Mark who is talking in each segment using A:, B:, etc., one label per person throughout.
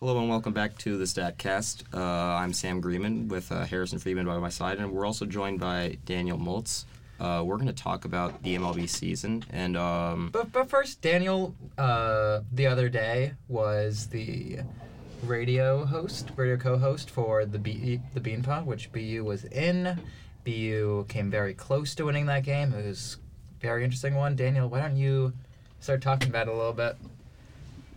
A: Hello and welcome back to the Statcast. Uh, I'm Sam Greeman with uh, Harrison Friedman by my side, and we're also joined by Daniel Moltz. Uh, we're going to talk about the MLB season, and um,
B: But, but first, Daniel, uh, the other day was the radio host, radio co-host for the B, the Bean Pod, which BU was in. BU came very close to winning that game. It was a very interesting one. Daniel, why don't you start talking about it a little bit?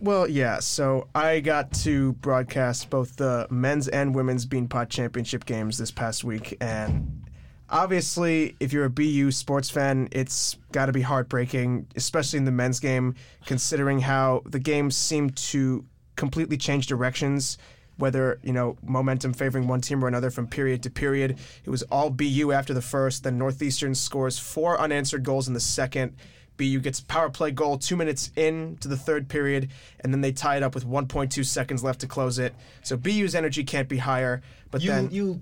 C: Well, yeah. So I got to broadcast both the men's and women's Beanpot Championship games this past week, and obviously, if you're a BU sports fan, it's got to be heartbreaking, especially in the men's game, considering how the game seemed to completely change directions. Whether you know momentum favoring one team or another from period to period, it was all BU after the first. Then Northeastern scores four unanswered goals in the second. BU gets a power play goal two minutes into the third period, and then they tie it up with 1.2 seconds left to close it. So BU's energy can't be higher. But
B: You
C: then
B: you,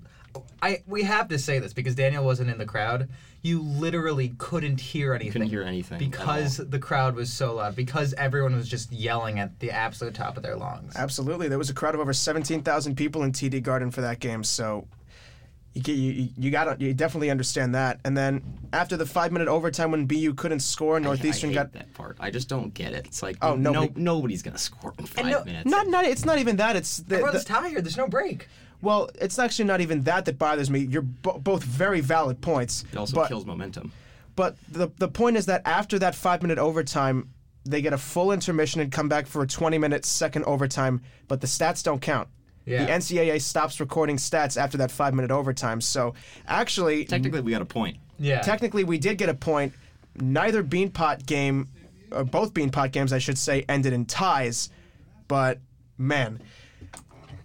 B: I we have to say this because Daniel wasn't in the crowd. You literally couldn't hear anything.
A: couldn't hear anything at
B: because the crowd was so loud. Because everyone was just yelling at the absolute top of their lungs.
C: absolutely, there was a crowd of over 17,000 people in TD Garden for that game. So you get- you you got you definitely understand that. And then after the five minute overtime when BU couldn't score, Northeastern
A: I hate
C: got
A: that part. I just don't get it. It's like
C: Oh,
A: no,
C: nobody-
A: nobody's going to score in five
B: no-
A: minutes.
C: not not it's not even that. It's the,
B: Everyone's
C: the,
B: tired. There's no break.
C: well, it's actually not even that that bothers me. You're bo- both very valid points.
A: it also
C: but,
A: kills momentum.
C: But the the point is that after that five minute overtime, they get a full intermission and come back for a twenty minute second overtime. But the stats don't count.
B: Yeah.
C: The NCAA stops recording stats after that five minute overtime. So actually,
A: Technically, we got a point.
C: Uh,
B: Yeah.
C: technically, we did get a point. Neither Beanpot game, or both Beanpot games, I should say, ended in ties. But man,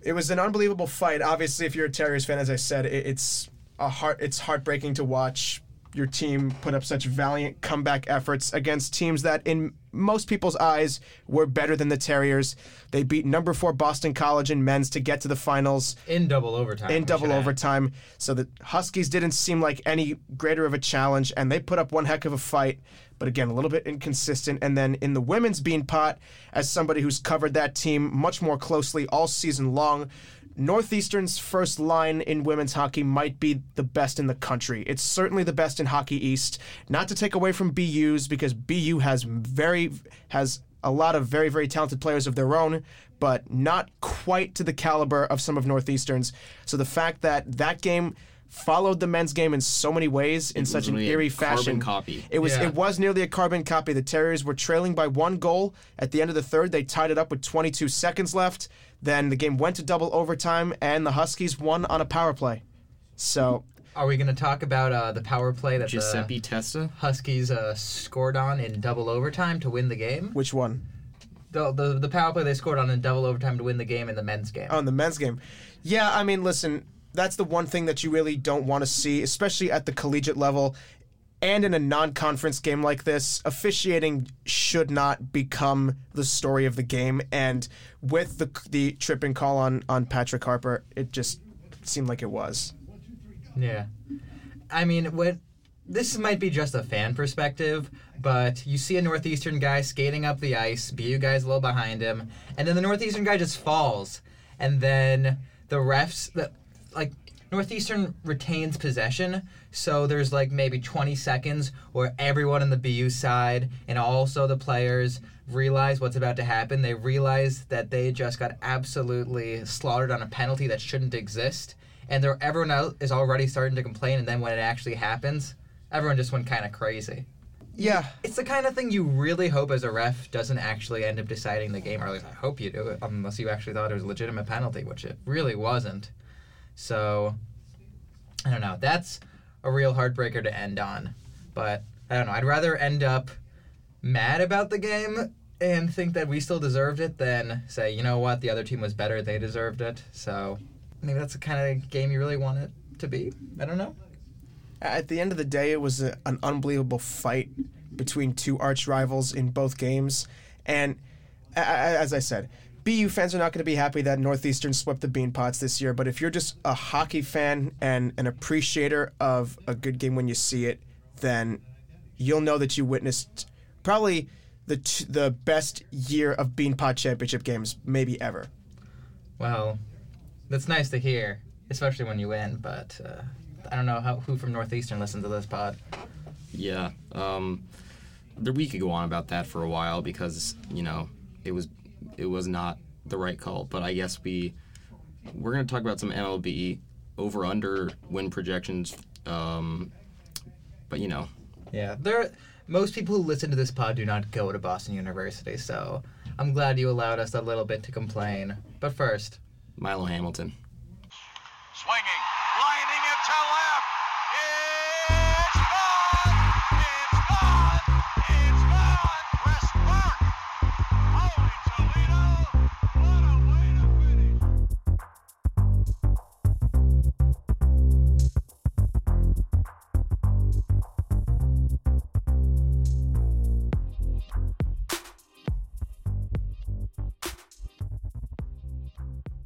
C: it was an unbelievable fight. Obviously, if you're a Terriers fan, as I said, it, it's a heart. It's heartbreaking to watch your team put up such valiant comeback efforts against teams that, in most people's eyes, were better than the Terriers. They beat number four Boston College in men's to get to the finals
B: in double overtime.
C: in
B: we
C: double
B: should add.
C: overtime. So the Huskies didn't seem like any greater of a challenge, and they put up one heck of a fight, but again, a little bit inconsistent. And then in the women's bean pot, as somebody who's covered that team much more closely all season long, Northeastern's first line in women's hockey might be the best in the country. It's certainly the best in Hockey East. Not to take away from BU's because BU has very has a lot of very, very talented players of their own, but not quite to the caliber of some of Northeastern's. So the fact that that game followed the men's game in so many ways in such an
A: literally a
C: eerie
A: carbon
C: fashion.
A: copy.
C: It was
B: Yeah.
C: it was nearly a carbon copy. The Terriers were trailing by one goal at the end of the third. They tied it up with 22 seconds left. Then the game went to double overtime, and the Huskies won on a power play. So
B: Are we going to talk about uh, the power play that
A: Giuseppe Testa.
B: the Huskies uh, scored on in double overtime to win the game?
C: which one?
B: The, the the power play they scored on in double overtime to win the game in the men's game.
C: on the men's game. Yeah, I mean, listen, that's the one thing that you really don't want to see, especially at the collegiate level. And in a non conference game like this, officiating should not become the story of the game. And with the, the trip and call on, on Patrick Harper, it just seemed like it was.
B: Yeah. I mean, what this might be just a fan perspective, but you see a Northeastern guy skating up the ice, BU guy's a little behind him, and then the Northeastern guy just falls. And then the refs, the, like, Northeastern retains possession, so there's like maybe 20 seconds where everyone on the BU side and also the players realize what's about to happen. They realize that they just got absolutely slaughtered on a penalty that shouldn't exist, and they're, everyone else is already starting to complain. And then when it actually happens, everyone just went kind of crazy.
C: Yeah.
B: It's the kind of thing you really hope as a ref doesn't actually end up deciding the game, or at least I hope you do, unless you actually thought it was a legitimate penalty, which it really wasn't. So, I don't know. That's a real heartbreaker to end on. But, I don't know. I'd rather end up mad about the game and think that we still deserved it than say, you know what, the other team was better, they deserved it. So, maybe that's the kind of game you really want it to be. I don't know.
C: At the end of the day, it was a, an unbelievable fight between two arch rivals in both games. And a- a- as I said, BU fans are not going to be happy that Northeastern swept the Bean Pots this year. But if you're just a hockey fan and an appreciator of a good game when you see it, then you'll know that you witnessed probably the t- the best year of Bean Pot championship games maybe ever.
B: Well, that's nice to hear, especially when you win. But uh, I don't know how, who from Northeastern listens to this pod.
A: Yeah. Um, the, we could go on about that for a while because you know it was it was not the right call. But I guess we we're gonna talk about some MLB over under win projections. Um, but you know,
B: Yeah, there. Most people who listen to this pod do not go to Boston University, so I'm glad you allowed us a little bit to complain. But first,
A: Milo Hamilton.
D: swinging, lining it to left. It's gone. It's gone. It's gone. West Park. Holy Toledo! What a way to finish.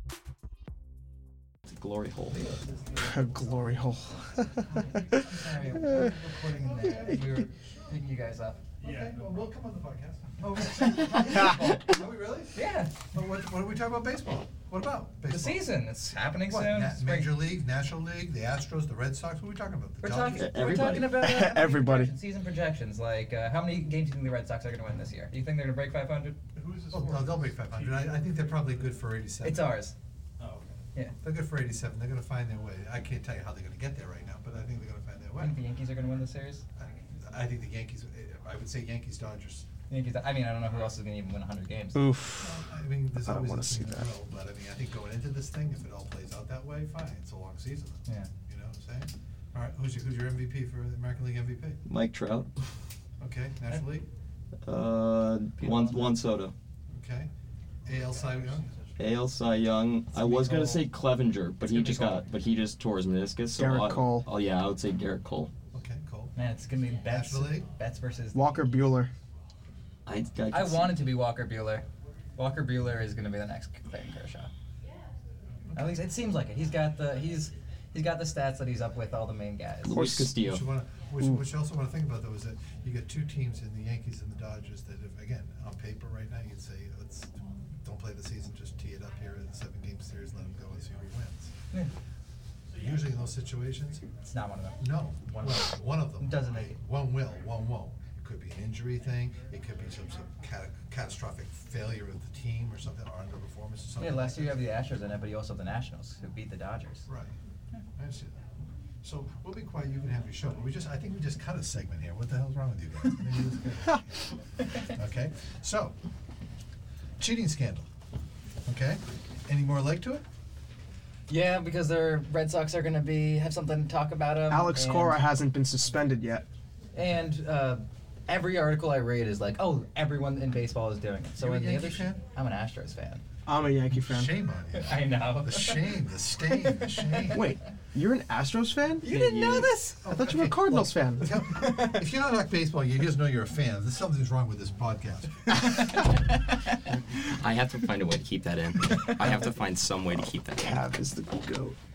A: It's a glory hole.
C: A glory oh. hole.
B: Sorry, we're recording in there. We were picking you guys up.
E: Okay, well, we'll come on the podcast. Oh, we're baseball. Are we really?
B: Yeah,
E: Well, what, what are we talking about baseball? What about baseball?
B: the season. It's happening
E: What?
B: soon.
E: Na-
B: It's great.
E: Major League, National League, the Astros, the Red Sox. What are we talking about? The
B: We're
E: Dodgers?
B: talking, we're
A: Everybody.
B: talking about uh, how many
C: Everybody.
B: projections- season projections. Like, uh, how many games do you think the Red Sox are going to win this year? Do you think they're going to break 500?
E: Oh, no, they'll break 500. I, I think they're probably good for 87.
B: It's ours.
E: They're good for 87. They're going to find their way. I can't tell you how they're going to get there right now, but I think they're going to find their
B: I
E: way.
B: think the Yankees are going to win the series. Mm-hmm.
E: I, I think the Yankees, eh, I would say Yankees, Dodgers.
B: The Yankees. I mean, I don't know who else is going to even win 100 games.
C: Oof.
E: I mean, there's
C: I don't
E: always
C: wanna
E: this thing
C: see
E: to
C: that.
E: grow, but I mean, I think going into this thing, if it all plays out that way, fine. It's a long season. though.
B: Yeah.
E: You know what I'm saying? All right, who's your, who's your MVP for the American League MVP?
A: Mike Trout.
E: Okay, National League.
A: Uh, Juan, Juan Soto.
E: Okay. AL Cy Young.
A: AL Cy Young. I was gonna say Clevenger, but he
B: gonna be
A: just
B: Cole.
A: got, but he just tore his meniscus. So
C: Garrett
A: I,
C: Cole.
A: Oh yeah, I would say Garrett Cole.
E: Okay, cool.
B: Man, it's going to be Betts.
E: National League.
B: Betts versus.
C: Walker Bueller.
A: I, I, could
B: I
A: see-
B: want it to be Walker Bueller. Walker Bueller is going to be the next Clayton Kershaw. At least it seems like it. He's got the he's he's got the stats that he's up with all the main guys.
A: Luis Castillo.
E: What you, wanna, what, you,
B: Mm.
E: what you also want to think about though is that you got two teams in the Yankees and the Dodgers that, have, again, on paper right now, you'd say let's don't play the season, just tee it up here in a seven-game series, let them go and see who wins.
B: Yeah,
E: Usually in those situations,
B: It's not one of them.
E: No,
B: One
E: one,
B: of
E: well,
B: them.
E: one of them.
B: Doesn't make it.
E: One will, one won't. It could be an injury thing. It could be some, some cata- catastrophic failure of the team or something, or underperformance or something.
B: Yeah, last year
E: like
B: you have the Astros in it, but you also have the Nationals who beat the Dodgers.
E: that. Right. I see that. So we'll be quiet. You can have your show. But we just, I think we just cut a segment here. What the hell's wrong with you guys? Maybe it's good. okay. So, cheating scandal. Okay. Any more leg to it?
B: Yeah, because their Red Sox are going to be have something to talk about them.
C: Alex Cora hasn't been suspended yet.
B: And uh, every article I read is like, oh, everyone in baseball is doing it. So
E: You're a
B: in the
E: Yankee
B: other,
E: fan?
B: I'm an Astros fan.
C: I'm a Yankee fan.
E: Shame on you.
B: I know.
E: The shame, the stain, the shame.
C: Wait, you're an Astros fan?
B: you didn't know this?
C: I thought you were a Cardinals fan.
E: if you're not like baseball, you just know you're a fan. There's something's wrong with this podcast.
A: I have to find a way to keep that in. I have to find some way to keep that in.
C: Cav is the goat.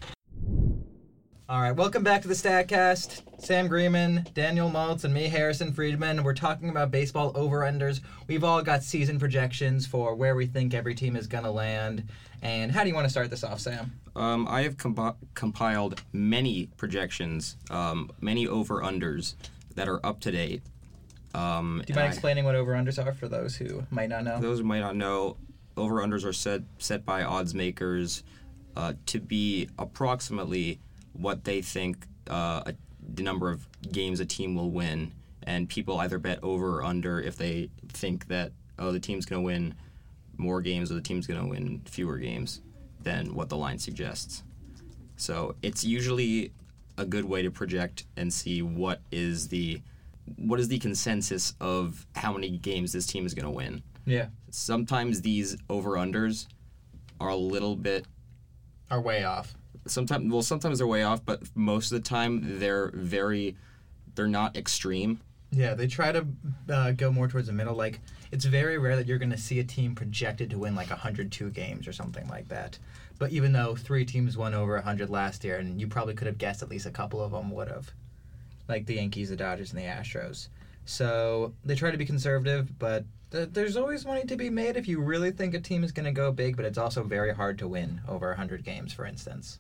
B: All right, welcome back to the Statcast. Sam Greeman, Daniel Maltz, and me, Harrison Friedman. We're talking about baseball over-unders. We've all got season projections for where we think every team is going to land. And how do you want to start this off, Sam?
A: Um, I have compi- compiled many projections, um, many over unders that are up to date. Um,
B: Do you mind
A: and I-
B: explaining what over-unders are for those who might not know?
A: those who might not know, over unders are set set by odds makers uh, to be approximately what they think uh, a, the number of games a team will win, and people either bet over or under if they think that oh the team's going to win more games or the team's going to win fewer games than what the line suggests. So it's usually a good way to project and see what is the what is the consensus of how many games this team is going to win
B: Yeah,
A: sometimes these over unders are a little bit
B: are way off.
A: sometimes well sometimes they're way off but most of the time they're very they're not extreme
B: Yeah, they try to uh, go more towards the middle. Like, it's very rare that you're going to see a team projected to win like 102 games or something like that. But even though three teams won over 100 last year, and you probably could have guessed at least a couple of them would have, like the Yankees, the Dodgers, and the Astros. So they try to be conservative, but Th- There's always money to be made if you really think a team is going to go big, but it's also very hard to win over 100 games, for instance.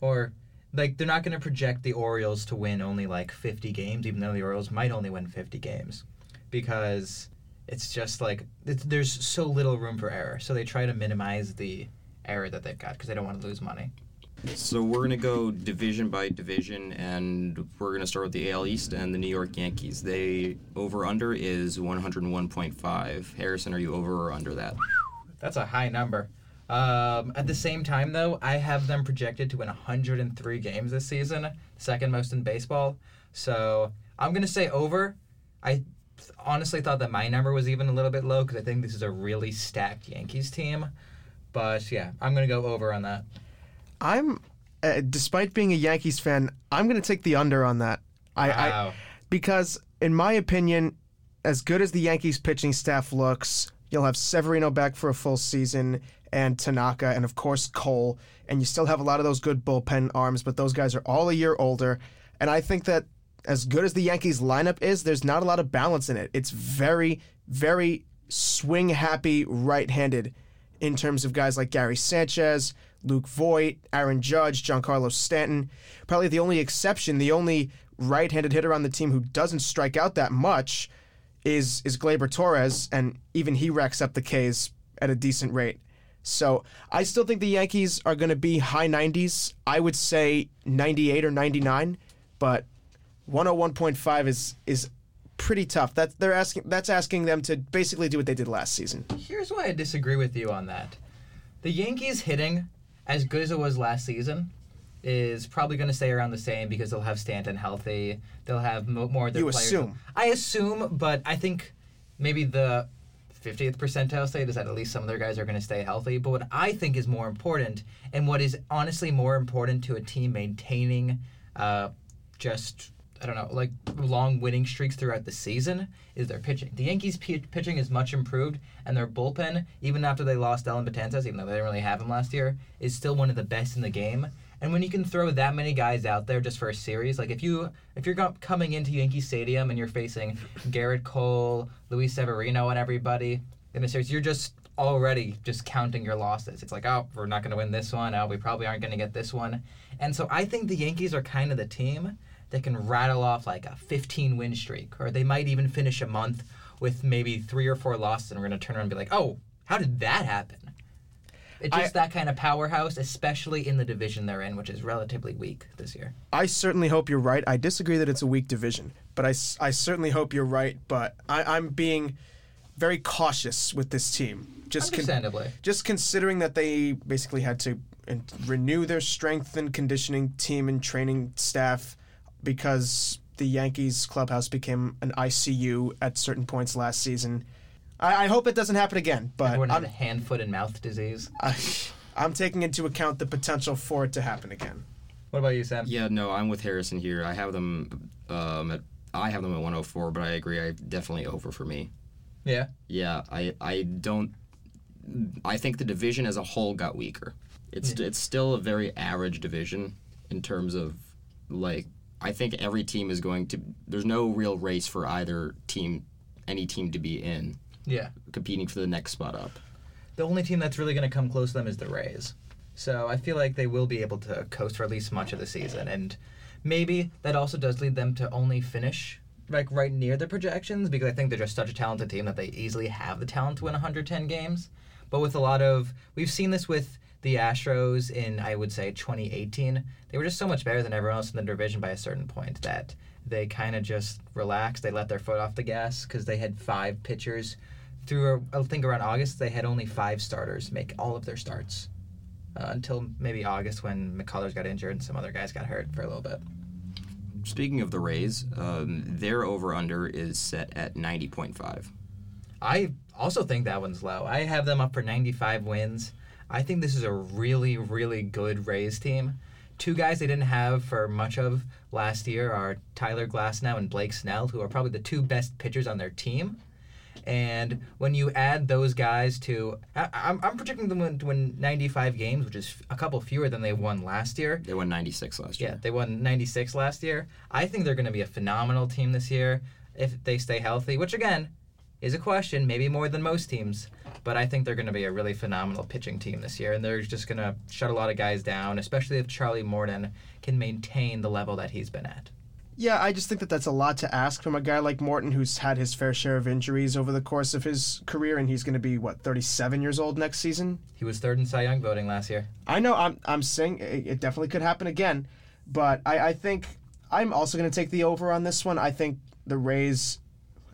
B: Or, like, they're not going to project the Orioles to win only, like, 50 games, even though the Orioles might only win 50 games. Because it's just like, it's, there's so little room for error. So they try to minimize the error that they've got because they don't want to lose money.
A: So we're gonna go division by division, and we're gonna start with the AL East and the New York Yankees. They over under is 101.5. Harrison, are you over or under that?
B: That's a high number. Um, at the same time, though, I have them projected to win 103 games this season, second most in baseball. So I'm going to say over. I th- honestly thought that my number was even a little bit low because I think this is a really stacked Yankees team. But yeah, I'm going to go over on that.
C: I'm, uh, despite being a Yankees fan, I'm going to take the under on that. I, I
B: Wow.
C: because in my opinion, as good as the Yankees pitching staff looks, you'll have Severino back for a full season and Tanaka and of course Cole, and you still have a lot of those good bullpen arms, but those guys are all a year older, and I think that as good as the Yankees lineup is, there's not a lot of balance in it. It's very very swing happy right-handed in terms of guys like Gary Sanchez, Luke Voigt, Aaron Judge, Giancarlo Stanton. Probably the only exception, the only right-handed hitter on the team who doesn't strike out that much is is Glaber Torres, and even he racks up the Ks at a decent rate. So I still think the Yankees are going to be high 90s. I would say 98 or 99, but 101.5 is is pretty tough. That they're asking that's asking them to basically do what they did last season.
B: Here's why I disagree with you on that. The Yankees hitting, as good as it was last season, is probably going to stay around the same because they'll have Stanton healthy. They'll have mo- more of their
C: You
B: players.
C: assume.
B: I assume, but I think maybe the 50th percentile state is that at least some of their guys are going to stay healthy. But what I think is more important, and what is honestly more important to a team maintaining uh, just, I don't know, like long winning streaks throughout the season, is their pitching. The Yankees' p- pitching is much improved, and their bullpen, even after they lost Ellen Batanzas, even though they didn't really have him last year, is still one of the best in the game. And when you can throw that many guys out there just for a series, like if you if you're go- coming into Yankee Stadium and you're facing Garrett Cole, Luis Severino, and everybody in a series, you're just already just counting your losses. It's like, oh, we're not going to win this one. Oh, we probably aren't going to get this one. And so I think the Yankees are kind of the team that can rattle off like a 15 win streak, or they might even finish a month with maybe three or four losses, and we're going to turn around and be like, oh, how did that happen? It's
C: I-
B: just that kind of powerhouse, especially in the division they're in, which is relatively weak this year.
C: I certainly hope you're right. I disagree that it's a weak division, but I, s- I certainly hope you're right. But I, I'm being very cautious with this team. Just con-
B: Understandably.
C: just considering that they basically had to in- renew their strength and conditioning team and training staff because the Yankees clubhouse became an ICU at certain points last season. I, I hope it doesn't happen again, but
B: Everyone has
C: I'm,
B: a hand, foot, and mouth disease.
C: I, I'm taking into account the potential for it to happen again.
B: What about you, Sam?
A: Yeah, no, I'm with Harrison here. I have them um, at I have them at 104, but I agree. I definitely over for me.
B: Yeah.
A: Yeah, I I don't. I think the division as a whole got weaker. It's it's still a very average division in terms of like I think every team is going to. There's no real race for either team, any team to be in
B: Yeah.
A: competing for the next spot up.
B: The only team that's really going to come close to them is the Rays. So I feel like they will be able to coast for at least much of the season. And maybe that also does lead them to only finish like right near the projections because I think they're just such a talented team that they easily have the talent to win 110 games. But with a lot of, we've seen this with the Astros in, I would say, 2018. They were just so much better than everyone else in the division by a certain point that they kind of just relaxed. They let their foot off the gas because they had five pitchers through I think around August they had only five starters make all of their starts uh, until maybe August when McCullers got injured and some other guys got hurt for a little bit.
A: Speaking of the Rays, um, their over under is set at 90.5.
B: I also think that one's low. I have them up for 95 wins. I think this is a really really good Rays team. Two guys they didn't have for much of last year are Tyler Glasnow and Blake Snell, who are probably the two best pitchers on their team. And when you add those guys to, I, I'm, I'm predicting them to win 95 games, which is a couple fewer than they won last year.
A: They won 96 last
B: Yeah,
A: year.
B: they won 96 last year. I think they're going to be a phenomenal team this year if they stay healthy, which again, is a question, maybe more than most teams. But I think they're going to be a really phenomenal pitching team this year, and they're just going to shut a lot of guys down, especially if Charlie Morton can maintain the level that he's been at.
C: Yeah, I just think that that's a lot to ask from a guy like Morton who's had his fair share of injuries over the course of his career and he's going to be what 37 years old next season.
B: He was third in Cy Young voting last year.
C: I know I'm I'm saying it, it definitely could happen again, but I, I think I'm also going to take the over on this one. I think the Rays,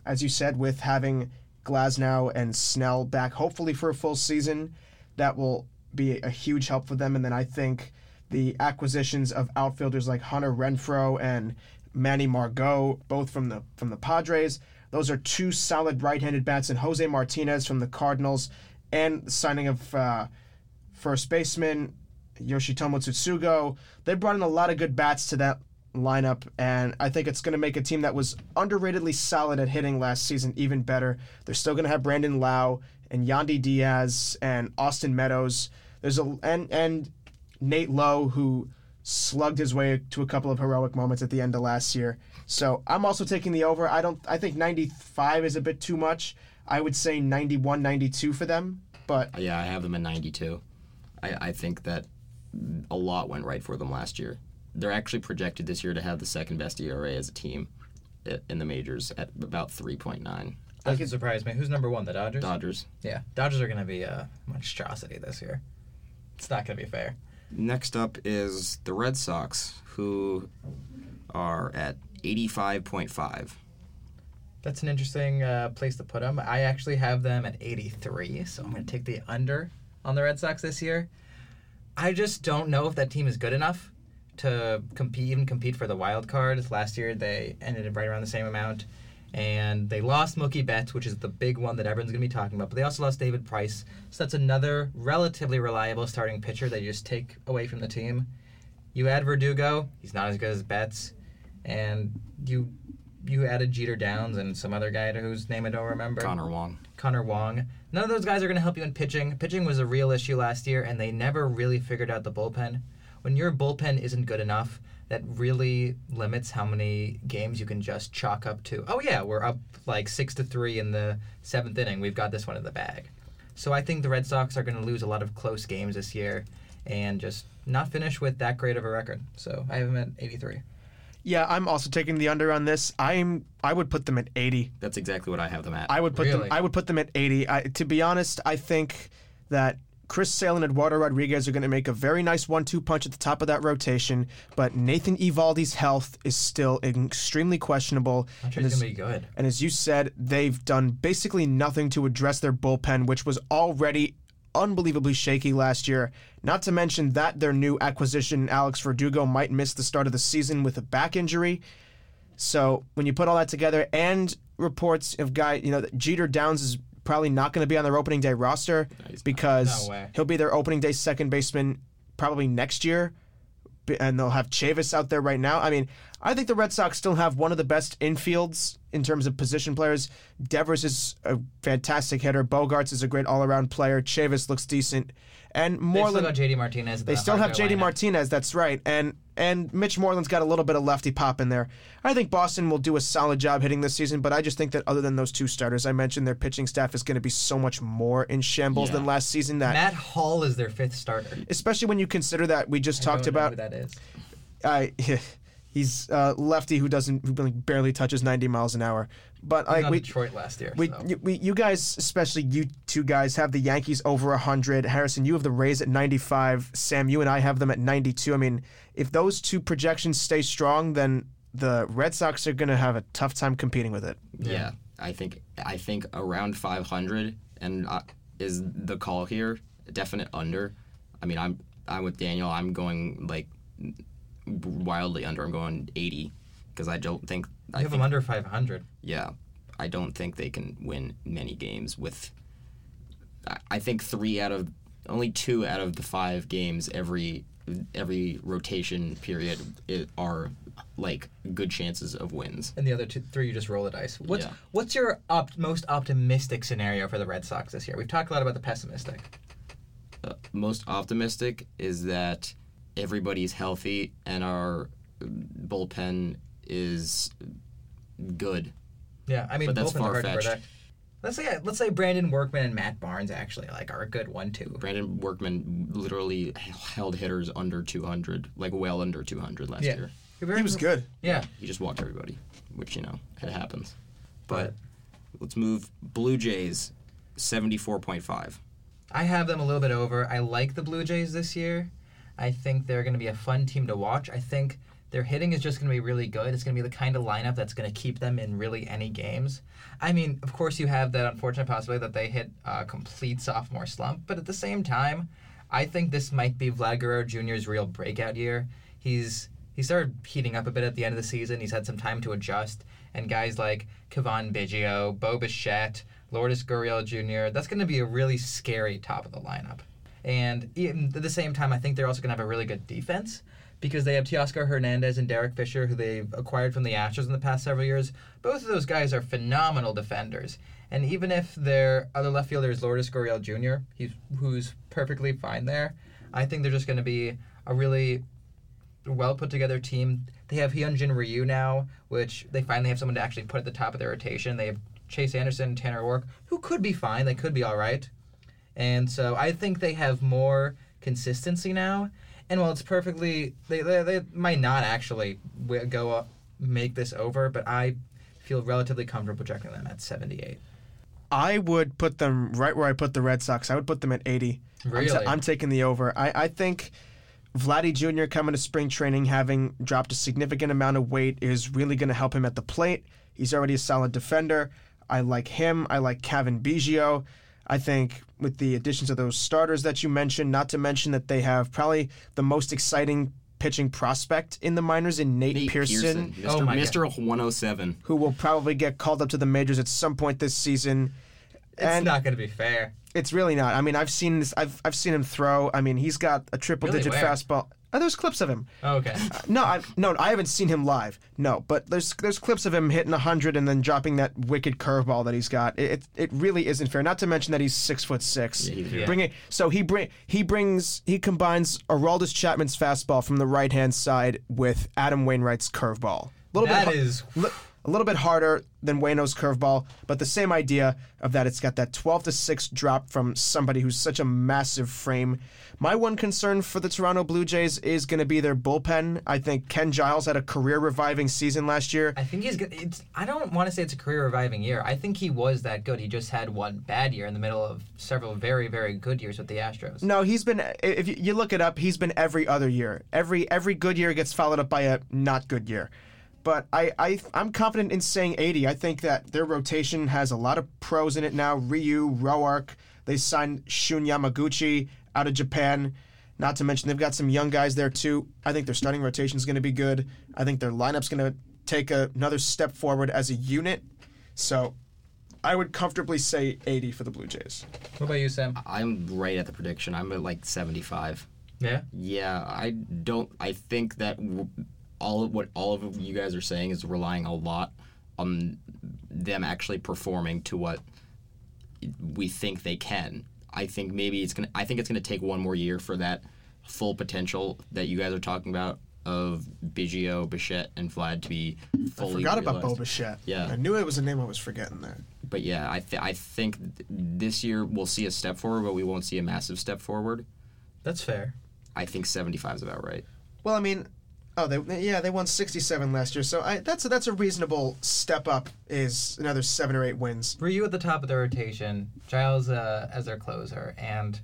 C: as you said, with having Glasnow and Snell back, hopefully for a full season, that will be a huge help for them. And then I think the acquisitions of outfielders like Hunter Renfro and Manny Margot, both from the from the Padres, those are two solid right-handed bats, and Jose Martinez from the Cardinals, and the signing of. Uh, first baseman Yoshitomo Tsutsugo. They brought in a lot of good bats to that lineup, and I think it's going to make a team that was underratedly solid at hitting last season even better. They're still going to have Brandon Lau and Yandy Diaz and Austin Meadows. There's a and and Nate Lowe who slugged his way to a couple of heroic moments at the end of last year. So I'm also taking the over. I don't. I think 95 is a bit too much. I would say 91, 92 for them, but
A: Uh, Yeah, I have them at 92. I, I think that a lot went right for them last year. They're actually projected this year to have the second best ERA as a team i- in the majors at about 3.9.
B: That could surprise me. Who's number one? The Dodgers.
A: Dodgers.
B: Yeah, Dodgers are going to be a monstrosity this year. It's not going to be fair.
A: Next up is the Red Sox, who are at 85.5.
B: That's an interesting uh, place to put them. I actually have them at 83, so I'm going to take the under on the Red Sox this year. I just don't know if that team is good enough to compete, even compete for the wild card. Last year they ended up right around the same amount, and they lost Mookie Betts, which is the big one that everyone's going to be talking about. But they also lost David Price, so that's another relatively reliable starting pitcher that you just take away from the team. You add Verdugo, he's not as good as Betts, and you you added Jeter Downs and some other guy whose name I don't remember.
A: Connor Wong.
B: Connor Wong. None of those guys are going to help you in pitching. Pitching was a real issue last year, and they never really figured out the bullpen. When your bullpen isn't good enough, that really limits how many games you can just chalk up to. Oh yeah, we're up like six to three in the seventh inning. We've got this one in the bag. So I think the Red Sox are going to lose a lot of close games this year, and just not finish with that great of a record. So I have them at 83.
C: Yeah, I'm also taking the under on this. I'm I would put them at 80.
A: That's exactly what I have them at.
C: I would put them
B: Really?
C: I would put them at 80. I, to be honest, I think that Chris Sale and Eduardo Rodriguez are going to make a very nice one-two punch at the top of that rotation, but Nathan Evaldi's health is still extremely questionable.
B: I'm sure
C: and
B: it's
C: as-
B: going to be good.
C: and as you said, they've done basically nothing to address their bullpen, which was already unbelievably shaky last year. Not to mention that their new acquisition, Alex Verdugo, might miss the start of the season with a back injury. So when you put all that together and reports of guy, you know, that Jeter Downs is probably not going to be on their opening day roster because
B: No way.
C: he'll be their opening day second baseman probably next year. B- And they'll have Chavis out there right now. I mean, I think the Red Sox still have one of the best infields in terms of position players. Devers is a fantastic hitter. Bogarts is a great all around player. Chavis looks decent. And
B: They still
C: Moreland.
B: got uh, JD Martinez.
C: They still have JD Martinez, that's right. And and Mitch Moreland's got a little bit of lefty pop in there. I think Boston will do a solid job hitting this season, but I just think that other than those two starters I mentioned, their pitching staff is going to be so much more in shambles than
A: Yeah.
C: last season that
B: Matt Hall is their fifth starter.
C: especially when you consider that we just talked
B: don't know
C: about
B: who that is.
C: I he's uh, lefty who doesn't who barely touches 90 miles an hour. But like
B: Not
C: we
B: Detroit last year.
C: We,
B: so.
C: you, we, you guys, especially you two guys, have the Yankees over 100. Harrison, you have the Rays at 95. Sam, you and I have them at 92. I mean, if those two projections stay strong, then the Red Sox are going to have a tough time competing with it.
A: yeah. I think I think around 500 and uh, is the call here definite under. I mean, I'm I'm with Daniel. I'm going like wildly under. I'm going 80 because I don't think I
B: you have
A: think
B: them under 500.
A: yeah, I don't think they can win many games with. I- I think three out of only two out of the five games every every rotation period i are like good chances of wins.
B: And the other two, three, you just roll the dice. What's
A: Yeah.
B: what's your op- most optimistic scenario for the Red Sox this year? We've talked a lot about the pessimistic.
A: Uh, most optimistic is that everybody's healthy and our bullpen is good.
B: Yeah, I mean,
A: But that's
B: bullpens are hard to
A: far-fetched.
B: predict. Let's say let's say Brandon Workman and Matt Barnes actually like are a good one too.
A: Brandon Workman literally held hitters under 200, like well under 200 last
B: Yeah.
A: year.
C: He was good.
B: Yeah.
A: He just walked everybody, which you know it happens. But let's move Blue Jays, 74.5.
B: I have them a little bit over. I like the Blue Jays this year. I think they're going to be a fun team to watch. I think their hitting is just going to be really good. It's going to be the kind of lineup that's going to keep them in really any games. I mean, of course, you have that unfortunate possibility that they hit a complete sophomore slump, but at the same time, I think this might be Vlad Guerrero Jr.'s real breakout year. He's he started heating up a bit at the end of the season. He's had some time to adjust, and guys like Kevon Biggio, Bo Bichette, Lourdes Gurriel Jr. That's going to be a really scary top of the lineup. And even at the same time, I think they're also going to have a really good defense because they have Teoscar Hernandez and Derek Fisher, who they've acquired from the Astros in the past several years. Both of those guys are phenomenal defenders. And even if their other left fielder is Lourdes Gurriel Jr., he's, who's perfectly fine there, I think they're just going to be a really well put together team. They have Hyunjin Ryu now, which they finally have someone to actually put at the top of their rotation. They have Chase Anderson and Tanner Rourke, who could be fine. They could be all right. And so I think they have more consistency now. And while it's perfectly, they, they, they might not actually wi- go up, make this over, but I feel relatively comfortable projecting them at 78.
C: I would put them right where I put the Red Sox. I would put them at 80. I'm ta- I'm,
B: Really?
C: taking the over. I, I think Vladdy Jr. coming to spring training, having dropped a significant amount of weight, is really going to help him at the plate. He's already a solid defender. I like him. I like Kevin Biggio. I think with the additions of those starters that you mentioned, not to mention that they have probably the most exciting pitching prospect in the minors in Nate,
A: Nate
C: Pearson
A: Mr.
B: Oh my God.
A: Mr. 107.
C: who will probably get called up to the majors at some point this season.
B: It's not going to be fair.
C: It's really not. I mean, I've seen this. I've I've seen him throw. I mean, he's got a triple
B: Really?
C: digit
B: Where?
C: fastball. Oh, there's clips of him.
B: Okay.
C: No, I no, I haven't seen him live. No, but there's there's clips of him hitting hundred and then dropping that wicked curveball that he's got. It, it it really isn't fair. Not to mention that he's six foot six.
B: Yeah.
C: Bringing so he bring he brings he combines Araldis Chapman's fastball from the right hand side with Adam Wainwright's curveball. A little
B: That
C: bit har-
B: is-
C: li- a little bit harder than Wayno's curveball, but the same idea of that it's got that 12 to 6 drop from somebody who's such a massive frame. My one concern for the Toronto Blue Jays is going to be their bullpen. I think Ken Giles had a career reviving season last year.
B: I think he's good. It's, I don't want to say it's a career reviving year. I think he was that good. He just had one bad year in the middle of several very, very good years with the Astros.
C: No, he's been if you- you look it up, he's been every other year. Every every good year gets followed up by a not good year. But I, I I'm confident in saying 80. I think that their rotation has a lot of pros in it now. Ryu, Roark, they signed Shun Yamaguchi out of Japan. Not to mention they've got some young guys there too. I think their starting rotation is going to be good. I think their lineup's going to take a- another step forward as a unit. So, I would comfortably say 80 for the Blue Jays.
B: What about you, Sam?
A: I'm right at the prediction. I'm at like 75.
B: Yeah.
A: Yeah, I don't. I think that w- all of what all of you guys are saying is relying a lot on them actually performing to what we think they can. I think maybe it's gonna. I think it's gonna take one more year for that full potential that you guys are talking about of Biggio, Bichette, and Vlad to be fully.
C: Forgot about Bo
A: realized.
C: Bichette.
A: Yeah.
C: I knew it was a name I was forgetting there.
A: But yeah, I th- I think th- this year we'll see a step forward, but we won't see a massive step forward.
B: That's fair.
A: I think 75 is about right.
C: Well, I mean, oh, they they- yeah, they won 67 last year, so I, that's a, that's a reasonable step up. Is another seven or eight wins.
B: Ryu at the top of the rotation, Giles uh, as their closer, and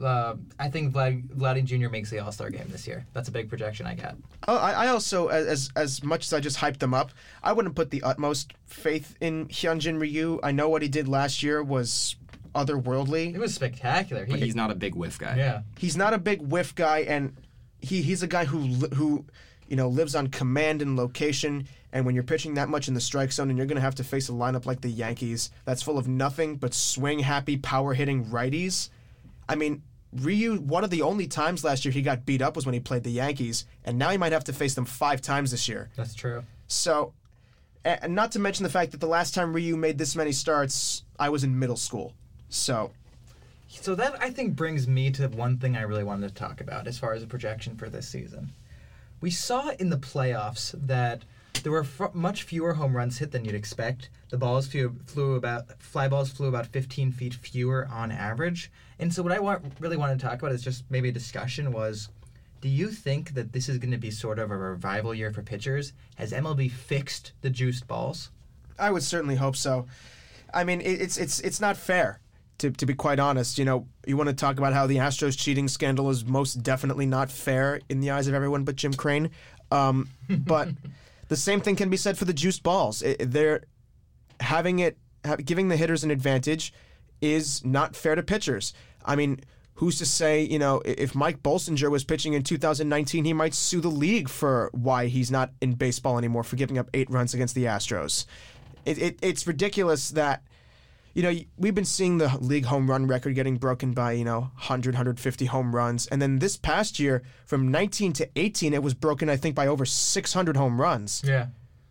B: uh, I think Vlad, Vladdy Jr. makes the All Star game this year. That's a big projection I got.
C: Oh, I, I also as- as as much as I just hyped them up, I wouldn't put the utmost faith in Hyunjin Ryu. I know what he did last year was
B: It
C: otherworldly.
B: was spectacular. He,
A: But he's not a big whiff guy.
B: yeah.
C: He's not a big whiff guy, and he he's a guy who li- who you know lives on command and location. And when you're pitching that much in the strike zone, and you're going to have to face a lineup like the Yankees that's full of nothing but swing happy, power hitting righties, I mean. Ryu, one of the only times last year he got beat up was when he played the Yankees, and now he might have to face them five times this year.
B: That's true.
C: So, a- and not to mention the fact that the last time Ryu made this many starts, I was in middle school. So,
B: So that I think brings me to one thing I really wanted to talk about as far as a projection for this season. We saw in the playoffs that There were f- much fewer home runs hit than you'd expect. The balls flew, flew about fly balls flew about 15 feet fewer on average. And so what I want, really want to talk about is just maybe a discussion was do you think that this is going to be sort of a revival year for pitchers? Has MLB fixed the juiced balls?
C: I would certainly hope so. I mean, it, it's it's it's not fair to to be quite honest. You know, you want to talk about how the Astros cheating scandal is most definitely not fair in the eyes of everyone but Jim Crane. Um, but the same thing can be said for the juiced balls. It, it- they're having it ha- giving the hitters an advantage is not fair to pitchers. I mean. Who's to say, you know, i- if Mike Bolsinger was pitching in 2019, he might sue the league for why he's not in baseball anymore for giving up eight runs against the Astros it, it, it's ridiculous that you know we've been seeing the league home run record getting broken by you know 100 150 home runs and then this past year from 19 to 18 it was broken i think by over 600 home runs
B: Yeah.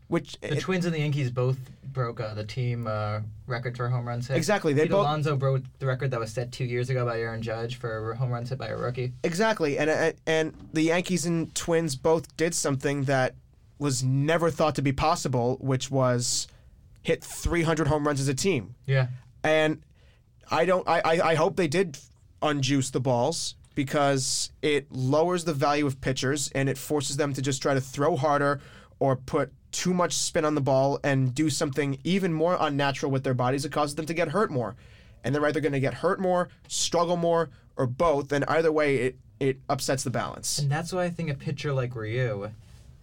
C: which
B: The
C: it-
B: Twins and the Yankees both broke uh, the team uh, record for home runs hit.
C: Exactly, they
B: Pete
C: both-
B: Alonso broke the record that was set two years ago by Aaron Judge for home runs hit by a rookie.
C: exactly and, and and the yankees and twins both did something that was never thought to be possible which was hit 300 home runs as a team
B: Yeah.
C: and I don't. I, I, I hope they did unjuice the balls because it lowers the value of pitchers and it forces them to just try to throw harder or put too much spin on the ball and do something even more unnatural with their bodies. It causes them to get hurt more, and they're either going to get hurt more, struggle more, or both. And either way, it it upsets the balance.
B: And that's why I think a pitcher like Ryu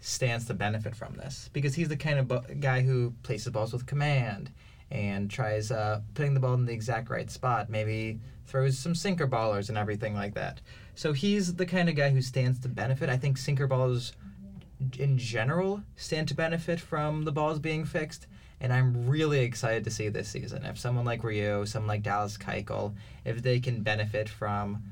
B: stands to benefit from this because he's the kind of bu- guy who places balls with command and tries uh, putting the ball in the exact right spot. Maybe throws some sinker ballers and everything like that. So he's the kind of guy who stands to benefit. I think sinker ballers in general stand to benefit from the balls being fixed. And I'm really excited to see this season. If someone like Ryu, someone like Dallas Keuchel, if they can benefit from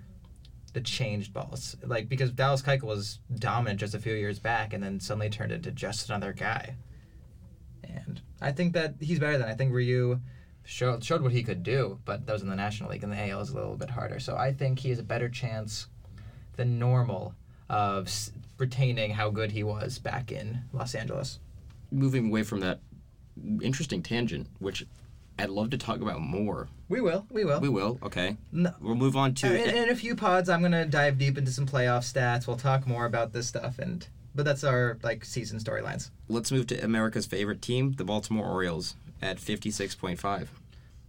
B: the changed balls, like because Dallas Keuchel was dominant just a few years back, and then suddenly turned into just another guy. And I think that he's better than I think Ryu showed showed what he could do, but that was in the National League, and the AL is a little bit harder. So I think he has a better chance than normal of s- retaining how good he was back in Los Angeles.
A: Moving away from that interesting tangent, which I'd love to talk about more.
B: We will, we will.
A: We will. Okay.
B: No.
A: We'll move on to.
B: Uh, in, in a few pods, I'm gonna dive deep into some playoff stats. We'll talk more about this stuff, and but that's our like season storylines.
A: let's move to America's favorite team, the Baltimore Orioles, at 56.5.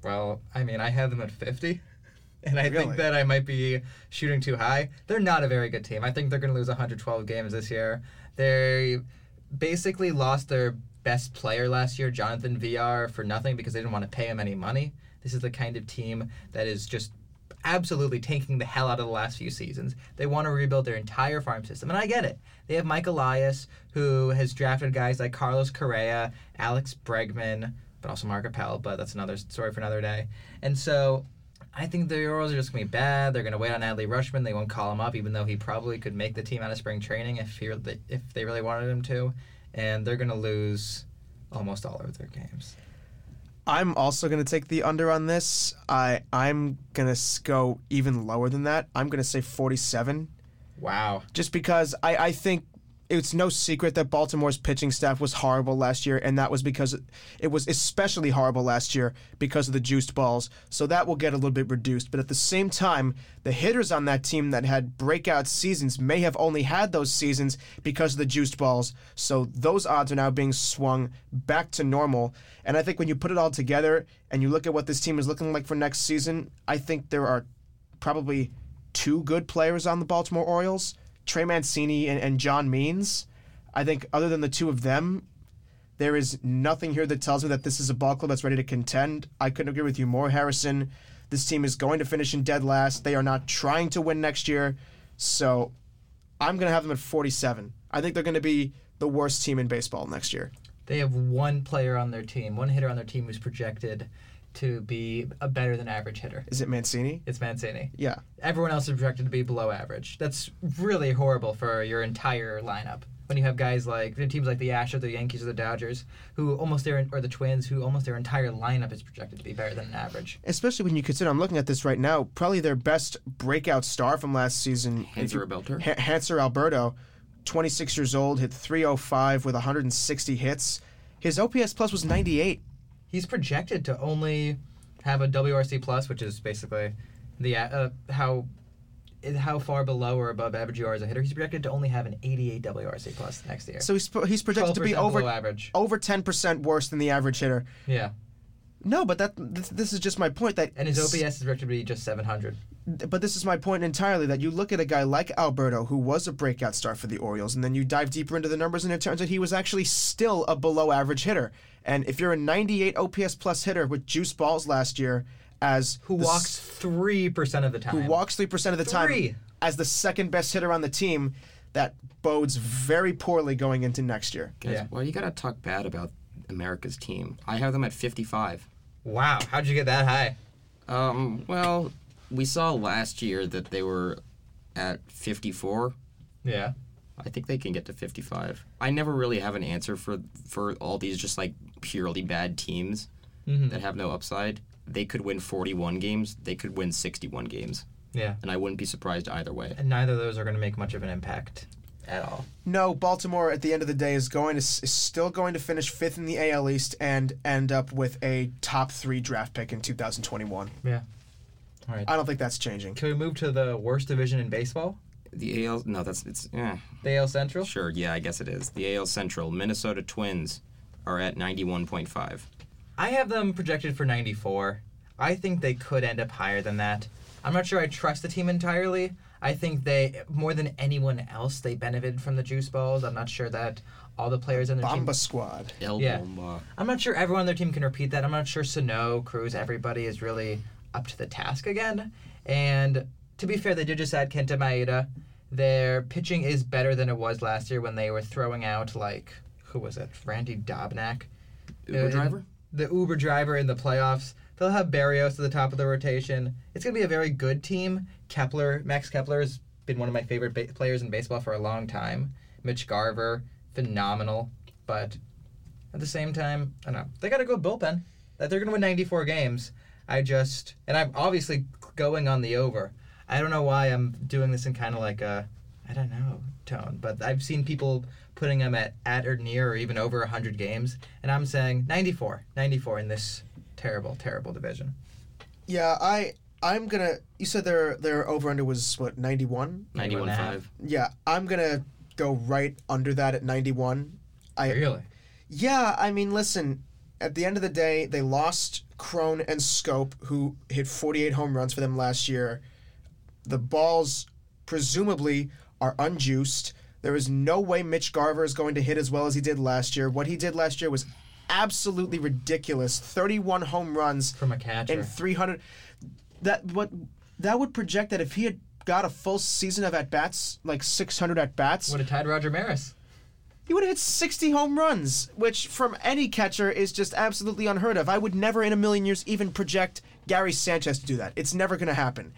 B: Well, I mean, I have them at 50, and I
C: Really?
B: think that I might be shooting too high. They're not a very good team. I think they're going to lose 112 games this year. They basically lost their best player last year, Jonathan VR, for nothing because they didn't want to pay him any money. This is the kind of team that is just absolutely tanking the hell out of the last few seasons. They want to rebuild their entire farm system, and I get it. They have Mike Elias, who has drafted guys like Carlos Correa, Alex Bregman, but also Mark Appel, but that's another story for another day. And so I think the Orioles are just going to be bad. They're going to wait on Adley Rushman. They won't call him up, even though he probably could make the team out of spring training if, he, if they really wanted him to. And they're going to lose almost all of their games.
C: I'm also going to take the under on this. I I'm going to go even lower than that. I'm going to say 47.
B: Wow.
C: just because I, I think it's no secret that Baltimore's pitching staff was horrible last year, and that was because it was especially horrible last year because of the juiced balls. So that will get a little bit reduced. But at the same time, the hitters on that team that had breakout seasons may have only had those seasons because of the juiced balls. So those odds are now being swung back to normal. And I think when you put it all together and you look at what this team is looking like for next season, I think there are probably two good players on the Baltimore Orioles, Trey Mancini and, and John Means. I think other than the two of them, there is nothing here that tells me that this is a ball club that's ready to contend. I couldn't agree with you more, Harrison. This team is going to finish in dead last. They are not trying to win next year. So I'm going to have them at 47. I think they're going to be the worst team in baseball next year.
B: They have one player on their team, one hitter on their team who's projected to be a better than average hitter.
C: Is it Mancini?
B: It's Mancini.
C: Yeah.
B: Everyone else is projected to be below average. That's really horrible for your entire lineup. When you have guys like teams like the Astros, the Yankees, or the Dodgers, who almost their or the Twins, who almost their entire lineup is projected to be better than average.
C: Especially when you consider, I'm looking at this right now, probably their best breakout star from last season,
A: Hanser Belter.
C: H- Hanser Alberto 26 years old, hit 305 with 160 hits. His OPS plus was 98.
B: He's projected to only have a WRC plus, which is basically the uh, how how far below or above average you are as a hitter. He's projected to only have an 88 WRC plus next year.
C: So he's he's projected to be
B: 12%
C: over
B: below average.
C: over 10% worse than the average hitter.
B: Yeah,
C: No, but that this, this is just my point that
B: and his OPS is projected to be just 700.
C: but this is my point entirely that you look at a guy like Alberto, who was a breakout star for the Orioles, and then you dive deeper into the numbers, and it turns out he was actually still a below average hitter. And if you're a 98 OPS plus hitter with juice balls last year, as
B: Who
C: the
B: walks three percent of the time?
C: who walks three percent of the time
B: Three.
C: as the second best hitter on the team, that bodes very poorly going into next year.
A: Guys,
B: Yeah.
A: Why you gotta talk bad about America's team? I have them at 55.
B: Wow, how'd you get that high?
A: Um, well, we saw last year that they were at 54.
B: Yeah.
A: I think they can get to 55. I never really have an answer for for all these just like purely bad teams that have no upside. They could win 41 games. They could win 61 games,
B: Yeah.
A: and I wouldn't be surprised either way.
B: And neither of those are going to make much of an impact at all.
C: No, Baltimore at the end of the day is going to is still going to finish fifth in the AL East and end up with a top three draft pick in 2021.
B: Yeah. All right.
C: I don't think that's changing.
B: Can we move to the worst division in baseball?
A: The AL no, that's it's yeah,
B: The AL Central?
A: sure, yeah, I guess it is. The AL Central, Minnesota Twins are at 91.5.
B: I have them projected for 94. I think they could end up higher than that. I'm not sure I trust the team entirely. I think they, more than anyone else, they benefited from the juice balls. I'm not sure that all the players on the team.
C: Bomba squad.
A: El
B: Yeah.
A: Bomba.
B: I'm not sure everyone on their team can repeat that. I'm not sure Sano, Cruz, everybody is really up to the task again. And to be fair, they did just add Kenta Maeda. Their pitching is better than it was last year when they were throwing out like who was it? Randy Dobnak.
A: Uber
B: Uh,
A: driver?
B: The Uber driver in the playoffs. They'll have Barrios at the top of the rotation. It's going to be a very good team. Kepler, Max Kepler has been one of my favorite ba- players in baseball for a long time. Mitch Garver, phenomenal. But at the same time, I don't know. They got to go bullpen. That they're going to win 94 games. I just and I'm obviously going on the over. I don't know why I'm doing this in kind of like a I don't know tone, but I've seen people putting them at at or near or even over 100 games, and I'm saying 94, 94 in this terrible, terrible division.
C: Yeah, I I'm gonna. You said their their over under was what 91.
A: 91.5.
C: Yeah, I'm gonna go right under that at 91. I
B: Really?
C: Yeah, I mean, listen, at the end of the day, they lost Crone and Scope, who hit 48 home runs for them last year. The balls, presumably, are unjuiced. There is no way Mitch Garver is going to hit as well as he did last year. What he did last year was absolutely ridiculous 31 home runs
B: From a catcher.
C: and 300 that what that would project that if he had got a full season of at bats like 600 at bats
B: Would have tied Roger Maris.
C: he would have hit 60 home runs, which from any catcher is just absolutely unheard of. I would never in a million years even project Gary Sanchez to do that. It's never going to happen.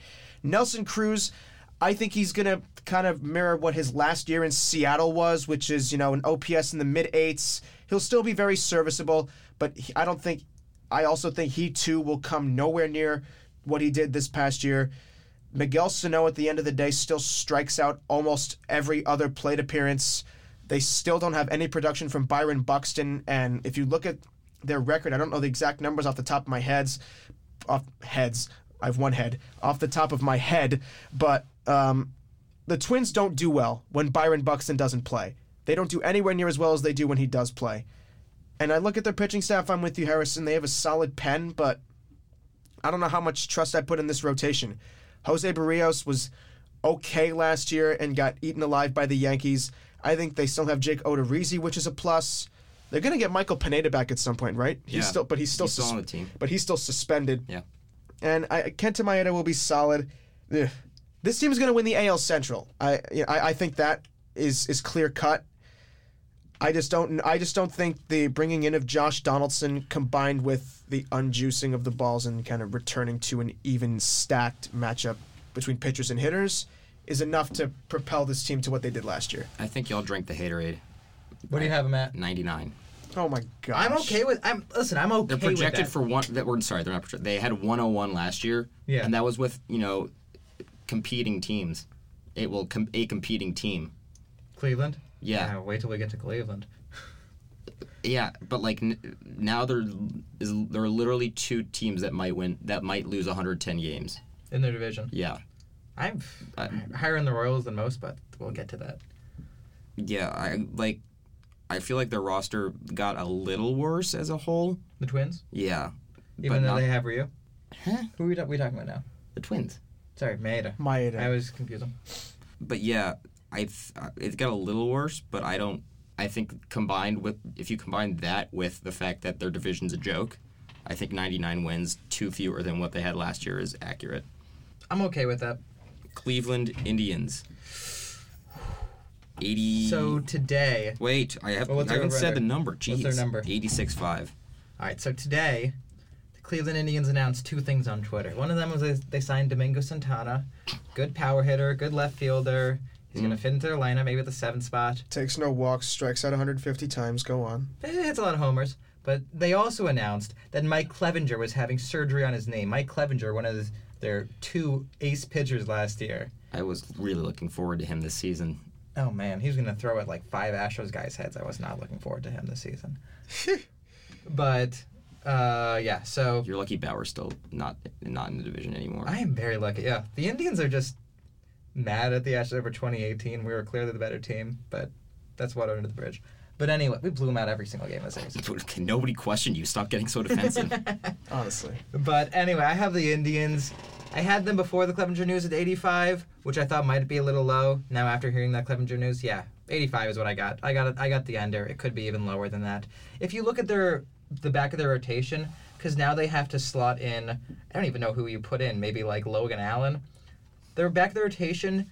C: Nelson Cruz, I think he's going to kind of mirror what his last year in Seattle was, which is, you know, an OPS in the mid eights. He'll still be very serviceable, but he- I don't think, I also think he too will come nowhere near what he did this past year. Miguel Sano at the end of the day still strikes out almost every other plate appearance. They still don't have any production from Byron Buxton, and if you look at their record, I don't know the exact numbers off the top of my heads, off heads. I have one head off the top of my head, but um, the Twins don't do well when Byron Buxton doesn't play. They don't do anywhere near as well as they do when he does play. And I look at their pitching staff. I'm with you, Harrison. They have a solid pen, but I don't know how much trust I put in this rotation. Jose Barrios was okay last year and got eaten alive by the Yankees. I think they still have Jake Odorizzi, which is a plus. They're gonna get Michael Pineda back at some point, right? He's
A: Yeah.
C: still, but he's still,
A: He's still
C: sus-
A: on the team.
C: But he's still suspended.
A: Yeah.
C: And I, Kenta Maeda will be solid. Ugh. This team is gonna win the AL Central. I, you know, I, I think that is is clear cut. I just don't. I just don't think the bringing in of Josh Donaldson combined with the unjuicing of the balls and kind of returning to an even stacked matchup between pitchers and hitters is enough to propel this team to what they did last year.
A: I think y'all drank the haterade.
B: What do you have him at?
A: 99.
C: Oh my gosh!
B: I'm okay with. I'm listen. I'm okay
A: They're projected
B: with that.
A: for one. That we're sorry, they're not projected. They had 101 last year.
B: Yeah.
A: And that was with you know competing teams. It will com- a competing team.
B: Cleveland?
A: Yeah.
B: wait till we get to Cleveland.
A: Yeah, but like n- now there is there are literally two teams that might win that might lose 110 games.
B: In their division.
A: Yeah,
B: I'm
A: I-
B: higher in the Royals than most, but we'll get to that.
A: yeah. I like. I feel like their roster got a little worse as a whole.
B: The Twins?
A: Yeah,
B: Even
A: but
B: though
A: not
B: they have Ryu?
A: Huh?
B: Who are we, ta- we talking about now?
A: the Twins.
B: Sorry, Maeda.
C: Maeda.
B: I was confused.
A: But yeah, I th- uh, it got a little worse. But I don't. I think combined with if you combine that with the fact that their division's a joke, I think 99 wins, two fewer than what they had last year, is accurate.
B: I'm okay with that.
A: Cleveland Indians. 80.
B: So today,
A: Wait, I, have,
B: Well, what's
A: I
B: their
A: haven't said
B: over-under?
A: the number. Jeez.
B: What's their number?
A: 86.5.
B: all right. So today, the Cleveland Indians announced two things on Twitter. One of them was they, they signed Domingo Santana, good power hitter, good left fielder. He's
A: Mm.
B: gonna fit into their lineup, maybe at the seventh spot.
C: Takes no walks, strikes out 150 times. Go on.
B: Eh, It's a lot of homers. But they also announced that Mike Clevenger was having surgery on his knee. Mike Clevenger, one of his, their two ace pitchers last year.
A: I was really looking forward to him this season.
B: Oh man, he's gonna throw at like five Astros guys' heads. I was not looking forward to him this season. but uh, yeah, so
A: You're lucky Bauer's still not not in the division anymore.
B: I am very lucky. Yeah, the Indians are just mad at the Astros over 2018. We were clearly the better team, but that's water under the bridge. But anyway, we blew them out every single game this season.
A: Can nobody question you? Stop getting so defensive.
C: Honestly.
B: But anyway, I have the Indians. I had them before the Clevenger news at 85, which I thought might be a little low. Now after hearing that Clevenger news, yeah, 85 is what I got. I got it. I got the under. It could be even lower than that. If you look at their the back of their rotation, because now they have to slot in. I don't even know who you put in. Maybe like Logan Allen. Their back of the rotation.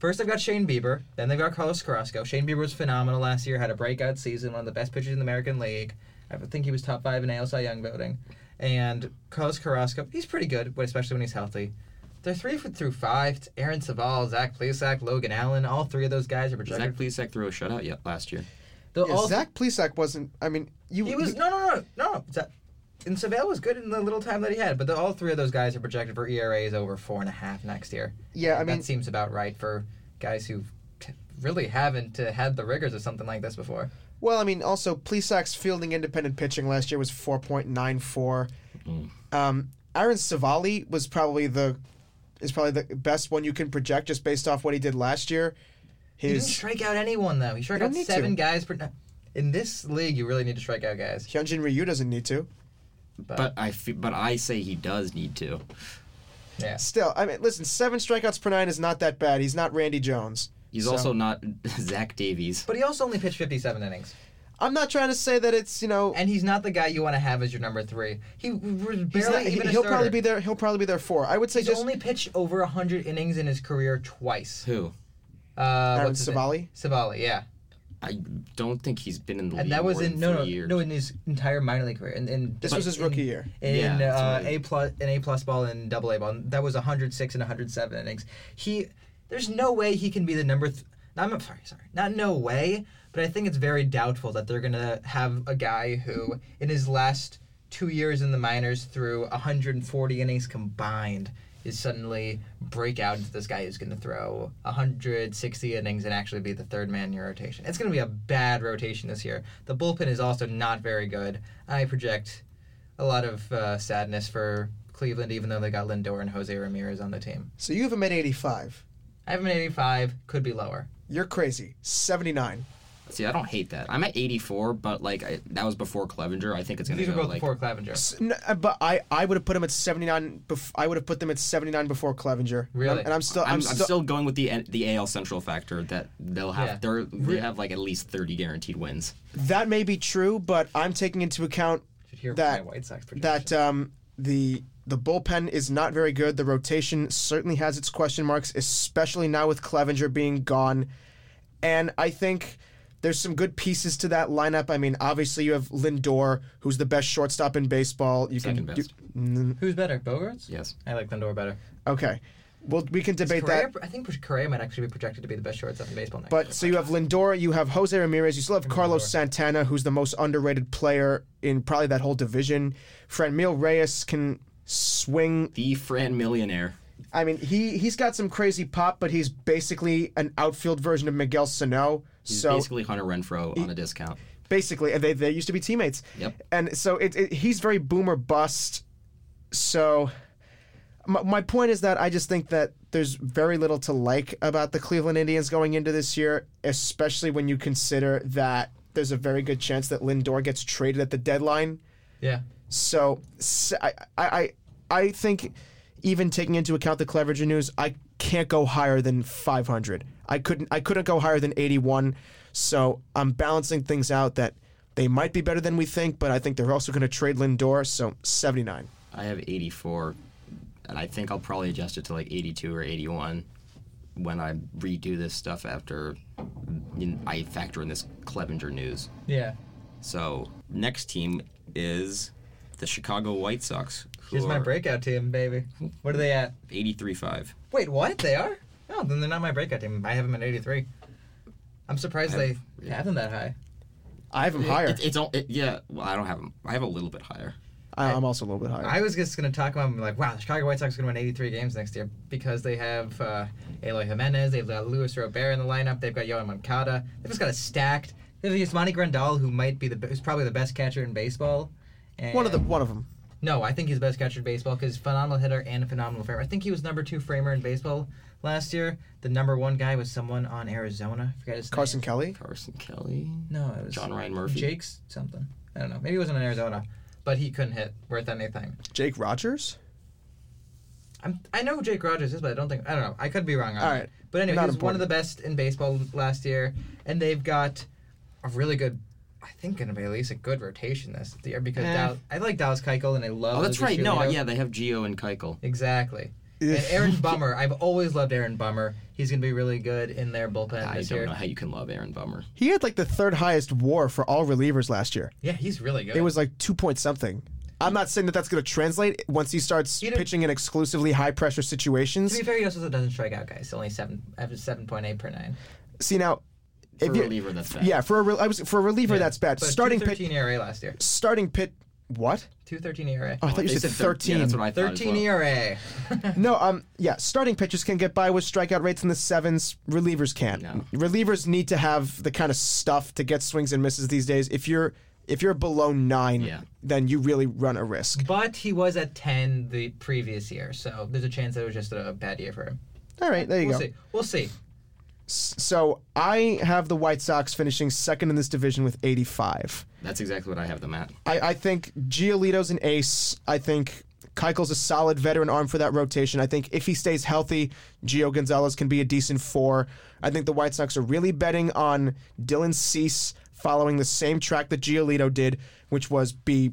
B: First, they've got Shane Bieber. Then they've got Carlos Carrasco. Shane Bieber was phenomenal last year. Had a breakout season. One of the best pitchers in the American League. I think he was top five in AL Cy Young voting. And Carlos Carrasco, he's pretty good, but especially when he's healthy. They're three foot through five. It's Aaron Saval, Zach Plesac, Logan Allen. All three of those guys are
A: Zach
B: projected.
A: Plesac threw a shutout yet last year.
B: They'll
C: Yeah,
B: all-
C: Zach Plesak wasn't. I mean, you.
B: He was no, no, no, no. no. Zach- And Savale was good in the little time that he had, but the, all three of those guys are projected for ERAs over four and a half next year.
C: Yeah, I mean-
B: that seems about right for guys who t- really haven't uh, had the rigors of something like this before.
C: Well, I mean, also Plesak's fielding independent pitching last year was 4.94. Um, Aaron Savali was probably the is probably the best one you can project just based off what he did last year.
B: He didn't
C: His
B: strike out anyone though. He struck
C: don't
B: out
C: need
B: seven
C: to.
B: guys per. In this league, you really need to strike out guys.
C: Hyunjin Ryu doesn't need to.
B: But,
A: But I fe- but I say he does need to.
B: yeah,
C: Still, I mean, listen, seven strikeouts per nine is not that bad. He's not Randy Jones.
A: He's
C: So-
A: also not Zach Davies.
B: but he also only pitched 57 innings,
C: I'm not trying to say that it's you know.
B: and he's not the guy you want to have as your number three. He was barely
C: He's not, he,
B: even a
C: will probably
B: starter.
C: be there. He'll probably be there four. I would say
B: He's
C: just
B: only pitched over 100 innings in his career twice.
A: Who?
B: Uh,
C: Aaron
B: what's his name?
C: Savali?
B: Savali, yeah.
A: I don't think he's been in the
B: And
A: league
B: that was
A: more
B: in
A: than
B: no
A: three
B: no
A: years.
B: no in his entire minor league career. And, and
C: This was his rookie
B: in,
C: year.
B: In
A: Yeah, that's
B: uh,
A: right.
B: a plus an A plus ball and double A ball. And That was 106 and 107 innings. He there's no way he can be the number. Th- I'm sorry, sorry, not no way, but I think it's very doubtful that they're gonna have a guy who in his last two years in the minors through 140 innings combined is suddenly break out into this guy who's going to throw 160 innings and actually be the third man in your rotation. It's going to be a bad rotation this year. The bullpen is also not very good. I project a lot of uh, sadness for Cleveland, even though they got Lindor and Jose Ramirez on the team.
C: So you have him at 85.
B: I have him at 85, could be lower.
C: You're crazy. 79.
A: See, I don't hate that. I'm at 84, but like I, that was before Clevenger. I think it's gonna
B: These are
A: go
B: both
A: like
B: before Clevenger.
C: S- n- uh, but I, I would have put him at 79. Bef- I would have put them at 79 before Clevenger. And I'm-
B: Really?
C: And I'm still
A: I'm,
C: I'm,
A: I'm
C: still,
A: still going with the the AL Central factor that they'll
B: Yeah.
A: have they're, they have like at least 30 guaranteed wins.
C: that may be true, but I'm taking into account
B: Should hear
C: that
B: my White Sox projection.
C: that um the the bullpen is not very good. The rotation certainly has its question marks, especially now with Clevenger being gone. And I think there's some good pieces to that lineup. I mean, obviously you have Lindor, who's the best shortstop in baseball. You
A: Second
C: can
A: best.
C: Do,
B: Who's better, Bogarts?
A: Yes.
B: I like Lindor better.
C: okay. Well, we can debate that.
B: Correa, I think Correa might actually be projected to be the best shortstop in baseball next year.
C: But so you have Lindor, you have Jose Ramirez, you still have Carlos
B: Lindor.
C: Santana, who's the most underrated player in probably that whole division. Franmil Reyes can swing.
A: The Fran millionaire.
C: I mean, he he's got some crazy pop, but he's basically an outfield version of Miguel Sano.
A: He's
C: so
A: basically Hunter Renfro on a discount.
C: basically, and they they used to be teammates.
A: Yep.
C: And so it, it he's very boomer bust. So my, my point is that I just think that there's very little to like about the Cleveland Indians going into this year, especially when you consider that there's a very good chance that Lindor gets traded at the deadline.
B: Yeah.
C: So s- I, I, I- I think even taking into account the Cleverger news, I can't go higher than 500. I couldn't I couldn't go higher than 81. So I'm balancing things out that they might be better than we think, but I think they're also going to trade Lindor. So 79.
A: I have 84, and I think I'll probably adjust it to like 82 or 81 when I redo this stuff after you know, I factor in this Clevenger news.
B: Yeah.
A: So next team is the Chicago White Sox. who
B: Here's my
A: are
B: breakout team, baby. What are they at?
A: 83.5.
B: Wait, what? They are? No, then they're not my breakout team. I have them at 83. I'm surprised they
A: I've- yeah.
B: have them that high.
C: I have them higher.
A: It, it's all it, yeah. Well, I don't have them. I have a little bit higher.
C: I, I'm also a little bit higher.
B: I was just going to talk about them like, wow, the Chicago White Sox are going to win 83 games next year because they have uh, Eloy Jimenez, they've got Luis Robert in the lineup, they've got Yohan Moncada, they've just got a stacked. They've got Monty Grandal, who might be the be- who's probably the best catcher in baseball. And
C: one of the one of them.
B: No, I think he's the best catcher in baseball because phenomenal hitter and a phenomenal framer. I think he was number two framer in baseball last year. The number one guy was someone on Arizona. I forget his
C: Carson
B: name.
C: Kelly.
A: Carson Kelly.
B: No, it was
A: John Ryan Murphy.
B: Jake's something. I don't know. Maybe he wasn't in Arizona, but he couldn't hit worth anything.
C: Jake Rogers.
B: I'm, I know who Jake Rogers is, but I don't think I don't know. I could be wrong on
C: All
B: that.
C: right.
B: But anyway,
C: Not
B: he was one of
C: important.
B: the best in baseball last year, and they've got a really good. I think going to be at least a good rotation this year because
A: Eh.
B: Dal- I like Dallas Keuchel and I love.
A: Oh, that's
B: Lucas
A: right. No,
B: Giolito.
A: yeah, they have Geo and Keuchel.
B: Exactly. And Aaron Bummer, I've always loved Aaron Bummer. He's going to be really good in their bullpen
A: I
B: this
A: don't
B: year.
A: know how you can love Aaron Bummer.
C: He had like the third highest WAR for all relievers last year.
B: Yeah, he's really good.
C: It was like two point something. I'm not saying that that's going to translate once he starts
B: He didn't-
C: pitching in exclusively high pressure situations.
B: to be fair, he also doesn't strike out guys. Only seven, I have seven point eight per nine.
C: See now,
A: For
C: if
A: a
C: you-
A: reliever, that's bad.
C: yeah, for a re- I was for a reliever that's bad.
B: But
C: starting
B: two
C: pit,
B: thirteen ERA last year.
C: starting pit. What?
B: Two thirteen ERA.
C: Oh, I thought you
A: They
C: said,
A: thir-
C: thirteen.
A: Yeah, that's what I thought. as
B: Thirteen E
A: well.
B: ERA.
C: no, um, yeah, starting pitchers can get by with strikeout rates in the sevens. Relievers can't.
A: No.
C: Relievers need to have the kind of stuff to get swings and misses these days. If you're if you're below nine,
A: Yeah.
C: then you really run a risk.
B: But he was at ten the previous year, so there's a chance that it was just a, a bad year for him.
C: All right, there you
B: We'll
C: go.
B: see. We'll see.
C: So I have the White Sox finishing second in this division with 85.
A: That's exactly what I have them at.
C: I, I think Giolito's an ace. I think Keichel's a solid veteran arm for that rotation. I think if he stays healthy, Gio Gonzalez can be a decent four. I think the White Sox are really betting on Dylan Cease following the same track that Giolito did, which was be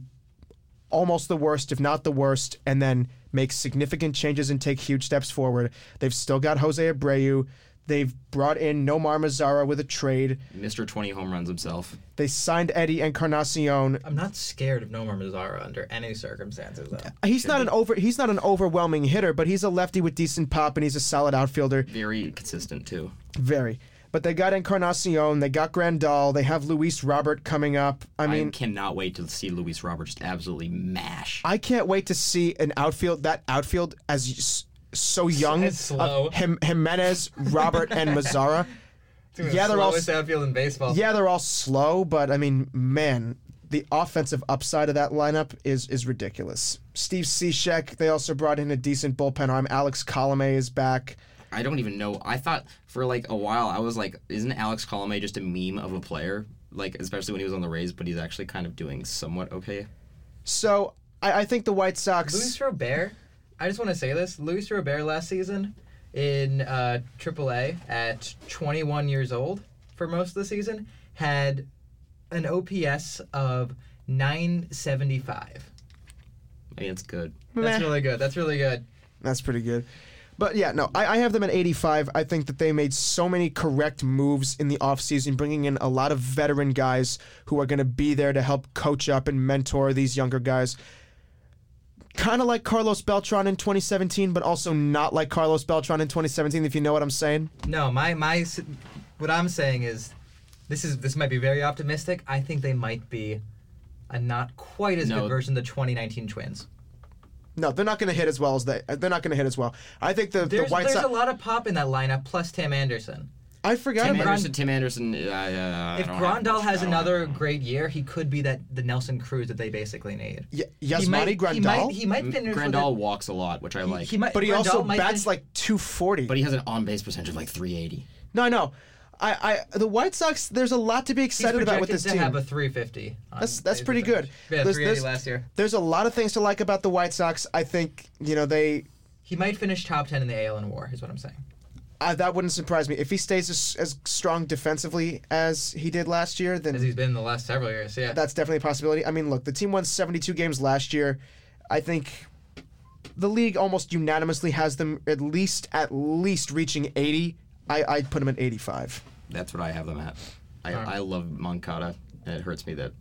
C: almost the worst, if not the worst, and then make significant changes and take huge steps forward. They've still got Jose Abreu. They've brought in Nomar Mazzara with a trade.
A: Mr. 20 home runs himself.
C: They signed Eddie Encarnacion.
B: I'm not scared of Nomar Mazzara under any circumstances, though.
C: He's not an over. He's not an overwhelming hitter, but he's a lefty with decent pop, and he's a solid outfielder.
A: Very consistent, too.
C: Very. But they got Encarnacion. They got Grandal. They have Luis Robert coming up. I
A: I,
C: mean,
A: cannot wait to see Luis Robert just absolutely mash.
C: I can't wait to see an outfield that outfield as s- so young.
B: It's slow.
C: of Jim- Jimenez, Robert, and Mazzara. yeah, they're all
B: slowest outfield in baseball.
C: yeah they're all slow, but I mean, man, the offensive upside of that lineup is is ridiculous. Steve Cishek. They also brought in a decent bullpen arm. Alex Colome is back.
A: I don't even know. I thought for like a while, I was like, isn't Alex Colomay just a meme of a player? Like, especially when he was on the Rays, but he's actually kind of doing somewhat okay.
C: So I, I think the White Sox.
B: Luis Robert, I just want to say this. Luis Robert last season in uh, AAA at 21 years old for most of the season had an OPS of 975.
A: I mean, it's good.
B: That's really good. That's really good.
C: That's pretty good. But yeah, no, I, I have them at 85. I think that they made so many correct moves in the offseason, bringing in a lot of veteran guys who are going to be there to help coach up and mentor these younger guys. Kind of like Carlos Beltran in 2017, but also not like Carlos Beltran in 2017, if you know what I'm saying.
B: No, my my, s- what I'm saying is, this is this might be very optimistic. I think they might be a not quite as
A: No.
B: good version of the 2019 Twins.
C: No, they're not going to hit as well as they. They're not going to hit as well. I think the, the
B: There's,
C: White
B: there's
C: Sox.
B: a lot of pop in that lineup, plus Tim Anderson.
C: I forgot
A: Tim
C: about.
A: Anderson. Tim Anderson. Uh, uh, I
B: If
A: don't have much-
B: Grondal has
A: I don't
B: another
A: have-
B: great year, he could be that the Nelson Cruz that they basically need.
C: Y-
B: he might,
C: Yasmani
B: He
C: Grandal,
B: might, he might finish with
A: Grandal
B: a-
A: walks a lot, which I
B: he-
A: like.
B: he might-
C: but he
B: Grandal
C: also
B: might
C: bats
B: finish-
C: like 240.
A: but he has an on-base percentage of like 380.
C: no, no, I, I, the White Sox. There's a lot to be
B: he's
C: excited about with
B: projected
C: this
B: to
C: team.
B: have a 350. on
C: That's that's
B: base
C: pretty
B: percentage.
C: good.
B: Yeah,
C: There's-
B: 380
C: there's-
B: last year.
C: There's a lot of things to like about the White Sox. I think you know they.
B: He might finish top 10 in the AL in WAR. Is what I'm saying.
C: Uh, that wouldn't surprise me if he stays as, as strong defensively as he did last year. Then
B: As he's been the last several years. Yeah.
C: that's definitely a possibility. I mean, look, the team won 72 games last year. I think the league almost unanimously has them at least at least reaching 80. I I'd put them at 85.
A: That's what I have them at. I,
B: Alright.
A: I love Moncada, and it hurts me that.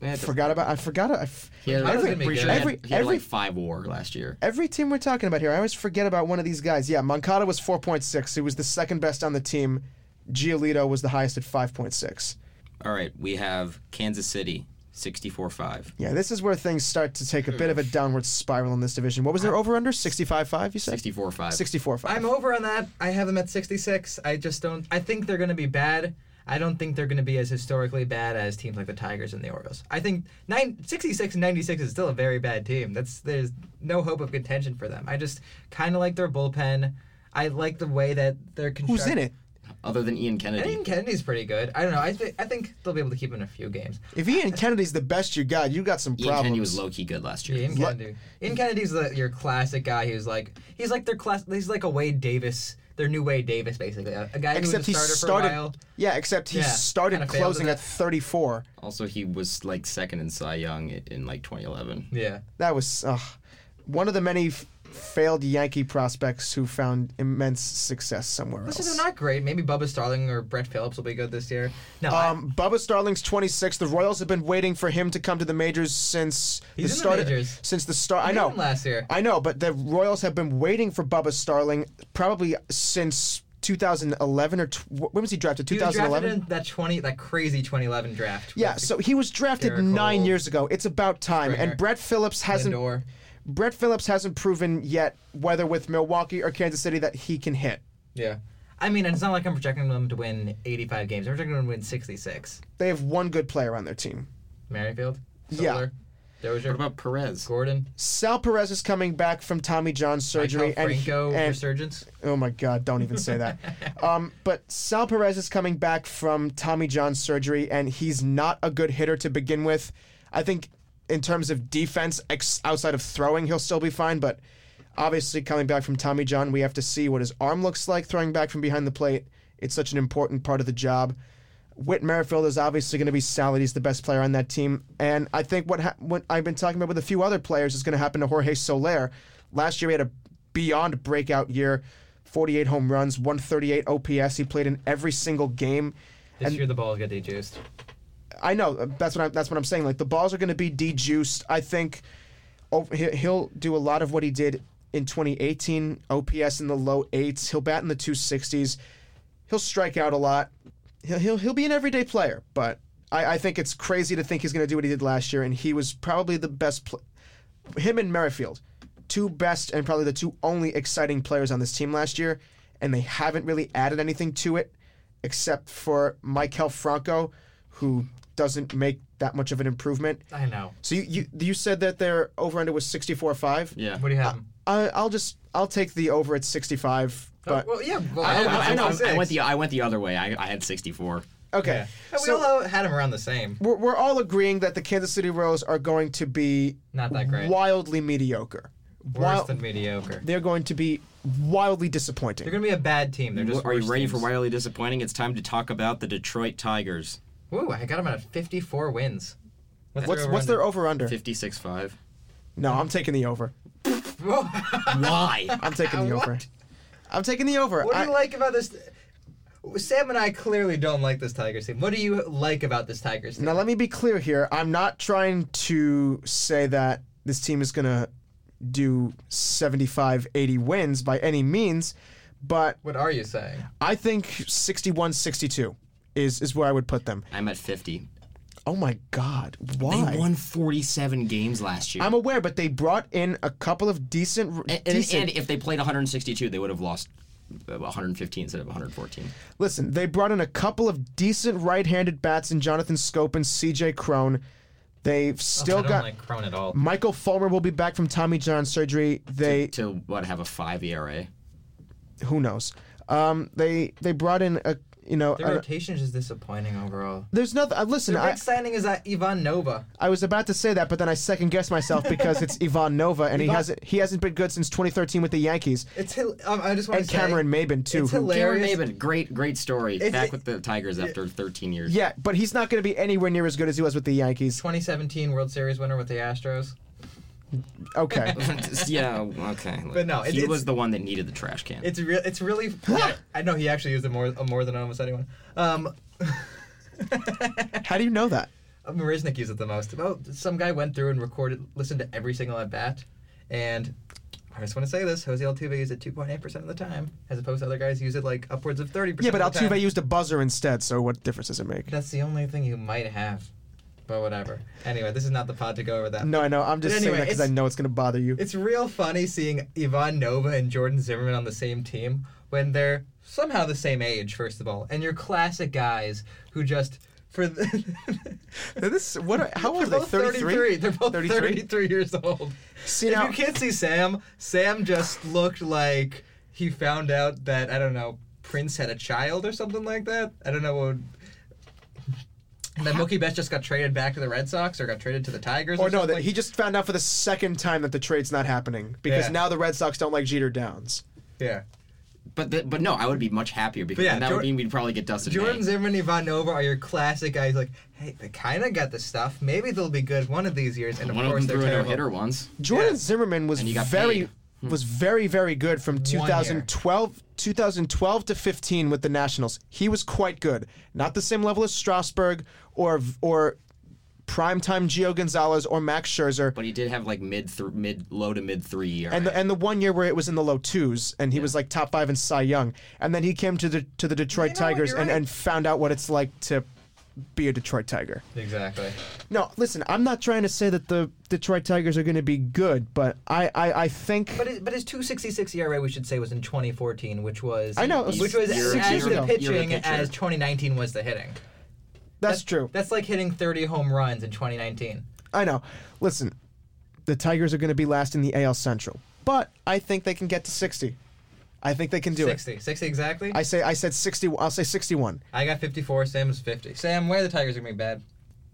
A: Eh, it doesn't-
C: Forgot about I forgot I f-
A: He had,
B: I was
A: every,
B: gonna be
A: he
B: good.
A: had-
C: Every-
A: he had
C: every-
A: like five WAR last year.
C: every team we're talking about here. I always forget about one of these guys. Yeah, Moncada was 4.6. He was the second best on the team. Giolito was the highest at 5.6.
A: All right, we have Kansas City, 64-5.
C: Yeah, this is where things start to take a bit of a downward spiral in this division. What was their over under? 65.5, you said?
A: 64-5.
C: 64.5.
B: I'm over on that. I have them at 66. I just don't. I think they're going to be bad. I don't think they're going to be as historically bad as teams like the Tigers and the Orioles. I think nine, 66 and 96 is still a very bad team. That's there's no hope of contention for them. I just kind of like their bullpen. I like the way that they're
C: Who's
B: constructed.
C: in it?
A: Other than Ian
B: I
A: Kennedy.
B: think Kennedy's pretty good. I don't know. I think I think they'll be able to keep him in a few games.
C: If Ian Kennedy's the best you got, you got some
A: Ian
C: problems.
A: Kennedy was low-key good last year.
B: Yeah, Ian
C: Lo-
B: Kennedy. Ian Kennedy's the, your classic guy who's like he's like their class. He's like a Wade Davis, their new Wade Davis, basically. A, a guy
C: Except
B: who
C: he
B: was a starter
C: started.
B: for a while.
C: Yeah, except he
B: Yeah,
C: started
B: kinda failed
C: closing
B: at
C: at 34.
A: Also, he was like second in Cy Young i- in like 2011.
B: Yeah.
C: That was ugh, one of the many f- failed Yankee prospects who found immense success somewhere
B: Listen,
C: else.
B: they're not great. Maybe Bubba Starling or Brett Phillips will be good this year. No, I-
C: um, Bubba Starling's 26. The Royals have been waiting for him to come to the majors since
B: He's
C: the
B: in the
C: start.
B: majors.
C: Since the start, I
B: made
C: know.
B: him last year.
C: I know, but the Royals have been waiting for Bubba Starling probably since 2011 or tw- when was he drafted?
B: he was drafted
C: 2011.
B: in that twenty, that crazy 2011 draft.
C: Yeah,
B: with
C: so he was drafted
B: Gerrit
C: nine
B: Cole,
C: years ago. It's about time.
B: Springer,
C: and Brett Phillips hasn't.
B: Lindor.
C: Brett Phillips hasn't proven yet whether with Milwaukee or Kansas City that he can hit.
B: Yeah. I mean, it's not like I'm projecting them to win 85 games. I'm projecting them to win 66.
C: They have one good player on their team.
B: Merrifield,
C: Yeah.
B: Soler, Dozier,
A: What about Perez?
B: Gordon,
C: Sal Perez is coming back from Tommy John surgery,
B: Michael
C: and, he-
B: Franco
C: and-
B: resurgence.
C: oh my God, don't even say that. um, but Sal Perez is coming back from Tommy John surgery, and he's not a good hitter to begin with. I think in terms of defense, ex- outside of throwing, he'll still be fine. But obviously, coming back from Tommy John, we have to see what his arm looks like throwing back from behind the plate. It's such an important part of the job. Whit Merrifield is obviously going to be solid. He's the best player on that team, and I think what ha- what I've been talking about with a few other players is going to happen to Jorge Soler. Last year, he had a beyond breakout year, 48 home runs, 138 OPS. He played in every single game.
B: This year the ball got dejuiced.
C: I know uh, that's what I'm that's what I'm saying. Like the balls are going to be dejuiced. I think over, he- he'll do a lot of what he did in 2018. OPS in the low eights. He'll bat in the 260s. He'll strike out a lot. He'll he'll, he'll be an everyday player. But I, I think it's crazy to think he's going to do what he did last year. And he was probably the best. Pl- him and Merrifield, two best and probably the two only exciting players on this team last year, and they haven't really added anything to it except for Michael Franco, who doesn't make that much of an improvement.
B: I know.
C: So you you, you said that their over under was sixty four five.
A: Yeah.
B: What do you
C: Uh,
B: have? him?
C: I, I'll just I'll take the over at sixty five. But
B: Oh, well, yeah. Well,
A: I,
B: had him at
A: I- I know, I
B: 66.
A: went the I went the other way. I, I had 64.
C: okay,
B: And we
C: so
B: all had him around the same.
C: we're, we're all agreeing that the Kansas City Royals are going to be
B: Not that great.
C: wildly mediocre.
B: Worse
C: Wild-
B: than mediocre.
C: they're going to be wildly disappointing.
B: They're gonna be a bad team. They're just.
A: Are you
B: worse
A: ready for
B: teams.
A: wildly disappointing? It's time to talk about the Detroit Tigers,
B: Ooh, I got them at 54 wins.
C: What's what's their over under?
A: 56-5.
C: No, I'm taking the over.
B: Whoa.
A: Why?
C: I'm taking the
B: Ah, What?
C: over. I'm taking the over.
B: what do
C: I-
B: you like about this? Sam and I clearly don't like this Tigers team. What do you like about this Tigers team?
C: Now let me be clear here. I'm not trying to say that this team is going to do 75 80 wins by any means, but
B: What are you saying?
C: I think 61 62 is is where I would put them.
A: I'm at 50.
C: Oh my God! Why?
A: They won 47 games last year.
C: I'm aware, but they brought in a couple of decent. r-
A: and, and,
C: decent
A: and if they played 162, they would have lost uh, 115 instead of 114.
C: Listen, they brought in a couple of decent right-handed bats in Jonathan Scope and C.J. Crone. They've
B: Oh,
C: still
B: I don't
C: got
B: like Crone at all.
C: Michael Fulmer will be back from Tommy John surgery. They
A: To what have a five ERA?
C: who knows? Um, they they brought in a you know.
B: Their
C: A,
B: rotation is just disappointing overall.
C: there's nothing. Uh, listen,
B: The
C: I,
B: big signing is uh, Ivan Nova.
C: I was about to say that, but then I second guessed myself because it's Ivan Nova, and he
B: Ivan-
C: hasn't he hasn't been good since 2013 with the Yankees
B: It's hil- um, I just want
C: and
B: to say
C: Cameron Maben too.
B: it's
C: who-
A: Cameron
B: hilarious.
A: Maben, great, great story.
B: It's-
A: Back
B: it-
A: with the Tigers after 13 years.
C: yeah, but he's not going to be anywhere near as good as he was with the Yankees.
B: 2017 World Series winner with the Astros.
C: Okay.
A: yeah, okay. Like,
B: But no, it-
A: he
B: it's-
A: was the one that needed the trash can.
B: It's real. It's really. I know he actually used it more uh, more than almost anyone. Um,
C: How do you know that?
B: Marisnik used it the most. Well, some guy went through and recorded, listened to every single at bat, and I just want to say this: Jose Altuve used it 2.8 percent of the time, as opposed to other guys who use it like upwards of 30.
C: Yeah,
B: percent
C: but
B: of the
C: Altuve
B: time.
C: used a buzzer instead, so what difference does it make?
B: That's the only thing you might have, but whatever. Anyway, this is not the pod to go over that.
C: No, I know. I'm just
B: But
C: saying
B: anyway,
C: that because I
B: it's-
C: know it's going to bother you.
B: It's real funny seeing Ivan Nova and Jordan Zimmerman on the same team when they're somehow the same age, first of all, and you're classic guys who just for the,
C: This what? are- How
B: they're
C: old are they?
B: both
C: 33.
B: They're both
C: 33?
B: 33 years old.
C: See,
B: if
C: now-
B: you can't see Sam, Sam just looked like he found out that I don't know Prince had a child or something like that. I don't know. What would, and then Mookie Betts just got traded back to the Red Sox or got traded to the Tigers. Or,
C: Or no,
B: something.
C: that he just found out for the second time that the trade's not happening because
B: Yeah.
C: now the Red Sox don't like Jeter Downs.
B: yeah.
A: but the, but no, I would be much happier because
B: But yeah,
A: then that would
B: Jor-
A: mean we'd probably get Dustin
B: Jordan
A: May.
B: Zimmerman and Ivanova are your classic guys. Like, hey, they kind of got the stuff. Maybe they'll be good one of these years. And of
A: One of
B: course,
A: them threw a no
B: they're terrible.
A: hitter once.
C: Jordan
B: Yeah.
C: Zimmerman was
A: And he got
C: very
A: paid. Hmm.
C: was very very good from 2012 2012 to 15 with the Nationals. He was quite good. Not the same level as Strasburg or or primetime Gio Gonzalez or Max Scherzer.
A: But he did have like mid thr mid low to mid three E ERA.
C: and the, and the one year where it was in the low twos, and he was like top five in Cy Young, and then he came to the to the Detroit
B: You know what,
C: Tigers
B: you're
C: and,
B: right.
C: and found out what it's like to be a Detroit Tiger.
B: Exactly.
C: No, listen, I'm not trying to say that the Detroit Tigers are going to be good, but I I, I think
B: But his, but his 266 ERA, we should say, was in 2014, which was
C: I know, it was
B: which was
A: six
B: as
C: years
B: the
C: ago.
A: You're the
B: pitching
A: pitcher.
B: as 2019 was the hitting.
C: that's true.
B: That's like hitting 30 home runs in 2019.
C: I know. Listen, the Tigers are going to be last in the AL Central, but I think they can get to 60. I think they can do
B: 60, 60 exactly.
C: it. I say I said 60. I'll say 61.
B: I got 54. Sam is 50. Sam, where are the Tigers gonna be bad?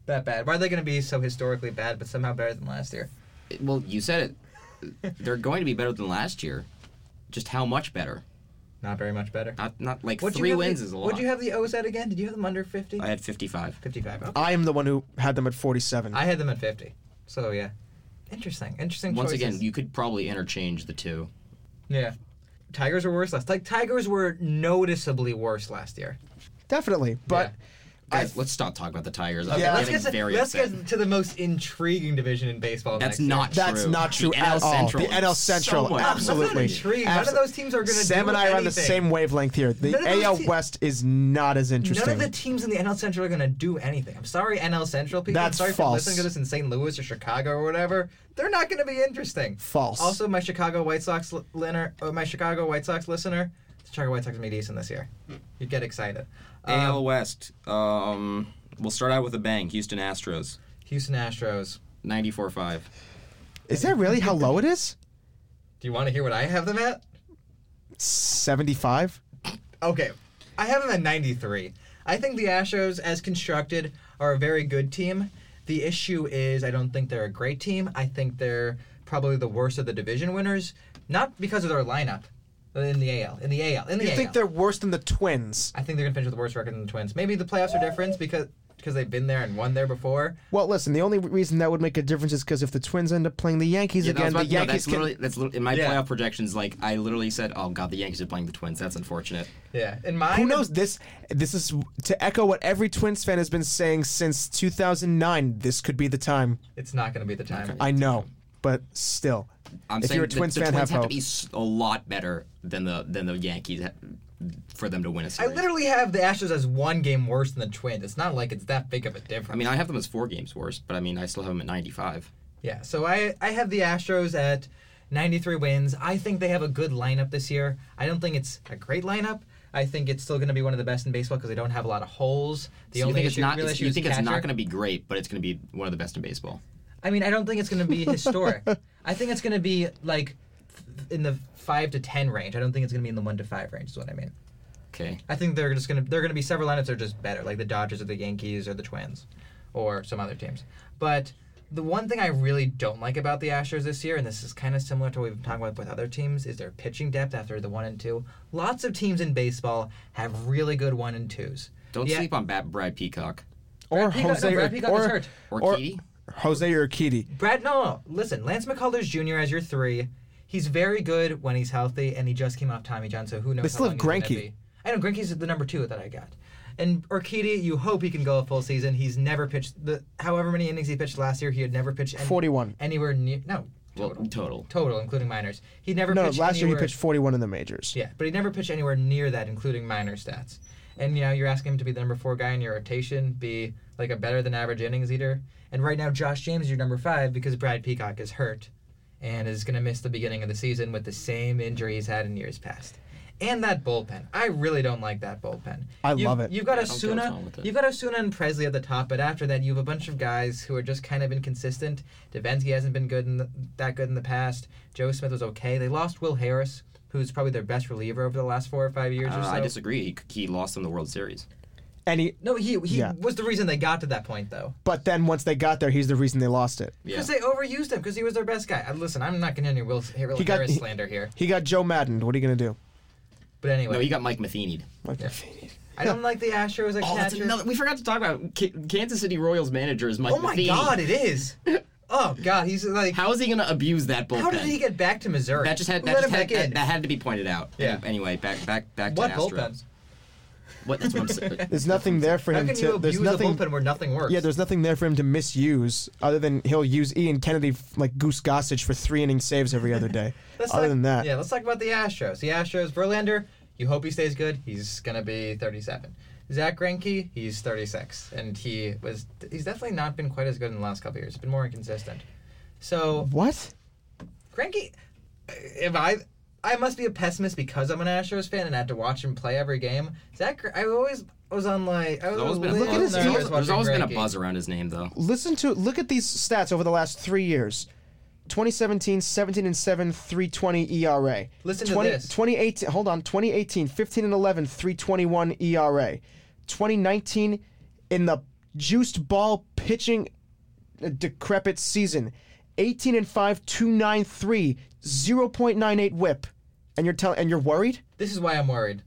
B: That bad? Why are they gonna be so historically bad, but somehow better than last year?
A: well, you said it. They're going to be better than last year. Just how much better?
B: Not very much better.
A: Not not like
B: What'd you
A: three
B: have
A: wins
B: the,
A: is a
B: Would
A: lot.
B: you have the O's at again? Did you have them under 50?
A: I had 55.
B: 55. Okay.
C: I am the one who had them at 47.
B: I had them at 50. So yeah, interesting. Interesting.
A: Once
B: choices.
A: again, you could probably interchange the two.
B: yeah. Tigers were worse last. Like Tigers were noticeably worse last year.
C: Definitely, but
A: Guys, let's stop talking about the Tigers. I'm
C: Yeah.
B: Let's
A: getting
B: get to,
A: very
B: let's
A: upset.
B: get to the most intriguing division in baseball.
A: That's
B: next year.
A: not
C: That's
A: true.
C: not true
A: the
C: at
A: NL
C: all.
A: Central
C: The NL
A: is so
C: Central,
A: much-
B: That's not
C: absolutely.
B: intriguing. None
C: Absol-
B: of those teams are going to.
C: Sam and I are on the same wavelength here. The
B: None of those
C: AL
B: te-
C: West is not as interesting.
B: None of the teams in the NL Central are going to do anything. I'm sorry, NL Central people.
C: That's
B: I'm sorry
C: false.
B: for listening to this in St. Louis or Chicago or whatever. They're not going to be interesting.
C: False.
B: Also, my Chicago White Sox li- listener, uh, my Chicago White Sox listener, the Chicago White Sox are gonna be decent this year.
C: Hmm.
B: You get excited. Um,
A: AL West. Um, we'll start out with a bang. Houston Astros,
B: Houston Astros.
A: 94-5.
C: is that really how low it is?
B: Do you want to hear what I have them at?
C: 75?
B: Okay, I have them at 93. I think the Astros, as constructed, are a very good team. The issue is, I don't think they're a great team. I think they're probably the worst of the division winners, not because of their lineup in the AL. In the AL. In the
C: You
B: AL.
C: think they're worse than the Twins?
B: I think they're gonna finish with the worst record than the Twins. Maybe the playoffs are different because because they've been there and won there before.
C: Well, listen, the only reason that would make a difference is because if the Twins end up playing the Yankees
A: Yeah, that was
C: again, the
A: about- no,
C: Yankees
A: that's
C: can.
A: literally that's lit- in my
B: Yeah.
A: playoff projections. Like I literally said, "Oh God, the Yankees are playing the Twins. That's unfortunate."
B: Yeah, in my
C: Who knows? This this is to echo what every Twins fan has been saying since 2009. This could be the time.
B: It's not gonna be the time.
C: I know, but still,
A: I'm
C: If
A: saying
C: you're a
A: the,
C: Twins
A: the
C: fan, have
A: Twins have to
C: hope.
A: be s- a lot better than the than the Yankees ha- for them to win a
B: I
A: series.
B: literally have the Astros as one game worse than the Twins. It's not like it's that big of a difference.
A: I mean, I have them as four games worse, but I mean, I still have them at 95.
B: Yeah, so I I have the Astros at 93 wins. I think they have a good lineup this year. I don't think it's a great lineup. I think it's still going to be one of the best in baseball because they don't have a lot of holes. The
A: So you
B: only
A: think it's
B: issue,
A: not?
B: real
A: it's-
B: issue
A: you
B: is
A: think it's not
B: catcher.
A: going to be great, but it's going to be one of the best in baseball.
B: I mean, I don't think it's going to be historic. I think it's going to be like in the five to ten range. I don't think it's going to be in the one to five range. Is what I mean.
A: Okay.
B: I think they're just going to they're going to be several lineups that are just better, like the Dodgers or the Yankees or the Twins, or some other teams. But the one thing I really don't like about the Astros this year, and this is kind of similar to what we've been talking about with other teams, is their pitching depth after the one and two. Lots of teams in baseball have really good one and twos.
A: Don't
B: Yeah.
A: sleep on Bad Brad Peacock
C: or
B: Brad Peacock- no,
C: Jose
B: Brad Peacock is
C: or,
B: hurt.
A: or, Keedy.
C: Jose Urquidy.
B: Brad, no, no, listen. Lance McCullers Jr. as your three. He's very good when he's healthy, and he just came off Tommy John, so who knows?
C: They
B: how
C: still
B: long
C: have
B: he's gonna
C: Greinke.
B: be. I know Grinky's the number two that I got, and Urquidy. You hope he can go a full season. He's never pitched the however many innings he pitched last year. He had never pitched any,
C: 41.
B: anywhere near no
A: Well,
B: total
A: total.
B: total including minors. He never
C: No,
B: pitched
C: last year he
B: anywhere-
C: pitched 41 in the majors.
B: yeah, but he never pitched anywhere near that, including minor stats. And you know, you're asking him to be the number four guy in your rotation, be like a better than average innings eater. And right now, Josh James is your number five because Brad Peacock is hurt and is going to miss the beginning of the season with the same injury he's had in years past. And that bullpen, I really don't like that bullpen.
C: I
B: You've-
C: love it.
B: You've got
A: Yeah, I don't get what's
B: Asuna,
A: wrong with it.
B: you've got Osuna and Presley at the top, but after that, you have a bunch of guys who are just kind of inconsistent. Davinsky hasn't been good in the, that good in the past. Joe Smith was okay. They lost Will Harris, who's probably their best reliever over the last four or five years or
A: Uh,
B: so.
A: I disagree. He, he lost in the World Series.
C: And he,
B: no, he he
C: Yeah.
B: was the reason they got to that point though,
C: but then once they got there, he's the reason they lost it.
A: Yeah.
B: because they overused him because he was their best guy. Uh, listen, I'm not going to any Will, Will
C: He got-
B: Harris
C: he-
B: slander here,
C: He got Joe Madden. What are you gonna do?
B: but anyway,
A: No, he got Mike Matheny.
C: Like,
B: I don't like the Astros at
A: Oh, that's
B: catcher.
A: another. We forgot to talk about K- Kansas City Royals manager is Mike
B: oh my
A: Matheny.
B: God, it is. Oh God, he's like.
A: How is he going to abuse that bullpen?
B: How did he get back to Missouri?
A: That just had
B: Who
A: that,
B: let
A: just
B: him
A: had,
B: back in?
A: that, that had to be pointed out.
B: Yeah.
A: Anyway, back back back
B: what
A: to Astros.
B: bullpen?
A: What that's what I'm saying.
C: there's nothing there for
B: How
C: him
B: can you
C: to. There's
B: abuse a
C: nothing.
B: bullpen where nothing works?
C: Yeah, there's nothing there for him to misuse other than he'll use Ian Kennedy f- like Goose Gossage for three inning saves every other day.
B: Let's
C: other
B: talk-
C: than that,
B: yeah, let's talk about the Astros. The Astros, Verlander, you hope he stays good. He's gonna be 37. Zach Greinke, he's 36, and he was he's definitely not been quite as good in the last couple years. Been more inconsistent. So
C: what?
B: Greinke, if I I must be a pessimist because I'm an Astros fan and had to watch him play every game. Zach, Gre- I always was on like I
A: There's
B: was
A: always been a
B: little
C: Look at
A: buzz-
C: his
A: there's
B: nervous
A: always- there's
B: watching
A: always been a
B: Greinke.
A: buzz around his name though.
C: Listen to look at these stats over the last three years. 2017, 17 and 7, 320 ERA.
B: Listen to
C: 20
B: this.
C: 2018, hold on, 2018, 15 and 11, 321 ERA. 2019, in the juiced ball pitching uh, decrepit season, 18 and 5, 293, 0.98 whip. And you're telling, and you're worried?
B: This is why I'm worried.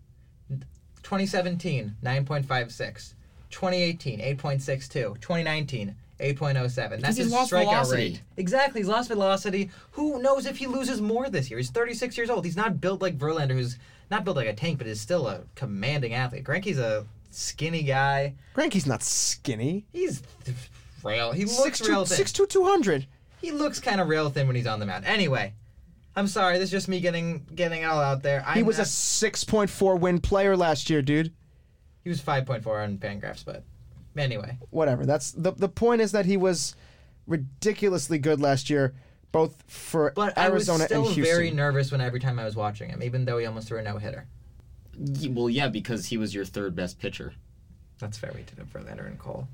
B: 2017, 9.56. 2018, 8.62. 2019, 8.07.
A: he's
B: That's his
A: lost
B: strikeout
A: velocity.
B: rate. Exactly, he's lost velocity. Who knows if he loses more this year? He's 36 years old. He's not built like Verlander, who's not built like a tank, but is still a commanding athlete. Greinke's a skinny guy.
C: Granke's not skinny.
B: He's rail. He looks
C: Six two
B: rail thin.
C: six two two hundred.
B: he looks kind of rail thin when he's on the mound. Anyway, I'm sorry. This is just me getting getting all out there.
C: He was a 6.4 win player last year, dude.
B: He was 5.4 on Fangraphs, but anyway.
C: whatever. That's the the point is that he was ridiculously good last year, both for
B: But
C: Arizona
B: I was still
C: and Houston.
B: very nervous when every time I was watching him, even though he almost threw a no hitter.
A: Ye- Well, yeah, because he was your third best pitcher.
B: That's fair. We did it for Lander and Cole.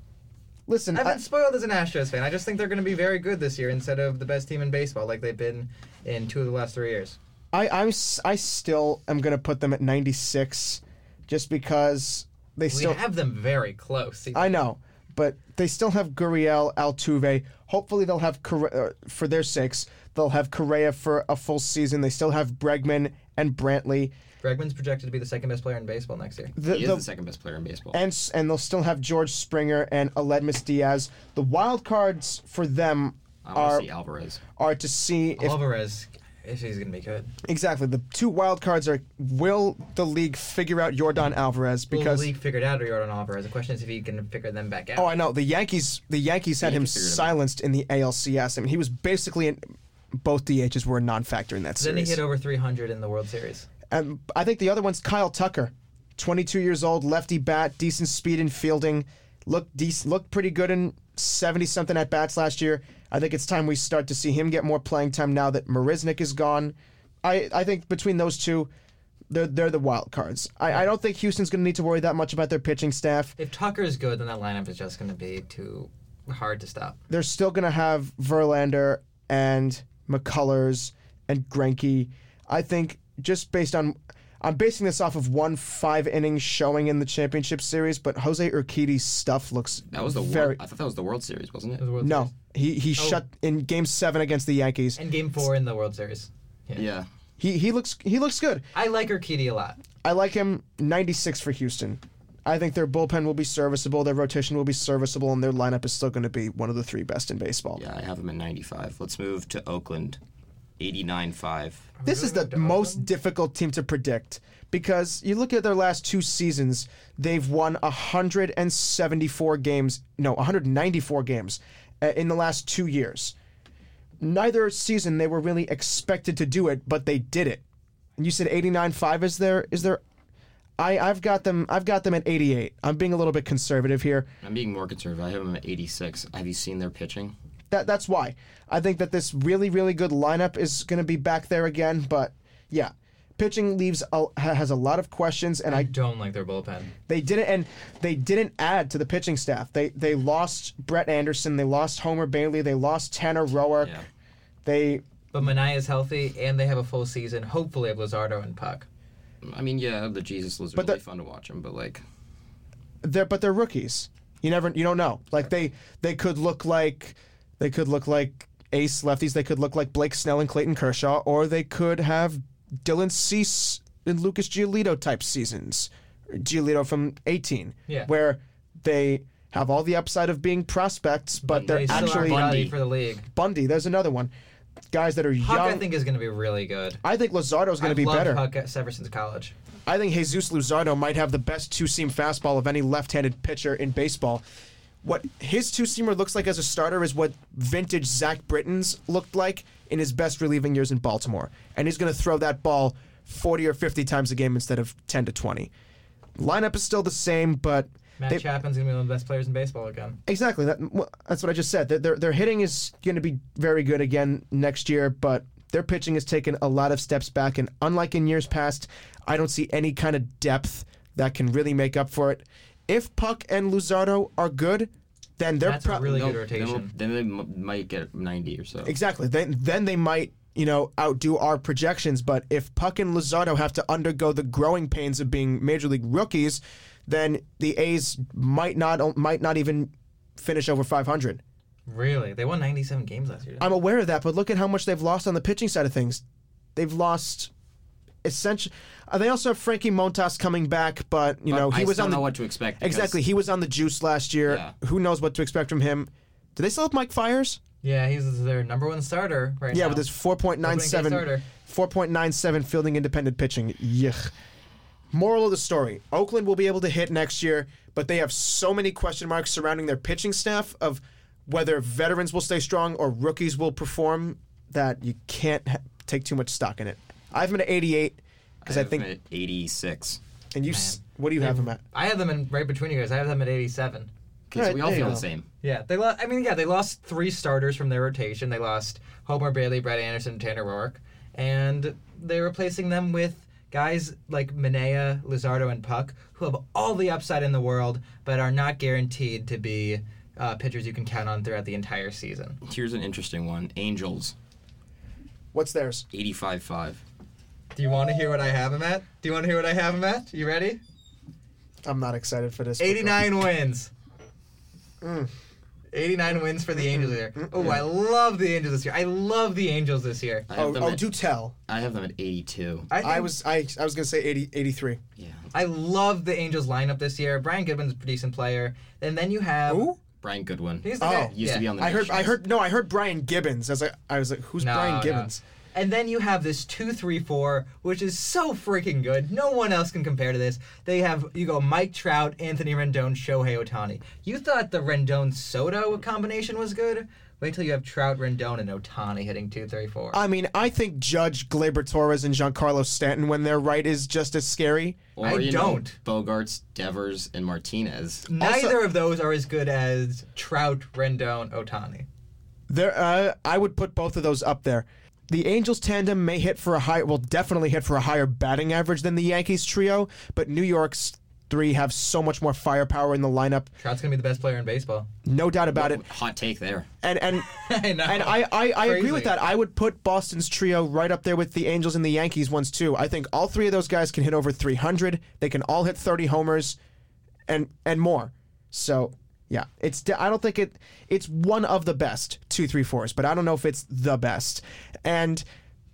C: Listen,
B: I've
C: I-
B: been spoiled as an Astros fan. I just think they're going to be very good this year instead of the best team in baseball, like they've been in two of the last three years.
C: I I'm s- I still am gonna put them at 96, just because they
B: We
C: still
B: have them very close. See,
C: I know, but they still have Gurriel, Altuve. Hopefully, they'll have Correa, uh, for their sakes. They'll have Correa for a full season. They still have Bregman and Brantley.
B: Bregman's projected to be the second best player in baseball next year.
C: The,
A: He is
C: the-
A: the second best player in baseball.
C: and s- and they'll still have George Springer and Aledmus Diaz. The wild cards for them
A: I want
C: are
A: to see Alvarez.
C: are to see if
B: Alvarez, if he's going to be good,
C: exactly the two wild cards are will the league figure out Jordan Alvarez
B: because
C: because
B: the league figured out Jordan Alvarez. The question is if he can figure them back out.
C: oh I know the Yankees the Yankees had him
A: Yankees figured him out.
C: silenced in the ALCS. I mean he was basically an both DHs were a non-factor in that
B: Then he
C: series.
B: hit over 300 in the World Series.
C: and I think the other one's Kyle Tucker, 22 years old, lefty bat, decent speed in fielding, looked decent, looked pretty good in 70 something at bats last year. I think it's time we start to see him get more playing time now that Marisnik is gone. I, I think between those two, they're they're the wild cards. I, I don't think Houston's going to need to worry that much about their pitching staff.
B: If Tucker is good, then that lineup is just going to be too hard to stop.
C: they're still going to have Verlander and McCullers and Grenke. I think just based on, I'm basing this off of one five inning showing in the championship series, but Jose Urquidy's stuff looks
A: That was the
C: very
A: world. I thought that was the World Series, wasn't it?
B: in the World
C: no.
B: Series.
C: He he shut in Game Seven against the Yankees.
B: And Game Four in the World Series. Yeah.
A: Yeah.
C: He he looks he looks good.
B: I like Urquidy a lot.
C: I like him 96 for Houston. I think their bullpen will be serviceable, their rotation will be serviceable, and their lineup is still going to be one of the three best in baseball.
A: Yeah, I have him in 95. Let's move to Oakland. 89.5.
C: This is the most difficult team to predict because you look at their last two seasons, they've won 174 games, no, 194 games uh, in the last two years. Neither season they were really expected to do it, but they did it. And you said 89.5 is their is their I I've got them I've got them at 88. I'm being a little bit conservative here.
A: I'm being more conservative. I have him at 86. Have you seen their pitching?
C: That that's why I think that this really really good lineup is going to be back there again. But yeah, pitching leaves a, ha- has a lot of questions, and
B: I
C: I
B: don't like their bullpen.
C: they didn't and they didn't add to the pitching staff. They they lost Brett Anderson, they lost Homer Bailey, they lost Tanner Roark.
A: Yeah.
C: They
B: But Manaea's healthy, and they have a full season, hopefully, of Lizardo and Puck.
A: I mean, yeah, the Jesus was
C: But
A: really
C: the-
A: fun to watch him, but like,
C: they're but they're rookies. You never you don't know. Like they they could look like they could look like ace lefties. They could look like Blake Snell and Clayton Kershaw, or they could have Dylan Cease and Lucas Giolito type seasons. Giolito from eighteen,
B: Yeah.
C: where they have all the upside of being prospects, but they're
B: They still
C: actually
B: are
A: Bundy.
B: Bundy for the league.
C: Bundy. There's another one. Guys that are
B: Puck,
C: young.
B: I think, is going to be really good.
C: I think Lozardo's going to
B: I've
C: be
B: loved
C: better.
B: Puck ever since college.
C: I think Jesus Luzardo might have the best two seam fastball of any left handed pitcher in baseball. What his two seamer looks like as a starter is what vintage Zach Britton's looked like in his best relieving years in Baltimore. And he's going to throw that ball 40 or 50 times a game instead of 10 to 20. Lineup is still the same, but.
B: Matt
C: they-
B: Chapman's going to be one of the best players in baseball again.
C: Exactly. That, well, that's what I just said. Their, their, their hitting is going to be very good again next year, but their pitching has taken a lot of steps back. And unlike in years past, I don't see any kind of depth that can really make up for it. If Puck and Luzardo are good, then they're
B: That's a
C: probably
B: really
A: no,
B: good
A: then we'll-
B: rotation.
A: Then, they m- might get 90 or so.
C: Exactly. Then then they might, you know, outdo our projections. But if Puck and Lozardo have to undergo the growing pains of being major league rookies, then the A's might not might not even finish over 500.
B: Really? They won 97 games last year. didn't
C: I'm aware of that, but look at how much they've lost on the pitching side of things. They've lost essentially. Uh, they also have Frankie Montas coming back, but you
A: But
C: know he
A: I
C: was
A: still
C: on the
A: know what to expect. because
C: exactly he was on the juice last year.
A: Yeah.
C: Who knows what to expect from him? Do they still have Mike Fires?
B: they? Yeah, he's their number one starter right
C: Yeah,
B: now.
C: with his
B: Opening day
C: 4.97,
B: starter.
C: 4.97 fielding independent pitching. Yuck. Moral of the story: Oakland will be able to hit next year, but they have so many question marks surrounding their pitching staff of whether veterans will stay strong or rookies will perform that you can't ha- take too much stock in it. I have him at 88 because I,
A: have
C: think,
A: him at 86.
C: and you, s what do you have him at?
B: I have them in, right between you guys. I have them at 87.
A: Okay,
C: Alright,
A: so we all
C: there you
A: feel the
C: go.
A: same.
B: Yeah, they lost. I mean, yeah, they lost three starters from their rotation. They lost Homer Bailey, Brett Anderson, Tanner Roark, and they're replacing them with guys like Manea, Lizardo, and Puck, who have all the upside in the world, but are not guaranteed to be uh, pitchers you can count on throughout the entire season.
A: Here's an interesting one Angels,
C: What's theirs?
A: 85.5.
B: Do you want to hear what I have them at? Do you want to hear what I have them at? You ready?
C: I'm not excited for this.
B: 89 wins. 89 wins for the Angels this year. Oh, I love the Angels this year. I love the Angels this year.
A: I have,
C: Oh,
A: them
C: oh
A: at,
C: do tell.
A: I have them at 82.
B: I,
C: I
B: think-
C: was I, I was gonna say 80, 83.
A: yeah.
B: I love the Angels lineup this year. Brian Goodwin's a decent player, and then you have
C: Who?
A: Brian Goodwin.
B: He's the
C: Oh.
B: guy.
A: used
B: yeah.
A: to be on the
C: I heard I
A: Nationals.
C: heard no I heard Brian Gibbons. I was like I was like who's
B: No,
C: Brian
B: no.
C: Gibbons?
B: And then you have this two three four, which is so freaking good. No one else can compare to this. They have you go Mike Trout, Anthony Rendon, Shohei Otani. You thought the Rendon Soto combination was good? Wait till you have Trout, Rendon, and Otani hitting 234.
C: I mean, I think Judge Glaber Torres and Giancarlo Stanton, when they're right, is just as scary.
A: Or,
B: I
A: you
B: don't.
A: Know, Bogarts, Devers, and Martinez.
B: Neither of those are as good as Trout, Rendon, Otani.
C: There, uh, I would put both of those up there. The Angels tandem may hit for a high, will definitely hit for a higher batting average than the Yankees trio, but New York's three have so much more firepower in the lineup,
B: Trout's gonna be the best player in baseball.
C: no doubt about it.
A: Hot take there.
C: And and
B: I know.
C: and I, I, I agree
B: Crazy.
C: with that. I would put Boston's trio right up there with the Angels and the Yankees ones too. I think all three of those guys can hit over 300. They can all hit 30 homers, and and more. So yeah, it's de- I don't think it it's one of the best two three fours, but I don't know if it's the best. And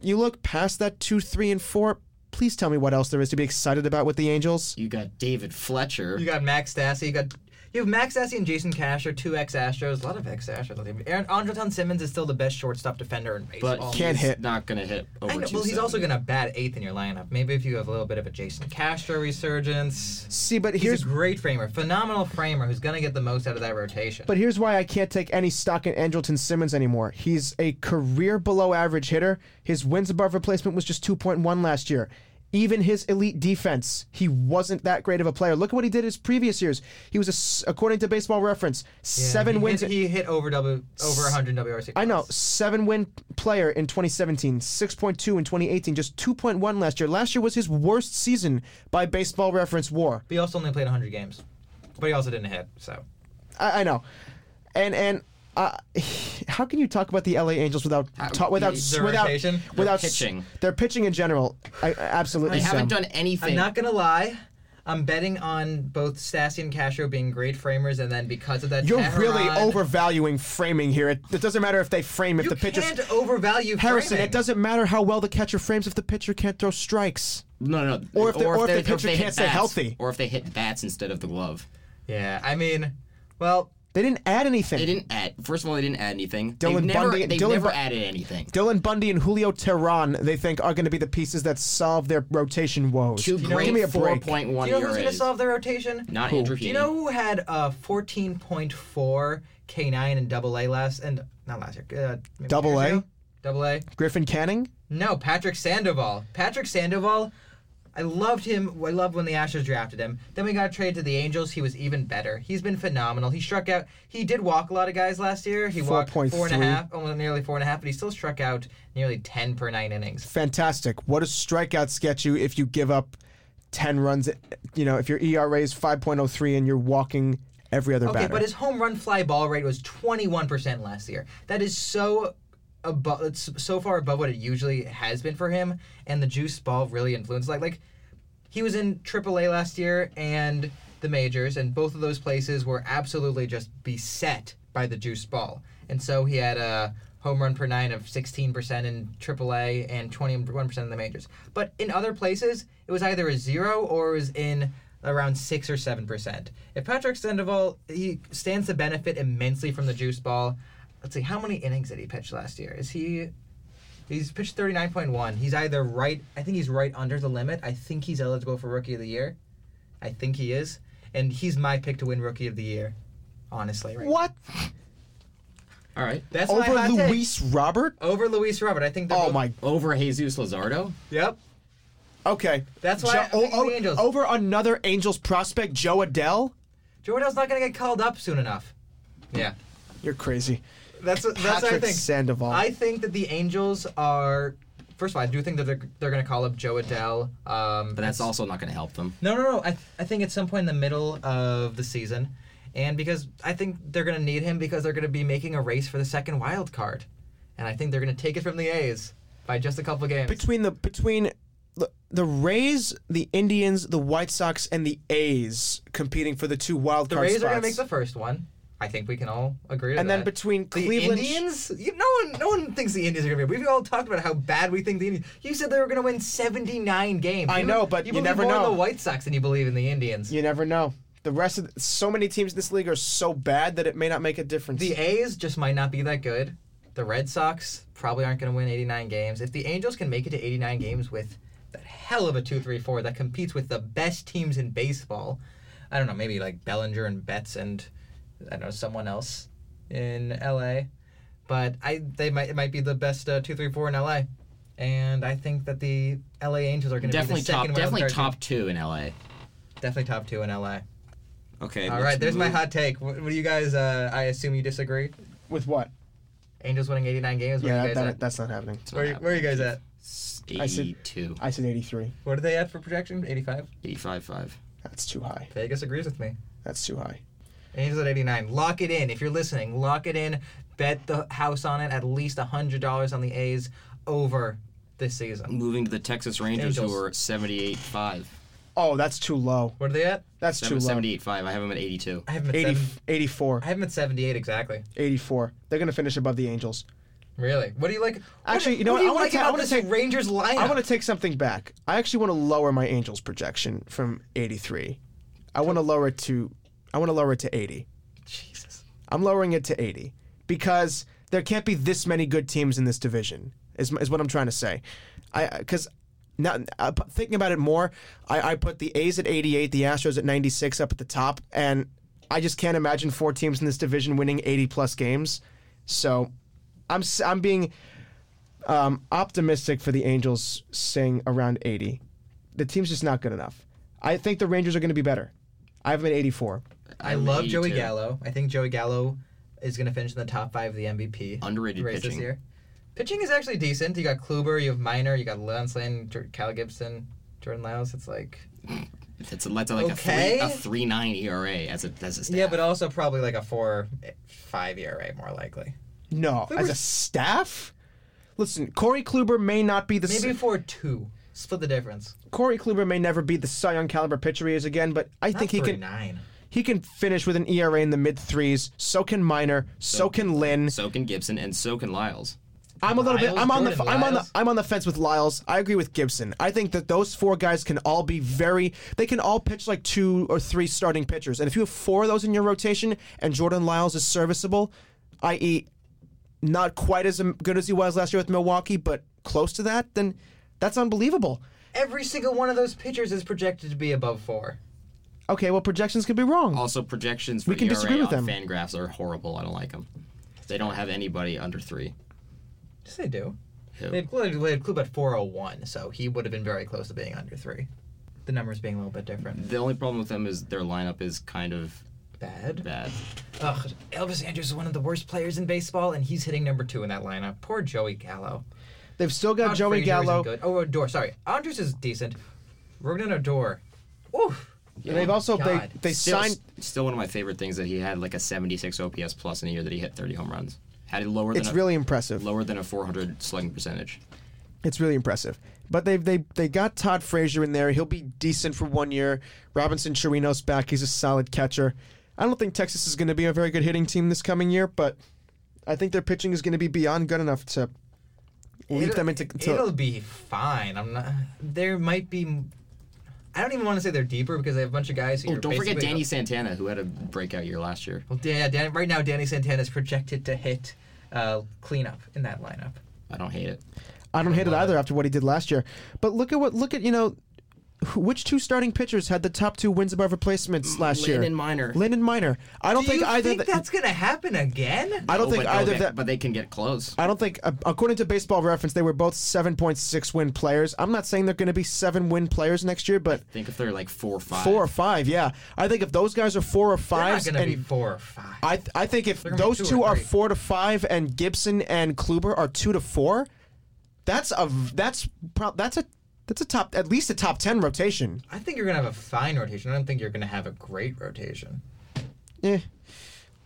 C: you look past that two three and four. Please tell me what else there is to be excited about with the Angels.
A: You got David Fletcher.
B: You got Max Stassi. You got you have Max Stassi and Jason Cash are two ex Astros. A lot of ex Astros. Aaron Andreton Simmons is still the best shortstop defender in
A: but
B: baseball.
C: Can't
A: he's
C: hit.
A: Not gonna hit over.
B: I know, well, he's
A: 270.
B: also going to bat eighth in your lineup. Maybe if you have a little bit of a Jason Castro resurgence.
C: See, but
B: He's
C: here's
B: a great framer, phenomenal framer who's going to get the most out of that rotation.
C: But here's why I can't take any stock in Andrelton Simmons anymore. He's a career below average hitter. His wins above replacement was just 2.1 last year. Even his elite defense, he wasn't that great of a player. Look at what he did his previous years. He was, a s according to Baseball Reference,
B: Yeah,
C: seven
B: he
C: wins.
B: Hit, he hit over w, over 100 WRC.
C: I know,
B: plus.
C: seven win player in 2017, 6.2 in 2018, just 2.1 last year. Last year was his worst season by Baseball Reference WAR.
B: But he also only played 100 games. But he also didn't hit, so.
C: I, I know, and and uh, how can you talk about the LA Angels without ta- without
B: their
C: without
B: rotation?
C: without without
A: pitching.
C: Their pitching in general, I, I absolutely.
A: They haven't
C: so.
A: done anything.
B: I'm not going to lie. I'm betting on both Stassi and Castro being great framers, and then because of that,
C: You're really
B: Teheran-
C: overvaluing framing here. It, it doesn't matter if they frame if
B: You
C: the pitcher.
B: can't overvalue
C: Harrison,
B: framing.
C: it doesn't matter how well the catcher frames if the pitcher can't throw strikes.
A: No, no. no.
C: Or if the- or if
A: they-
C: the pitcher
A: they hit
C: can't stay
A: bats.
C: healthy.
A: Or if they hit bats instead of the glove.
B: Yeah, I mean, well,
C: They didn't add anything.
A: They didn't add. First of all, they didn't add anything.
C: Dylan
A: they've never,
C: Bundy-
A: They've
C: Dylan
A: never
C: Bu-
A: added anything.
C: Dylan Bundy and Julio Tehran, they think, are going to be the pieces that solve their rotation woes.
A: Two
C: Give
A: great
C: me a
A: four
C: break.
A: point one
B: do you know who's going to
A: ERAs.
B: solve the rotation?
A: Not
C: Who?
A: Andrew
B: Do you
A: Heaney.
B: know who had uh, 14.4 K9 and double A last and not last year? Uh, maybe
C: Double
B: two years
C: A?
B: ago? Double A?
C: Griffin Canning.
B: No, Patrick Sandoval. Patrick Sandoval. I loved him. I loved when the Astros drafted him. Then we got traded to the Angels. He was even better. He's been phenomenal. He struck out. He did walk a lot of guys last year. He walked four and
C: 4.3.
B: a half, almost nearly four and a half, but he still struck out nearly ten per nine innings.
C: fantastic. What does strikeouts get you if you give up 10 runs? You know, if your ERA is 5.03 and you're walking every other
B: Okay,
C: batter.
B: but his home run fly ball rate was 21% last year. That is so above it's so far above what it usually has been for him and the juice ball really influenced like like he was in AAA last year and the majors and both of those places were absolutely just beset by the juice ball. And so he had a home run per 9 of 16% in AAA and 21% in the majors. But in other places, it was either a 0 or it was in around six or seven percent. If Patrick Sandoval he stands to benefit immensely from the juice ball. Let's see, how many innings did he pitch last year? Is he he's pitched thirty nine point one. He's either right I think he's right under the limit. I think he's eligible for rookie of the year. I think he is. And he's my pick to win rookie of the year. Honestly, right. now.
C: what?
A: All right.
B: That's my
C: Over
B: hot take.
C: Luis Robert?
B: Over Luis Robert. I think they're
C: Oh,
B: both-
C: my.
A: Over Jesus Lazardo.
B: Yep.
C: Okay.
B: That's why I'm picking the Angels.
C: Over another Angels prospect, Joe Adele?
B: Jordan's not gonna get called up soon enough. Yeah.
C: You're crazy.
B: That's what, that's what I
C: Patrick
B: think.
C: Sandoval.
B: I think that the Angels are. First of all, I do think that they're, they're going to call up Joe Adele. Um,
A: But that's also not going to help them.
B: no, no, no. I, I think at some point in the middle of the season, and because I think they're going to need him because they're going to be making a race for the second wild card, and I think they're going to take it from the A's by just a couple games.
C: Between the. Between. The, the Rays, the Indians, the White Sox, and the A's competing for the two wild
B: the
C: card
B: Rays are going to
C: spots.
B: make the first one. I think we can all agree. To
C: and then
B: that.
C: between
B: The
C: Cleveland,
B: Indians? You, no one, no one thinks the Indians are gonna be. We've all talked about how bad we think the Indians. You said they were gonna win seventy nine games.
C: I
B: You-
C: know, but
B: you,
C: you
B: believe
C: never
B: more in
C: know.
B: the White Sox than you believe in the Indians.
C: you never know. The rest of the, so many teams in this league are so bad that it may not make a difference.
B: The A's just might not be that good. The Red Sox probably aren't gonna win eighty nine games. If the Angels can make it to eighty nine games with that hell of a two three four that competes with the best teams in baseball, I don't know, maybe like Bellinger and Betts and I don't know someone else in L A. but I they might it might be the best uh, two three four in LA, and I think that the LA Angels are going to be the
F: Definitely top.
B: second wild
F: Definitely
B: card team.
F: top two in LA.
B: definitely top two in LA.
A: Okay.
B: All
A: let's
B: right, there's my
A: move-
B: hot take. What, what do you guys? Uh, I assume you disagree.
C: With what?
B: Angels winning 89 games. Where are
C: Yeah,
B: you guys
C: that,
B: at?
C: that's not happening.
A: It's not
B: Where, are you- where are you guys at?
A: happening.
C: I said-
A: Eighty-two.
C: I said 83.
B: What are they at for projection? 85.
A: Eighty-five-five.
C: That's too high.
B: Vegas agrees with me.
C: That's too high.
B: Angels at 89. Lock it in. If you're listening, lock it in. Bet the house on it. At least $100 on the A's over this season.
A: Moving to the Texas Rangers,
B: Angels.
A: who are at seventy-eight-five.
C: Oh, that's too low.
B: What are they at?
C: That's too
A: Seven,
C: low.
A: seventy-eight-five. I have them at eighty-two.
B: I have them at,
C: 80,
B: seven,
C: 84.
B: I have them at 78 exactly.
C: 84. They're going to finish above the Angels.
B: Really? What do you like? what-
C: Actually, you know
B: what?
C: what?
B: do
C: I
B: you
C: wanna
B: like
C: ta- I
B: about
C: wanna
B: this
C: take-
B: Rangers lineup?
C: I want to take something back. I actually want to lower my Angels projection from 83. I want to lower it to I want to lower it to 80.
B: Jesus.
C: I'm lowering it to 80 because there can't be this many good teams in this division. Is, is what I'm trying to say. I because now uh, p- thinking about it more, I, I put the A's at 88, the Astros at 96 up at the top, and I just can't imagine four teams in this division winning 80 plus games. So I'm s- I'm being um, optimistic for the Angels staying around 80. The team's just not good enough. I think the Rangers are going to be better. I have them at 84.
B: I
A: I'm
B: love Joey
A: 82.
B: Gallo. I think Joey Gallo is going to finish in the top five of the MVP
A: Underrated
B: race this
A: pitching.
B: year. Pitching is actually decent. You got Kluber, you have Miner, you got Lance Lynn, Jer- Cal Gibson, Jordan Lyles. It's like.
A: That's, a, that's like a
B: Okay.
A: three a three nine ERA as a as a staff.
B: Yeah, but also probably like a four, five ERA more likely.
C: No, as a staff. Listen, Corey Kluber may not be the
B: Maybe
C: Cy-
B: four two. Split the difference.
C: Corey Kluber may never be the Cy Young caliber pitcher he is again, but I
B: Not
C: think he
B: three
C: can
B: nine.
C: he can finish with an ERA in the mid threes. So can Miner. So, can Lynn.
A: so can Gibson and so can Lyles.
C: I'm a little bit.
B: Lyles,
C: I'm on the.
B: Jordan
C: I'm on the.
B: Lyles.
C: I'm on the fence with Lyles. I agree with Gibson. I think that those four guys can all be very. They can all pitch like two or three starting pitchers, and if you have four of those in your rotation, and Jordan Lyles is serviceable, i.e., not quite as good as he was last year with Milwaukee, but close to that, then that's unbelievable.
B: Every single one of those pitchers is projected to be above four.
C: Okay, well projections could be wrong.
A: Also, projections for
C: We can
A: ERA
C: disagree with
A: on
C: them.
A: Fangraphs are horrible. I don't like them. They don't have anybody under three.
B: Yes, they do.
A: Who?
B: They had, Kluber- they had Kluber at 401, so he would have been very close to being under three. The numbers being a little bit different.
A: The only problem with them is their lineup is kind of
B: Bad.
A: bad.
B: Ugh, Elvis Andrews is one of the worst players in baseball, and he's hitting number two in that lineup. Poor Joey Gallo.
C: They've still got
B: Todd
C: Joey
B: Frazier isn't
C: Gallo.
B: Good. Oh, Odor. Sorry, Andrews is decent. Ronan Odor. Oof.
C: And they've also
B: God.
C: they they
A: Still,
C: signed.
A: still one of my favorite things that he had like a 76 OPS plus in a year that he hit 30 home runs. Had it lower
C: It's
A: than
C: really
A: a,
C: impressive.
A: lower than a 400 slugging percentage.
C: It's really impressive. But they they they got Todd Frazier in there. He'll be decent for one year. Robinson Chirinos back. He's a solid catcher. I don't think Texas is going to be a very good hitting team this coming year, but I think their pitching is going to be beyond good enough to leap
B: It'll-
C: them into.
B: it'll
C: To,
B: be fine. I'm not. There might be. I don't even want to say they're deeper because they have a bunch of guys. Who
A: Oh,
B: you're
A: don't forget
B: basically-
A: Danny Santana, who had a breakout year last year.
B: Well, yeah, Dan, right now Danny Santana is projected to hit uh, cleanup in that lineup.
A: I don't hate it.
C: I don't hate it either after what he did last year. But look at what look at you know. wh- Which two starting pitchers had the top two wins above replacements last year?
A: Lynn and Minor.
C: Lynn and Minor. I don't
B: Mm, Do
C: think
B: you
C: either.
B: think
C: th-
B: that's gonna happen again?
C: I don't
A: Oh,
C: think
A: but they'll
C: either
A: get-
C: of that.
A: But they can get close.
C: I don't think, uh, according to Baseball Reference, they were both 7.6 win players. I'm not saying they're going to be seven win players next year, but
A: think if they're like four or five.
C: four or five, yeah. I think if those guys are four or
B: They're not
C: five,
B: gonna be
C: and
B: four or five.
C: I, th- I think if
B: gonna be
C: those
B: two
C: two,
B: or
C: are
B: three.
C: four to five, and Gibson and Kluber are two to four, that's a v- that's pro- that's a that's a top at least a top ten rotation.
B: I think you're gonna have a fine rotation. I don't think you're gonna have a great rotation.
C: Eh.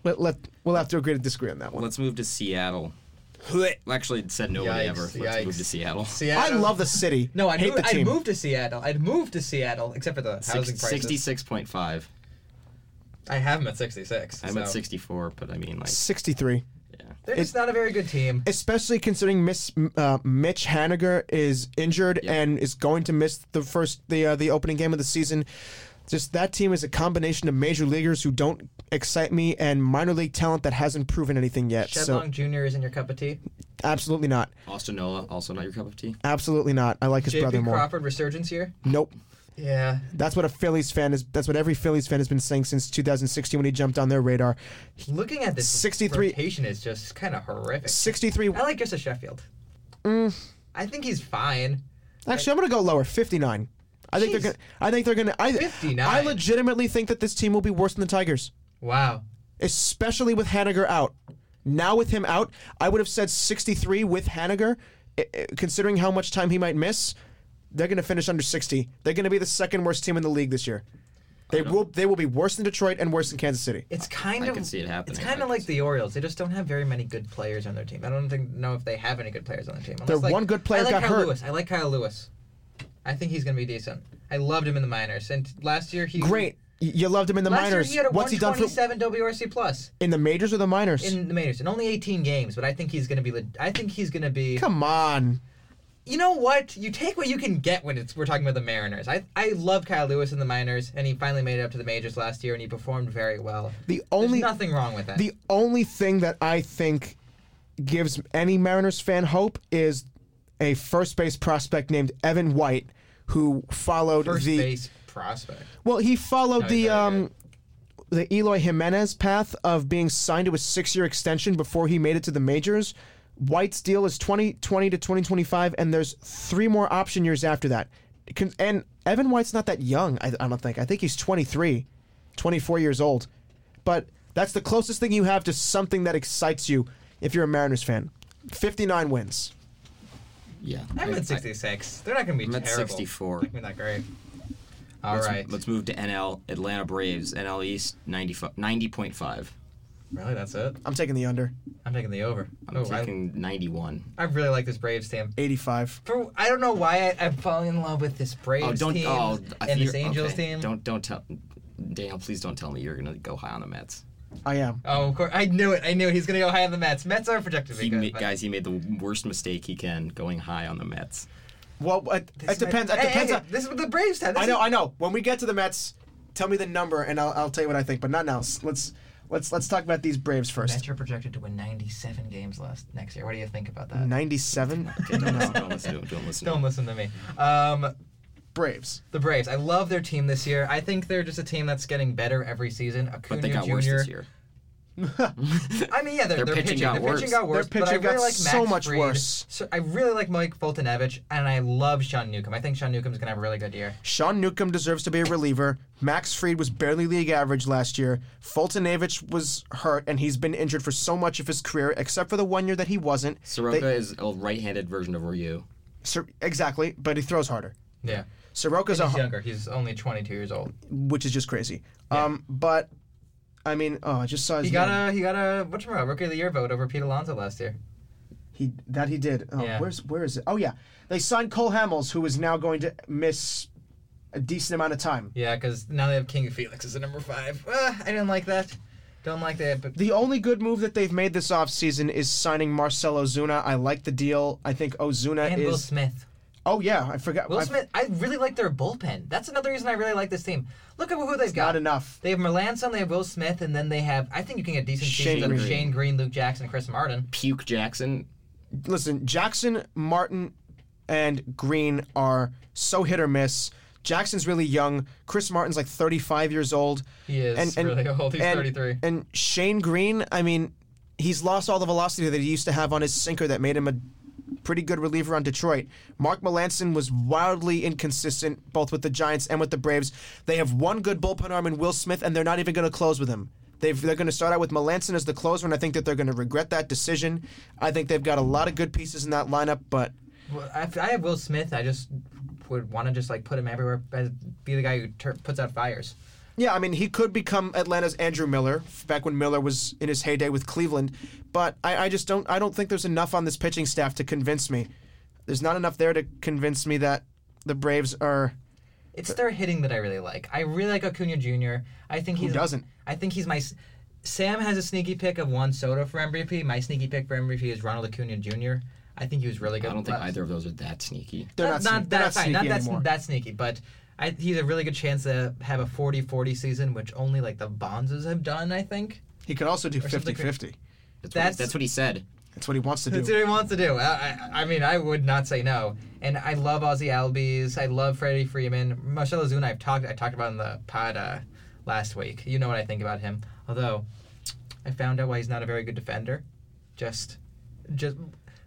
C: Let, let we'll have to agree to disagree on that one.
A: Let's move to Seattle. Well, actually, it said nobody
B: Yikes,
A: ever. Let's move
B: yikes.
A: to Seattle.
C: I
B: Seattle.
C: love the city.
B: No, I'd,
C: hate
B: move,
C: the
B: I'd
C: team.
B: move to Seattle. I'd move to Seattle, except for the housing
A: Six-
B: prices.
A: 66.5.
B: I have them at 66.
A: I'm
B: so.
A: at 64, but I mean, like,
C: Sixty-three.
B: They're just not a very good team.
C: especially considering Miss uh, Mitch Haniger is injured and is going to miss the first the uh, the opening game of the season. Just that team is a combination of major leaguers who don't excite me and minor league talent that hasn't proven anything yet.
B: Shedlong Jr. isn't your cup of tea.
C: So absolutely not,
A: Austin Nola, also not your cup of tea.
C: absolutely not. I like his brother
B: JP
C: more.
B: Crawford resurgence here.
C: Nope.
B: Yeah.
C: That's what a Phillies fan is. That's what every Phillies fan has been saying since 2016 when he jumped on their radar.
B: Looking at this
C: 63
B: rotation is just kind of horrific. I
C: 63.
B: like Justice Sheffield.
C: Mm.
B: I think he's fine.
C: Actually, I'm gonna go lower. 59. I think
B: Jeez.
C: they're gonna. I think they're gonna. I,
B: 59.
C: I legitimately think that this team will be worse than the Tigers,
B: Wow.
C: especially with Haniger out. Now with him out, I would have said 63 with Haniger, i- i- considering how much time he might miss. They're gonna finish under 60. They're gonna be the second worst team in the league this year. They will. They will be worse than Detroit and worse than Kansas City.
B: It's kind
A: I
B: of
A: can see it happening.
B: It's kind
A: I
B: of
A: can
B: like
A: see
B: the Orioles. They just don't have very many good players on their team. I don't think know if they have any good players on their team. Unless,
C: Their
B: like,
C: one good player
B: I like
C: got
B: Kyle
C: hurt.
B: Lewis. I like Kyle Lewis. I think he's gonna be decent. I loved him in the minors, and last year he
C: Great. Y- You loved him in the
B: Last
C: minors.
B: year he had a
C: What's he done for
B: 127 WRC plus
C: in the majors or the minors?
B: in the majors, and only 18 games. But I think he's gonna be. leg- I think he's gonna be.
C: Come on.
B: you know what? You take what you can get when it's we're talking about the Mariners. I I love Kyle Lewis in the minors, and he finally made it up to the majors last year, and he performed very well.
C: The
B: There's
C: only
B: nothing wrong with that.
C: the only thing that I think gives any Mariners fan hope is a first base prospect named Evan White who followed
B: first
C: the
B: base prospect.
C: well he followed
B: he's
C: the
B: very
C: um the Eloy Jimenez path of being signed to a 6-year extension before he made it to the majors. White's deal is 2020 to 2025 and there's three more option years after that. Con- And Evan White's not that young, I, I don't think. I think he's 23, 24 years old. But that's the closest thing you have to something that excites you if you're a Mariners fan. 59 wins.
A: Yeah.
B: I'm at 66. They're not going to be
A: I'm at
B: terrible.
A: 64.
B: They're not great. All
A: let's,
B: right.
A: Let's move to NL Atlanta Braves NL East 95 90.5.
B: Really, that's it.
C: I'm taking the under.
B: I'm taking the over.
A: I'm
B: oh,
A: taking 91.
B: I, I really like this Braves team.
C: 85.
B: For I don't know why I, I'm falling in love with this Braves
A: Oh, don't
B: team
A: oh I think
B: and this
A: you're-
B: Angels
A: okay.
B: team.
A: Don't don't tell Daniel, please don't tell me you're going to go high on the Mets.
C: I am.
B: Oh, of course. I knew it. I knew it. he's going to go high on the Mets. Mets are projected to be
A: He
B: good.
A: ma-
B: but-
A: guys, he made the worst mistake he can going high on the Mets.
C: Well, it,
B: This
C: it
B: might-
C: depends. It
B: Hey,
C: depends
B: hey,
C: on.
B: this is the Braves time. This
C: I know,
B: Is,
C: I know. When we get to the Mets, tell me the number and I'll, I'll tell you what I think, but not now. S- Let's let's let's talk about these Braves first.
B: Mets are projected to win 97 games last next year. What do you think about that?
C: 97
A: Okay, don't, listen, don't listen to him. Don't listen. To
B: Don't
A: him.
B: listen to me. Um,
C: Braves.
B: The Braves. I love their team this year. I think they're just a team that's getting better every season. Acuna
A: But they got
B: Jr.
A: worse this year.
B: I mean, yeah, their,
A: Their
B: their
A: pitching
B: pitching,
A: got
B: their
A: worse.
B: pitching got worse.
C: Their
B: but I
C: pitching
B: really
C: got
B: like Max
C: so much
B: Fried.
C: worse.
B: So I really like Mike Fultonevich, and I love Sean Newcomb. I think Sean Newcomb's gonna have a really good year.
C: Sean Newcomb deserves to be a reliever. Max Fried was barely league average last year. Fultonavich was hurt, and he's been injured for so much of his career, except for the one year that he wasn't.
A: Soroka
C: They-
A: is a right-handed version of Ryu.
C: Sor- exactly, but he throws harder.
B: Yeah,
C: Soroka's a
B: he's
C: hu-
B: younger. He's only 22 years old.
C: which is just crazy. Um, but I mean, oh, I just saw his
B: He got
C: name.
B: a he got a what's your rookie of the year vote over Pete Alonso last year.
C: He that he did. Oh,
B: Yeah.
C: where's where is it? Oh yeah, they signed Cole Hamels, who is now going to miss a decent amount of time.
B: Yeah, because now they have King Felix as a number five. Uh, I didn't like that. Don't like that. But
C: The only good move that they've made this offseason is signing Marcelo Zuna. I like the deal. I think Ozuna
B: and
C: is.
B: Will Smith.
C: Oh yeah, I forgot.
B: Will
C: I-
B: Smith. I really like their bullpen. That's another reason I really like this team. Look at who they've got.
C: Not enough.
B: They have Melanson, they have Will Smith, and then they have. I think you can get decent
C: Shane
B: seasons out of
C: Green.
B: Shane Green, Luke Jackson, Chris Martin.
A: Puke Jackson.
C: Listen, Jackson, Martin, and Green are so hit or miss. Jackson's really young. Chris Martin's like 35 years old.
B: He is really old. He's
C: and-
B: 33.
C: And Shane Green, I mean, he's lost all the velocity that he used to have on his sinker that made him a pretty good reliever on Detroit. Mark Melanson was wildly inconsistent both with the Giants and with the Braves. They have one good bullpen arm in Will Smith, and they're not even going to close with him. They've, they're going to start out with Melanson as the closer, and I think that they're going to regret that decision. I think they've got a lot of good pieces in that lineup, but
B: Well, if I have Will Smith, I just would want to just like put him everywhere, as- be the guy who tur puts out fires.
C: Yeah, I mean, he could become Atlanta's Andrew Miller f- back when Miller was in his heyday with Cleveland, but I, I just don't. I don't think there's enough on this pitching staff to convince me. There's not enough there to convince me that the Braves are.
B: It's their hitting that I really like. I really like Acuna Jr. I think he's
C: doesn't?
B: I think he's my. s- Sam has a sneaky pick of Juan Soto for MVP. My sneaky pick for MVP is Ronald Acuna Jr. I think he was really good.
A: I don't think
B: last-
A: either of those are that sneaky.
C: They're
B: Not,
C: not, sne-
B: not
C: they're
B: that
C: not
B: fine,
C: sneaky
B: not that,
C: anymore.
B: that sneaky, but I, he's a really good chance to have a 40-40 season, which only like the Bonzes have done, I think.
C: he could also do
B: something
C: 50-50.
A: That's, what,
B: That's-
A: that's what he said.
C: It's what he wants to
B: That's
C: do.
B: what he wants to do. I, I, I mean, I would not say no. And I love Ozzy Albies. I love Freddie Freeman. Marcelo Zuna, I've talked I talked about in the pod uh, last week. You know what I think about him. Although, I found out why he's not a very good defender. Just, just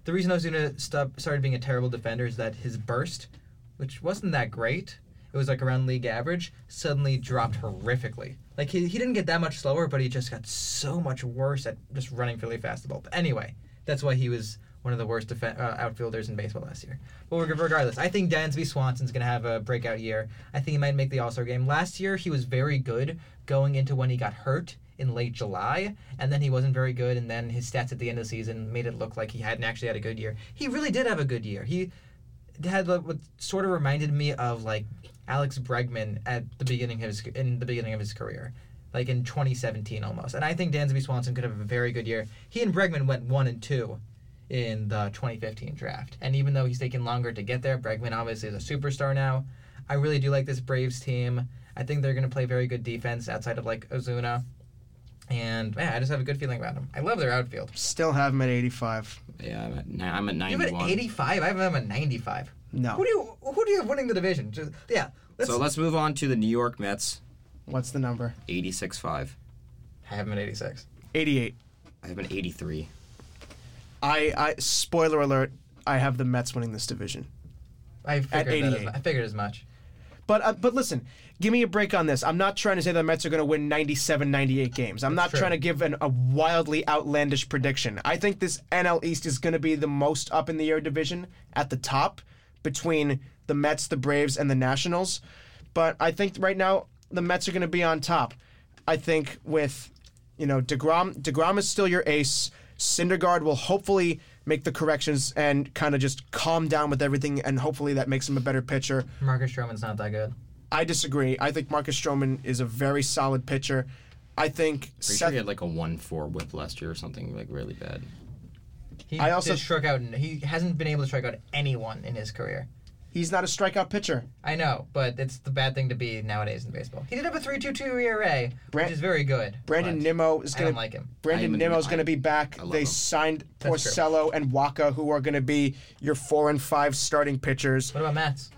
B: the reason Ozuna stop, started being a terrible defender is that his burst, which wasn't that great, it was like around league average, suddenly dropped horrifically. Like he, he didn't get that much slower, but he just got so much worse at just running really fast the ball. But anyway, that's why he was one of the worst defen uh, outfielders in baseball last year. But reg- regardless, I think Dansby Swanson's going to have a breakout year. I think he might make the All Star game. Last year, he was very good going into when he got hurt in late July, and then he wasn't very good, and then his stats at the end of the season made it look like he hadn't actually had a good year. He really did have a good year. He had like, what sort of reminded me of like Alex Bregman at the beginning of his in the beginning of his career, like in 2017 almost. And I think Dansby Swanson could have a very good year. He and Bregman went one and two in the 2015 draft, and even though he's taken longer to get there, Bregman obviously is a superstar now. I really do like this Braves team. I think they're going to play very good defense outside of like Ozuna. And man, I just have a good feeling about them. I love their outfield.
C: Still have him at 85.
A: Yeah, I'm at, ni- I'm at
B: You
A: 91.
B: have an 85. I have them at 95.
C: No.
B: Who do you who do you have winning the division? Just, yeah. Let's,
A: so let's move on to the New York Mets,
C: What's the number?
A: 86-5.
B: I have them at 86.
C: 88.
A: I have an 83.
C: I, I spoiler alert. I have the Mets winning this division.
B: I figured that as,
C: 88.
B: I figured as much.
C: But uh, but listen, give me a break on this. I'm not trying to say the Mets are going to win 97, 98 games. I'm not
B: true.
C: trying to give an, a wildly outlandish prediction. I think this NL East is going to be the most up in the air division at the top between the Mets, the Braves, and the Nationals. But I think right now the Mets are going to be on top. I think with you know Degrom, Degrom is still your ace. Syndergaard will hopefully make the corrections and kind of just calm down with everything, and hopefully that makes him a better pitcher.
B: Marcus Stroman's not that good.
C: I disagree. I think Marcus Stroman is a very solid pitcher. I think
A: Pretty
C: Seth.
A: sure he had like a 1-4 whip last year or something like really bad.
B: He
C: I
B: I
C: also-
B: also struck out. He hasn't been able to strike out anyone in his career.
C: he's not a strikeout pitcher.
B: I know, but it's the bad thing to be nowadays in baseball. He did have E a 3.22 ERA,
C: Bran-
B: which is very good.
C: Brandon
B: but
C: Nimmo is
B: I
C: going
B: don't
C: to
B: like him.
C: Brandon
A: I'm-
C: Nimmo's going to
A: I-
C: be back.
A: I love
C: They
A: him.
C: signed
B: That's true.
C: Porcello and Waka, who are going to be your four and five starting pitchers.
B: What about Mats?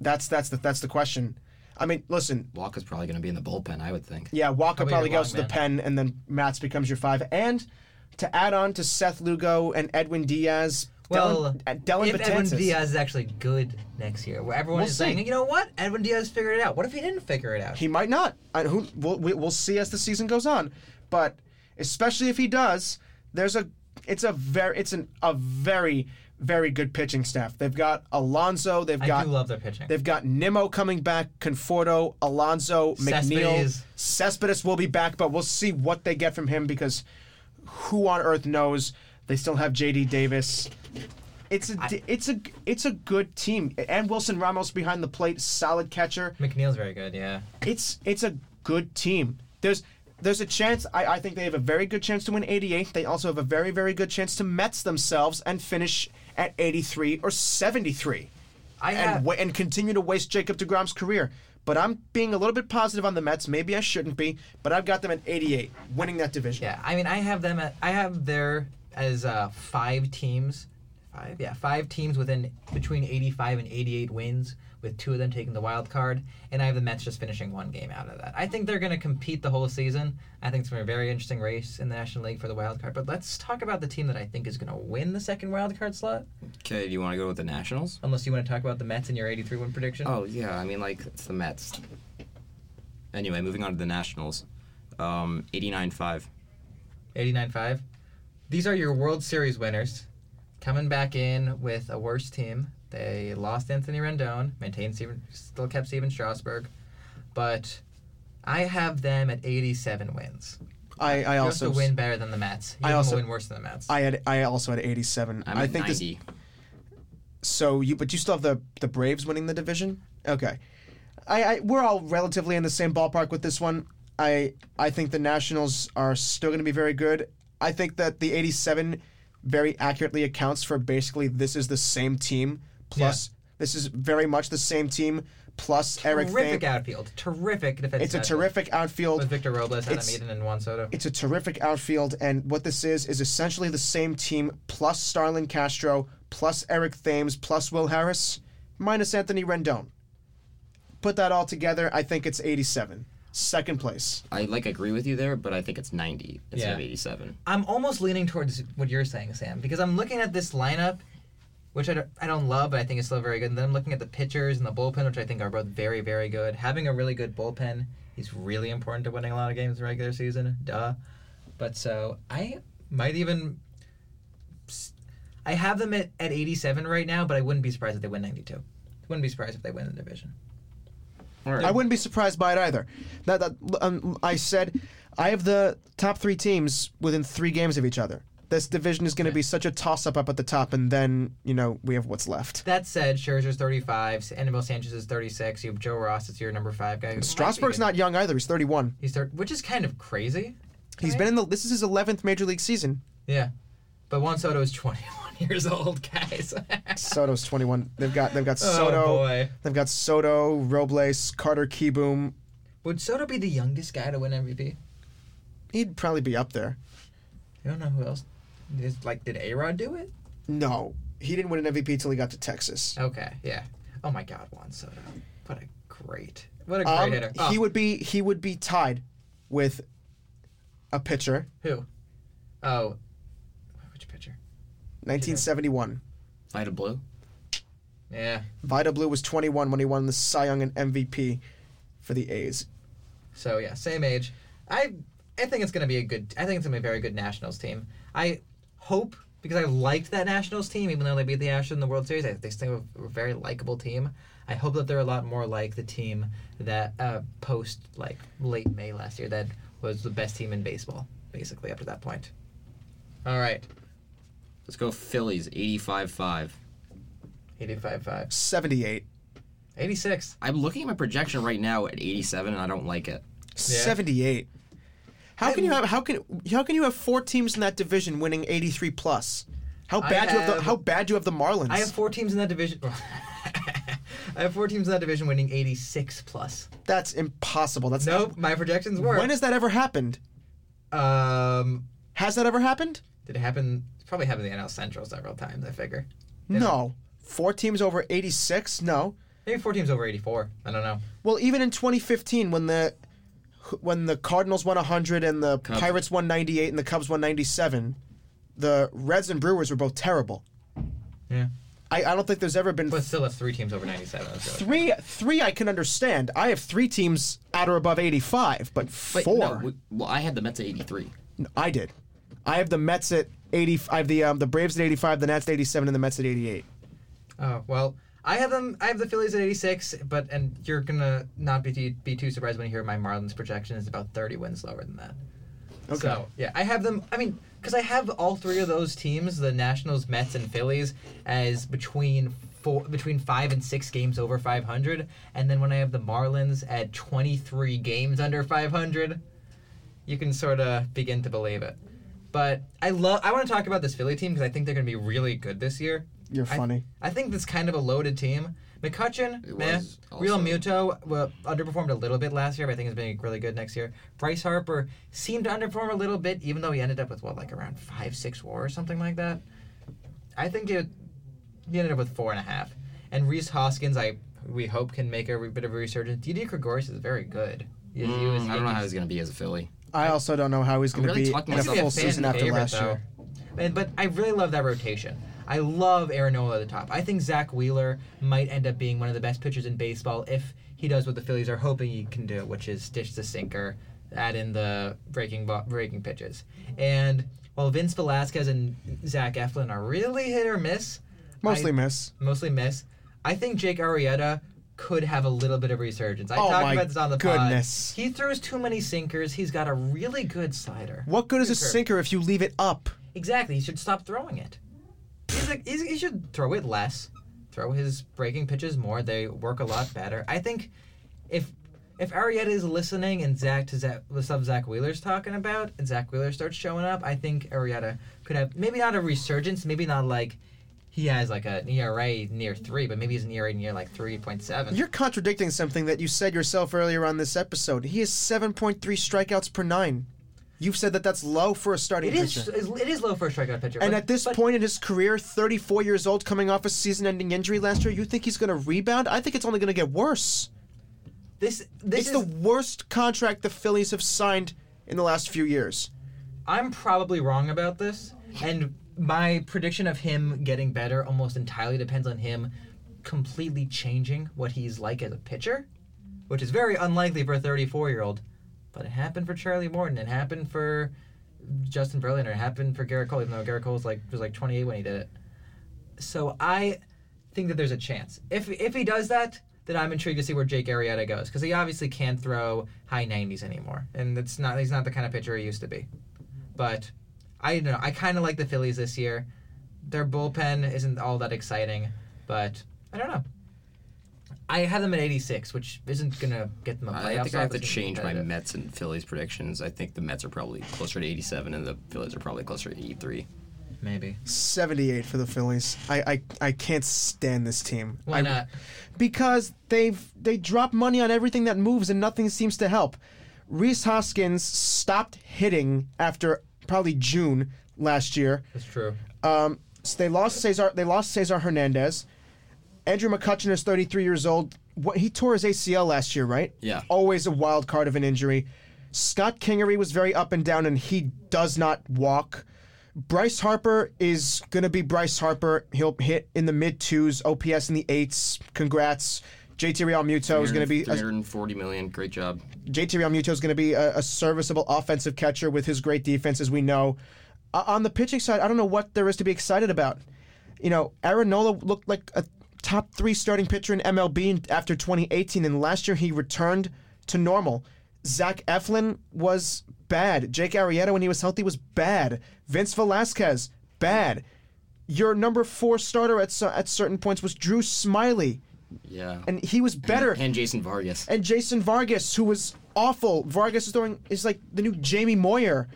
C: That's that's the that's the question. I mean, listen,
A: Walker's probably going to be in the bullpen, I would think.
C: yeah, Waka
B: Probably
C: probably
B: your
C: goes to the
B: long
C: pen, and then Mats becomes your five. And to add on to Seth Lugo and Edwin Diaz,
B: Well,
C: Dylan, uh, Dylan
B: if Edwin
C: Betances.
B: Diaz is actually good next year, where everyone
C: We'll
B: is
C: see.
B: saying, you know what, Edwin Diaz figured it out. What if he didn't figure it out?
C: He might not. I, who we'll, we- we'll see as the season goes on, but especially if he does, there's a it's a very it's an, a very very good pitching staff. They've got Alonso. They've
B: I
C: got
B: do love their pitching.
C: they've got Nimmo coming back. Conforto, Alonso, McNeil,
B: Cespedes.
C: Cespedes will be back, but we'll see what they get from him because who on earth knows? They still have J.D. Davis. It's a it's a it's a good team, and Wilson Ramos behind the plate, solid catcher
B: McNeil's very good, yeah.
C: it's it's a good team. There's there's a chance. I, I think they have a very good chance to win 88. They also have a very very good chance to Mets themselves and finish at 83 or 73,
B: I
C: and
B: have,
C: wa- and continue to waste Jacob Degrom's career. But I'm being a little bit positive on the Mets. Maybe I shouldn't be, but I've got them at 88, winning that division.
B: Yeah, I mean, I have them at I have their as uh, five teams, five yeah, five teams within between 85 and 88 wins, with two of them taking the wild card, and I have the Mets just finishing one game out of that. I think they're going to compete the whole season. I think it's going to be a very interesting race in the National League for the wild card. But let's talk about the team that I think is going to win the second wild card slot.
A: Okay, do you want to go with the Nationals?
B: Unless you want to talk about the Mets and your 83 win prediction.
A: Oh, yeah, I mean like it's the Mets. Anyway, moving on to the Nationals. Um 89-5.
B: 89.5. These are your World Series winners coming back in with a worse team. They lost Anthony Rendon, maintained Steven, still kept Steven Strasburg, but I have them at 87 wins.
C: I, I
B: You have to
C: also
B: win better than the Mets. You
C: I
B: have
C: also-
B: to win worse than the Mets.
C: I had I also had 87.
A: I'm
C: I
A: at
C: think this-
A: 90.
C: So you, but you still have the the Braves winning the division. Okay, I, I we're all relatively in the same ballpark with this one. I I think the Nationals are still going to be very good. I think that the '87 very accurately accounts for basically this is the same team plus this is very much the same team plus Eric
B: terrific
C: Thames.
B: outfield. Terrific defense.
C: It's a terrific
B: with
C: outfield.
B: Victor Robles, Adam
C: It's-
B: Eden, and Juan Soto.
C: It's a terrific outfield, and what this is is essentially the same team plus Starlin Castro, plus Eric Thames, plus Will Harris, minus Anthony Rendon. Put that all together, I think it's 87, second place.
A: I like agree with you there, but I think it's 90 instead of
B: Yeah.
A: 87.
B: I'm almost leaning towards what you're saying, Sam, because I'm looking at this lineup, which I don't, I don't love, but I think is still very good. And then I'm looking at the pitchers and the bullpen, which I think are both very, very good. Having a really good bullpen is really important to winning a lot of games in the regular season. Duh. But so I might even. I have them at, at 87 right now, but I wouldn't be surprised if they win 92. Wouldn't be surprised if they win the division.
A: All right.
C: I wouldn't be surprised by it either. That, that um, I said, I have the top three teams within three games of each other. This division is going to be such a toss up up at the top, and then you know we have what's left.
B: That said, Scherzer's 35, Annabelle Sanchez is 36. You have Joe Ross as your number five guy. who might be
C: Strasburg's
B: good.
C: not young either. He's 31.
B: He's third, which is kind of crazy.
C: He's been in the. This is his 11th major league season.
B: Yeah, but Juan Soto is 21 years old, guys.
C: Soto's 21. They've got they've got
B: Oh,
C: Soto.
B: boy.
C: They've got Soto, Robles, Carter, Keyboom.
B: Would Soto be the youngest guy to win MVP?
C: He'd probably be up there.
B: I don't know who else. Is, like, did A Rod do it?
C: No, he didn't win an MVP till he got to Texas.
B: Okay, yeah. Oh my God, Juan Soto! What a great, what a great
C: Um,
B: hitter. Oh,
C: He would be he would be tied with a pitcher,
B: who? Oh, which pitcher?
C: 1971.
A: Vita Blue.
B: Yeah.
C: Vida Blue was 21 when he won the Cy Young and MVP for the A's.
B: So yeah, same age. I I think it's gonna be a good. I think it's gonna be a very good Nationals team. I hope because I liked that Nationals team, even though they beat the Astros in the World Series. I, they still were a very likable team. I hope that they're a lot more like the team that uh, post like late May last year that was the best team in baseball basically up to that point. All right,
A: Let's go Phillies 85-5.
B: 85-5.
C: 78,
B: 86.
A: I'm looking at my projection right now at 87 and I don't like it.
C: 78. How can you have how can how can you have four teams in that division winning 83 plus? How
B: I
C: bad you have the
B: have-
C: how bad you have the Marlins?
B: I have four teams in that division. I have four teams in that division winning 86 plus.
C: That's impossible. That's
B: Nope, my projections were.
C: When has that ever happened?
B: Um,
C: Has that ever happened?
B: did it happen? it's Probably happened in the NL Central several times. I figure.
C: No. Four teams over 86? No.
B: Maybe four teams over eighty-four. I don't know.
C: Well, even in 2015 when the when the Cardinals won 100 and the
A: Cubs.
C: Pirates won 98 and the Cubs won 97, the Reds and Brewers were both terrible.
B: Yeah.
C: I, I don't think there's ever been
B: But still, that's three teams over ninety-seven. Let's go.
C: three three I can understand. I have three teams at or above 85, but
A: Wait,
C: four
A: No, we, well, I had the Mets at 83.
C: I did. I have the Mets at 80 I have the um, the Braves at 85, the Nats at 87 and the Mets at 88.
B: Oh well, I have them. I have the Phillies at eighty-six, but and you're gonna not be be too surprised when you hear my Marlins projection is about thirty wins lower than that. Okay. So yeah, I have them. I mean, because I have all three of those teams, the Nationals, Mets, and Phillies, as between four, between five and six games over five hundred, and then when I have the Marlins at twenty-three games under five hundred, you can sort of begin to believe it. But I love. I want to talk about this Philly team because I think they're going to be really good this year.
C: You're
B: I-
C: funny.
B: I think that's kind of a loaded team. McCutcheon,
A: It
B: meh.
A: was also-
B: Real Muto well, underperformed a little bit last year, but I think he's been really good next year. Bryce Harper seemed to underperform a little bit, even though he ended up with what, like around five, six WAR or something like that. I think it, he ended up with four and a half. And Reese Hoskins, I we hope can make a re- bit of a resurgence. Didi Gregorius is very good. He is- he was-
A: Mm, I don't know how he's going to be as a Philly.
C: I also don't know how he's going to
A: really
C: be
A: talking
C: in a
A: myself-
C: full
A: He's
B: fan
C: season after
B: favorite,
C: last
B: though.
C: year.
B: And- but I really love that rotation. I love Aaron Nola at the top. I think Zach Wheeler might end up being one of the best pitchers in baseball if he does what the Phillies are hoping he can do, which is ditch the sinker, add in the breaking bo- breaking pitches. And while Vince Velasquez and Zach Eflin are really hit or miss,
C: Mostly
B: I-
C: miss.
B: mostly miss. I think Jake Arrieta could have a little bit of resurgence. I
C: Oh
B: talked
C: my
B: about this on the
C: goodness.
B: pod. He throws too many sinkers. He's got a really good slider.
C: What good is a
B: Sure.
C: sinker if you leave it up?
B: Exactly. He should stop throwing it. He's like, he's, he should throw it less. Throw his breaking pitches more. They work a lot better. I think if if Arietta is listening and Zach to Zach, the stuff Zach Wheeler's talking about, and Zach Wheeler starts showing up, I think Arietta could have maybe not a resurgence, maybe not like he has like an ERA near three, but maybe he's an ERA near like three point seven.
C: You're contradicting something that you said yourself earlier on this episode. He has 7.3 strikeouts per nine. You've said that that's low for a starting
B: It is
C: pitcher.
B: it is low for a strikeout pitcher.
C: and
B: but-
C: at this
B: but
C: point in his career, 34 years old, coming off a season-ending injury last year, you think he's going to rebound? I think it's only going to get worse.
B: this this
C: it's
B: is
C: the worst contract the Phillies have signed in the last few years.
B: I'm probably wrong about this, and my prediction of him getting better almost entirely depends on him completely changing what he's like as a pitcher, which is very unlikely for a 34 year old. But it happened for Charlie Morton. It happened for Justin Verlander. It happened for Garrett Cole, even though Garrett Cole was like was like 28 when he did it. So I think that there's a chance. If if he does that, then I'm intrigued to see where Jake Arrieta goes because he obviously can't throw high 90s anymore, and that's not he's not the kind of pitcher he used to be but I don't know. I kind of like the Phillies this year. Their bullpen isn't all that exciting, but I don't know. I had them at 86, which isn't gonna get them a playoff.
A: I think I have
B: spot,
A: to
B: but it's
A: change my
B: competitive.
A: Mets and Phillies predictions. I think the Mets are probably closer to 87 and the Phillies are probably closer to 83.
B: Maybe
C: 78 for the Phillies. I, I, I can't stand this team.
B: why
C: I-
B: not?
C: because they've they drop money on everything that moves and nothing seems to help. Reese Hoskins stopped hitting after probably June last year.
B: That's true.
C: Um, so they lost Cesar. They lost Cesar Hernandez. Andrew McCutcheon is 33 years old. What, he tore his ACL last year, right?
A: Yeah.
C: Always a wild card of an injury. Scott Kingery was very up and down, and he does not walk. Bryce Harper is going to be Bryce Harper. He'll hit in the mid twos, OPS in the eights. Congrats. JT Real Muto is going to be a
A: 340 million. Great job.
C: JT Realmuto is going to be a, a serviceable offensive catcher with his great defense, as we know. Uh, on the pitching side, I don't know what there is to be excited about. You know, Aaron Nola looked like a top three starting pitcher in MLB in- after 2018, and last year he returned to normal. Zach Eflin was bad. Jake Arrieta, when he was healthy, was bad. Vince Velasquez, bad. Your number four starter at, so- at certain points was Drew Smiley,
A: Yeah.
C: and he was better
A: And Jason Vargas.
C: and Jason Vargas, who was awful. Vargas is throwing is like the new Jamie Moyer,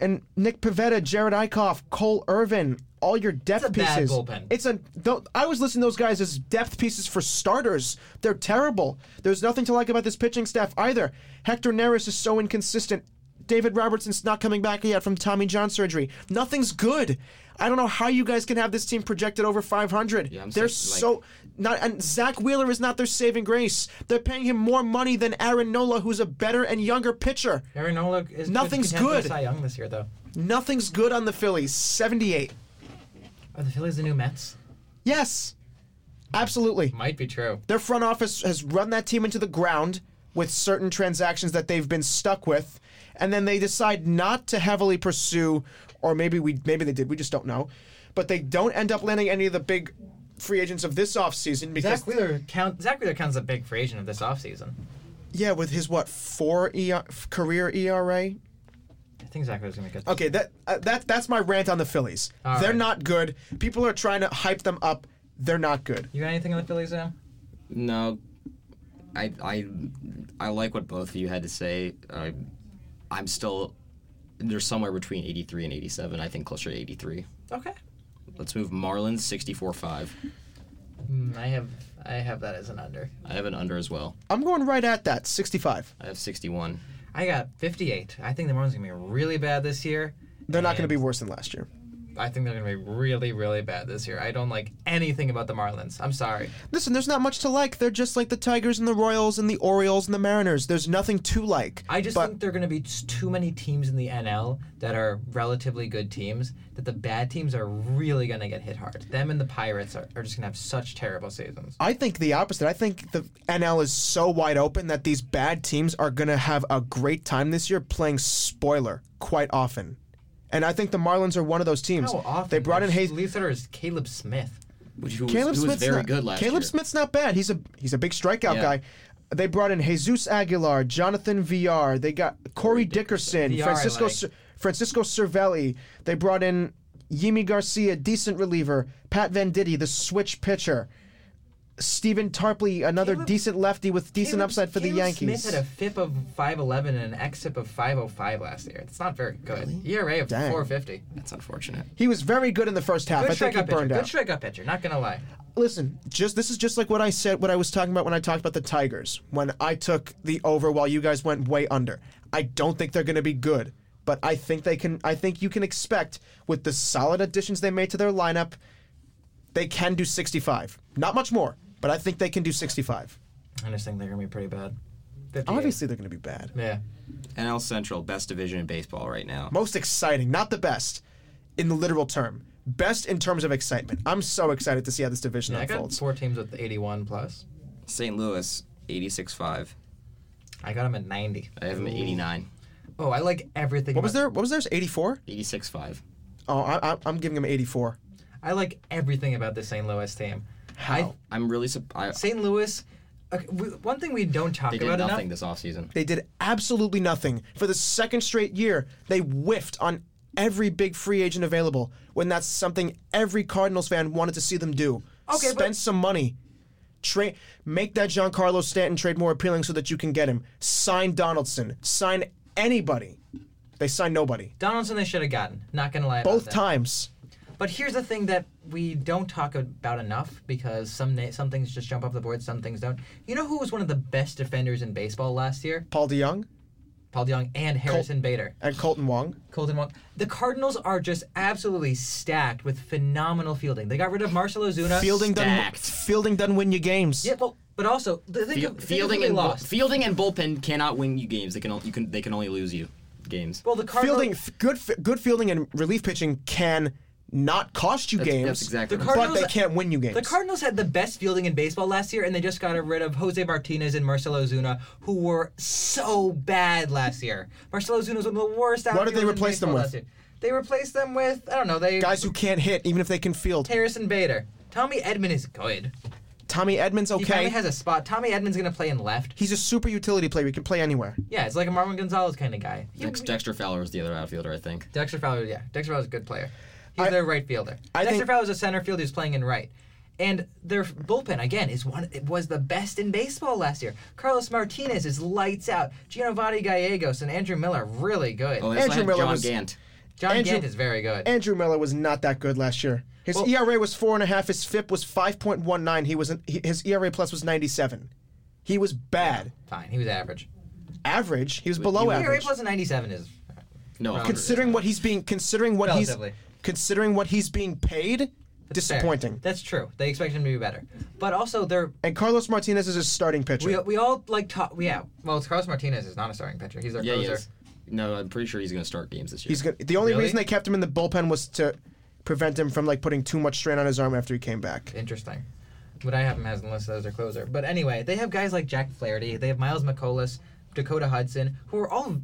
C: and Nick Pavetta, Jared Eichhoff, Cole Irvin, all your depth
B: It's a bad
C: pieces.
B: bullpen.
C: It's a. Though, I was listing those guys as depth pieces for starters. They're terrible. There's nothing to like about this pitching staff either. Hector Neris is so inconsistent. David Robertson's not coming back yet from Tommy John surgery. Nothing's good. I don't know how you guys can have this team projected over 500.
A: Yeah, I'm
C: They're
A: saying, like-
C: so not and Zach Wheeler is not their saving grace. They're paying him more money than Aaron Nola, who's a better and younger pitcher.
B: Aaron Nola is
C: Nothing's
B: contender for
C: good.
B: Cy Young this year, though.
C: Nothing's good on the Phillies. Seventy-eight.
B: Are the Phillies the new Mets?
C: Yes, absolutely.
B: Might be true.
C: Their front office has run that team into the ground with certain transactions that they've been stuck with, and then they decide not to heavily pursue, or maybe we maybe they did. We just don't know. But they don't end up landing any of the big free agents of this offseason because
B: Zach Wheeler count. Zach Wheeler counts as a big free agent of this offseason.
C: yeah, with his what four ER, career
B: I
C: ERA
B: think Zach Wheeler's gonna get.
C: Okay, that uh, that that's my rant on the Phillies.
B: All
C: They're
B: right.
C: not good. People are trying to hype them up. They're not good.
B: You got anything on the Phillies, Sam?
A: No, I I I like what both of you had to say. I, I'm still there's somewhere between 83 and 87. I think closer to 83.
B: Okay.
A: Let's move Marlins 64-5.
B: Mm, I have I have that as an under.
A: I have an under as well.
C: I'm going right at that. 65.
A: I have 61.
B: I got 58. I think the Marlins are going to be really bad this year.
C: They're not going to
B: and
C: be worse than last year.
B: I think they're going to be really, really bad this year. I don't like anything about the Marlins. I'm sorry.
C: Listen, there's not much to like. They're just like the Tigers and the Royals and the Orioles and the Mariners. There's nothing to like.
B: I just
C: But-
B: think there are going to be just too many teams in the NL that are relatively good teams that the bad teams are really going to get hit hard. Them and the Pirates are, are just going to have such terrible seasons.
C: I think the opposite. I think the NL is so wide open that these bad teams are going to have a great time this year playing spoiler quite often. And I think the Marlins are one of those teams.
B: How often?
C: They brought in Hayes.
B: Lead starter is Caleb Smith.
A: Which who was,
C: Caleb
A: who was
C: Smith's
A: very
C: not,
A: good last year.
C: Caleb Smith's not bad. He's a he's a big strikeout
A: Yeah.
C: guy. They brought in Jesus Aguilar, Jonathan VR. They got Corey Dickerson,
B: VR I
C: Francisco
B: like.
C: Cer- Francisco Cervelli. They brought in Yimi Garcia, decent reliever. Pat Venditti, the switch pitcher. Stephen Tarpley, another
B: Caleb-
C: decent lefty with decent
B: Caleb-
C: upside for the
B: Caleb
C: Yankees.
B: Smith had a FIP of 511 and an xFIP of 505 last year. It's not very good. ERA of
C: Dang.
B: 450.
A: That's unfortunate.
C: he was very good in the first half.
B: Good
C: I think he
B: strikeout pitcher.
C: burned
B: Good
C: out.
B: strikeout pitcher. Not gonna lie.
C: Listen, just this is just like what I said, what I was talking about when I talked about the Tigers, when I took the over while you guys went way under. I don't think they're going to be good, but I think they can. I think you can expect with the solid additions they made to their lineup, they can do 65. Not much more, but I think they can do 65.
B: I just think they're gonna be pretty bad. 58.
C: Obviously, they're going to be bad.
B: Yeah.
A: NL Central, best division in baseball right now.
C: Most exciting, not the best, in the literal term. Best in terms of excitement. I'm so excited to see how this division
B: yeah I got
C: unfolds.
B: four teams with 81 plus.
A: St. Louis, 86.5.
B: I got them at 90.
A: I have them at 89.
B: Oh, I like everything.
C: What was
B: about-
C: there? What was theirs? 84?
A: 86.5.
C: Oh, I, I, I'm giving them 84.
B: I like everything about the St. Louis team.
C: How?
A: I'm really surprised.
B: St. Louis. Okay, we, one thing we don't talk
A: They did
B: about enough.
A: nothing this offseason.
C: They did absolutely nothing. For the second straight year, they whiffed on every big free agent available when that's something every Cardinals fan wanted to see them do.
B: Okay,
C: Spend
B: but-
C: some money. Trade make that Giancarlo Stanton trade more appealing so that you can get him. Sign Donaldson. Sign anybody. They signed nobody.
B: Donaldson, they should have gotten. Not gonna lie. about
C: Both
B: that.
C: times.
B: But here's the thing that we don't talk about enough because some na- some things just jump off the board, some things don't. You know who was one of the best defenders in baseball last year?
C: Paul DeYoung
B: Paul DeYoung and Harrison Bader.
C: and Colton Wong.
B: Colton Wong. The Cardinals are just absolutely stacked with phenomenal fielding. They got rid of Marcelo Zuna.
C: Fielding doesn't
A: Stacked.
C: fielding doesn't win you games.
B: Yeah, well, but also th- think
A: Fiel-
B: of, think
A: fielding
B: of who
A: and
B: they
A: bu-
B: lost.
A: fielding and bullpen cannot win you games. They can o- you can they can only lose you games.
B: well, the Cardinals.
C: Fielding f- good f- good fielding and relief pitching can not cost you games.
A: That's exactly.
B: The
A: what I'm
C: but
B: Cardinals-
C: they can't win you games.
B: The Cardinals had the best fielding in baseball last year, and they just got rid of Jose Martinez and Marcelo Zuna, who were so bad last year. Marcelo Zuna was one of the worst.
C: What did they
B: outfielders in
C: replace them
B: baseball
C: with?
B: last year. They replaced them with I don't know. They
C: Guys who can't hit, even if they can field.
B: Harrison Bader. Tommy Edmond is good.
C: Tommy Edmonds,
B: He finally
C: okay.
B: has a spot. Tommy Edmond's gonna play in left.
C: He's a super utility player. He can play anywhere.
B: Yeah, it's like a Marvin Gonzalez kind of guy. He-
A: Dex- Dexter Fowler is the other outfielder, I think.
B: Dexter Fowler, yeah, Dexter Fowler's a good player. He's
C: I-
B: their right fielder.
C: I
B: Dexter
C: think-
B: Fowler's a center fielder who's playing in right. And their bullpen again is one. It was the best in baseball last year. Carlos Martinez is lights out. Giovanni Gallegos and Andrew Miller are really good.
A: Oh, they also
C: Andrew
A: had
C: Miller
A: John
C: was-
A: Gant.
B: John
C: Andrew-
B: Gant is very good.
C: Andrew Miller was not that good last year. His
B: Well-
C: ERA was four and a half. His FIP was five point one nine. He was an, he, his ERA plus was ninety seven. He was bad,
B: Fine, he was average.
C: average. He was
A: he-
C: below
B: ERA
C: Oh, average.
B: plus E a 97 is.
A: No,
C: Considering what he's being, considering what he's,
B: Relatively.
C: considering what he's being paid,
B: That's fair.
C: disappointing.
B: That's true. They expect him to be better, but also they're.
C: And Carlos Martinez is his starting pitcher.
B: We, we all like talk. Yeah, well, it's Carlos Martinez is not a starting pitcher. He's their
A: yeah, he
B: closer.
A: is. No, I'm pretty sure he's going to start games this year.
C: He's gonna, the only
B: Really?
C: reason they kept him in the bullpen was to prevent him from like putting too much strain on his arm after he came back.
B: interesting. What I have him as unless those are closer. But anyway, they have guys like Jack Flaherty, they have Miles McCollis, Dakota Hudson, who are all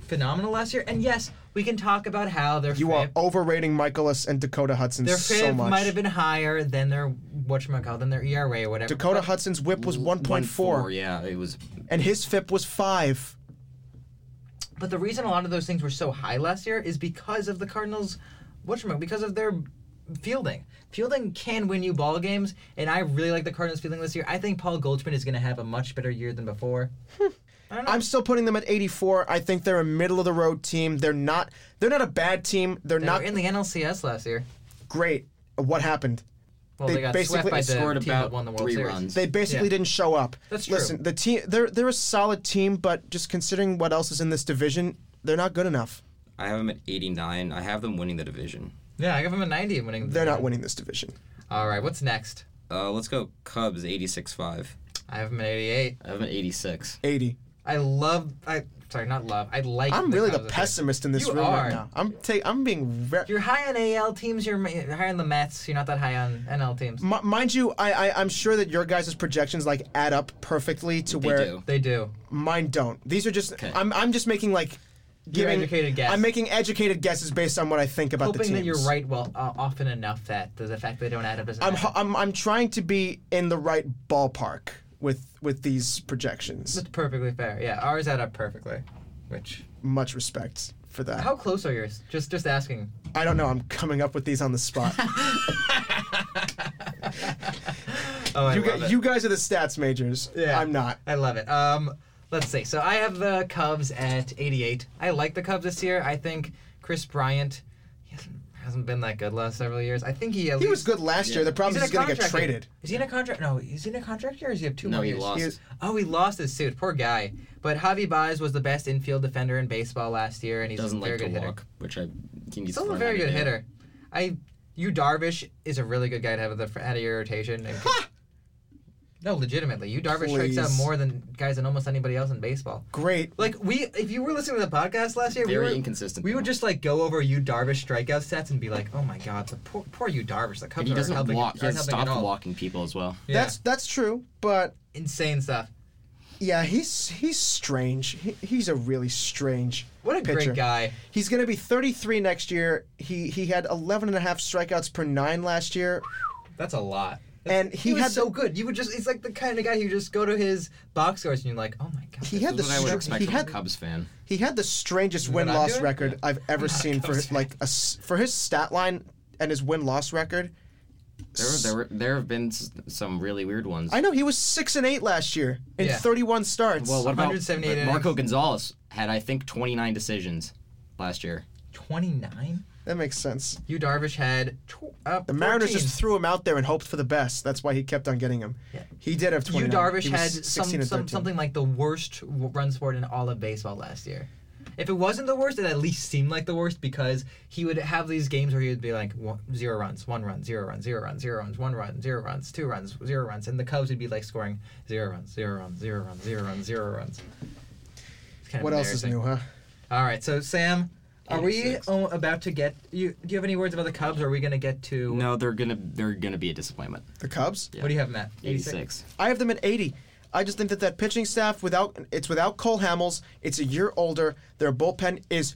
B: phenomenal last year. And yes, we can talk about how their
C: You are
B: FIP,
C: overrating Michaelis and Dakota Hudson
B: their
C: so
B: FIP
C: much.
B: might have been higher than their whatchamacallit, than their ERA or whatever.
C: Dakota
B: but
C: Hudson's whip was 1.4,
A: 1.4, Yeah, it was.
C: and his FIP was 5.
B: But the reason a lot of those things were so high last year is because of the Cardinals, whatchamacallit, because of their fielding. Fielding can win you ball games, and I really like the Cardinals' fielding this year. I think Paul Goldschmidt is going to have a much better year than before.
C: I'm still putting them at 84. I think they're a middle of the road team. They're not they're not a bad team. They're
B: They
C: not
B: were in the NLCS last year.
C: great. What happened?
B: Well,
C: They
B: they, got
C: basically-
B: swept by
C: they
B: the
A: scored
B: team
A: about
B: that won the World
A: three
B: Series.
A: runs.
C: They basically
B: Yeah.
C: didn't show up.
B: That's true.
C: Listen, the team they're they're a solid team, but just considering what else is in this division, they're not good enough.
A: I have him at 89. I have them winning the division.
B: Yeah, I give them a 90 and winning. the
C: They're not
B: division.
C: winning this division.
B: All right, what's next?
A: Uh, let's go Cubs 86.5.
B: I have them at 88.
A: I have them at 86.
C: 80.
B: I love. I sorry, not love. I like.
C: I'm really the
B: Cubs this year.
C: pessimist in this
B: You
C: room
B: are.
C: right now. I'm ta- I'm being very
B: You're high on AL teams. You're ma- you're high on the Mets. You're not that high on NL teams.
C: M- mind you, I, I I'm sure that your guys' projections like add up perfectly to
A: They
C: where
A: do.
B: They do.
C: mine don't. These are just
A: Okay.
C: I'm I'm just making like giving
B: educated guess.
C: I'm making educated guesses based on what I think about the
B: Hoping
C: teams.
B: that you're right well uh, often enough that the the fact they don't add up doesn't.
C: I'm,
B: matter.
C: ho- I'm I'm trying to be in the right ballpark with with these projections.
B: That's perfectly fair. Yeah, ours add up perfectly. Which
C: Much respect for that.
B: how close are yours? Just just asking.
C: I don't know. I'm coming up with these on the spot.
B: Oh, I
C: you,
B: love
C: gu-
B: it.
C: you guys are the stats majors.
B: Yeah.
C: I'm not.
B: I love it. Um, let's see. So I have the Cubs at 88. I like the Cubs this year. I think Chris Bryant he hasn't, hasn't been that good last several years. I think he at
C: He
B: least
C: was good last year. The problem
B: He's
C: is
B: in a
C: he's going to get
B: contract year.
C: traded.
B: Is he in a contract? No, is he in a contract year? Or does he have two
A: No,
B: more
A: he
B: years?
A: lost.
C: He's-
B: Oh, he lost his suit. Poor guy. But Javi Baez was the best infield defender in baseball last year, and he's
A: doesn't
B: a very
A: like to
B: good hitter.
A: walk, which I think he's
B: He's still a
A: learned
B: very
A: how
B: good
A: to do.
B: hitter. I, you Darvish is a really good guy to have at the out of your rotation. And no, legitimately, you Darvish strikes out
C: Please.
B: more than guys than almost anybody else in baseball.
C: Great.
B: Like we, if you were listening to the podcast last year,
A: Very
B: we were,
A: inconsistent,
B: We
A: though.
B: would just like go over you Darvish strikeout stats and be like, "Oh my God, the poor, poor you Darvish. The Cubs
A: And he
B: aren't
A: doesn't
B: helping.
A: walk. He
B: aren't
A: has
B: helping at
A: stopped
B: all."
A: walking people as well.
B: Yeah.
C: That's that's true, but
B: insane stuff.
C: yeah, he's he's strange. He, he's a really strange
B: What a
C: pitcher.
B: great guy.
C: He's going to be 33 next year. He he had 11 and a half strikeouts per 9 last year.
B: That's a lot.
C: And he
B: he was
C: had
B: so
C: the-
B: good. You would just—it's like the kind of guy who just go to his box scores and you're like, "Oh my God."
C: He had the
A: That's what I would
C: str-
A: expect
C: he
A: from
C: had
A: a Cubs fan.
C: he had the strangest
B: what
C: win
B: I'm
C: loss
B: doing?
C: record I've ever
B: not a
C: seen for
B: Cubs fan.
C: like a s for his stat line and his win loss record.
A: There, were- there, were, there have been s- some really weird ones.
C: I know he was six and eight last year in
B: Yeah.
C: 31 starts.
A: well, what about
B: 178
A: but Marco Gonzalez had I think 29 decisions last year.
B: 29?
C: that makes sense.
B: You Darvish had tw- uh,
C: The Mariners just threw him out there and hoped for the best. That's why he kept on getting him. He did have 20.
B: You Darvish
C: he was
B: had
C: 16
B: some,
C: and
B: some
C: 13.
B: something like the worst w- run scored in all of baseball last year. If it wasn't the worst, it at least seemed like the worst because he would have these games where he would be like one, zero runs, one run, zero runs, zero runs, zero runs, one run, zero runs, two runs, zero runs, and the Cubs would be like scoring zero runs, zero runs, zero runs, zero runs, zero runs. It's kind of
C: What else is
B: embarrassing.
C: new, huh?
B: All right, so Sam, are we
A: 86.
B: oh, about to get you? Do you have any words about the Cubs? Or are we going to get to?
A: No, they're gonna they're gonna be a disappointment.
C: The Cubs?
B: What do you have, Matt?
A: 86.
C: I have them at 80. I just think that that pitching staff without it's without Cole Hamels, it's a year older. Their bullpen is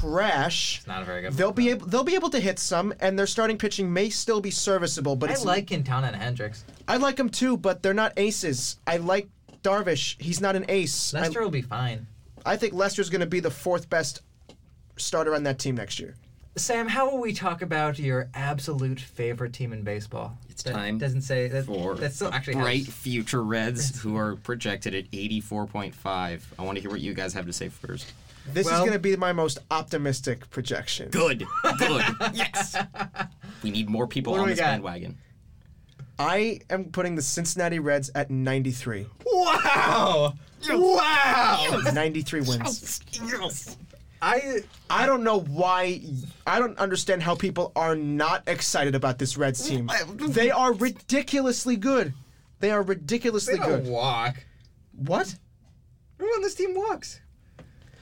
C: trash.
B: It's not a very good.
C: They'll be able they'll be able to hit some, and their starting pitching may still be serviceable. But
B: I
C: it's
B: like Quintana and Hendricks.
C: I like them too, but they're not aces. I like Darvish. He's not an ace. I,
B: Lester will be fine.
C: I think Lester's going to be the fourth best starter on that team next year.
B: Sam, how will we talk about your absolute favorite team in baseball? It's
A: time
B: Doesn't say that.
A: For
B: That's still actually has-
A: bright future Reds who are projected at 84.5. I want to hear what you guys have to say first.
C: This is
B: Well-
C: going to be my most optimistic projection.
A: Good, good, yes. We need more people
B: What do
A: on
B: we
A: this
B: got?
A: bandwagon.
C: I am putting the Cincinnati Reds at 93.
B: Wow! Wow!
C: 93 wins.
B: I
C: I don't know why. I don't understand how people are not excited about this Reds team. They are ridiculously good. They are
B: they
C: ridiculously
B: don't
C: good.
B: walk.
C: What?
B: Who on this team walks?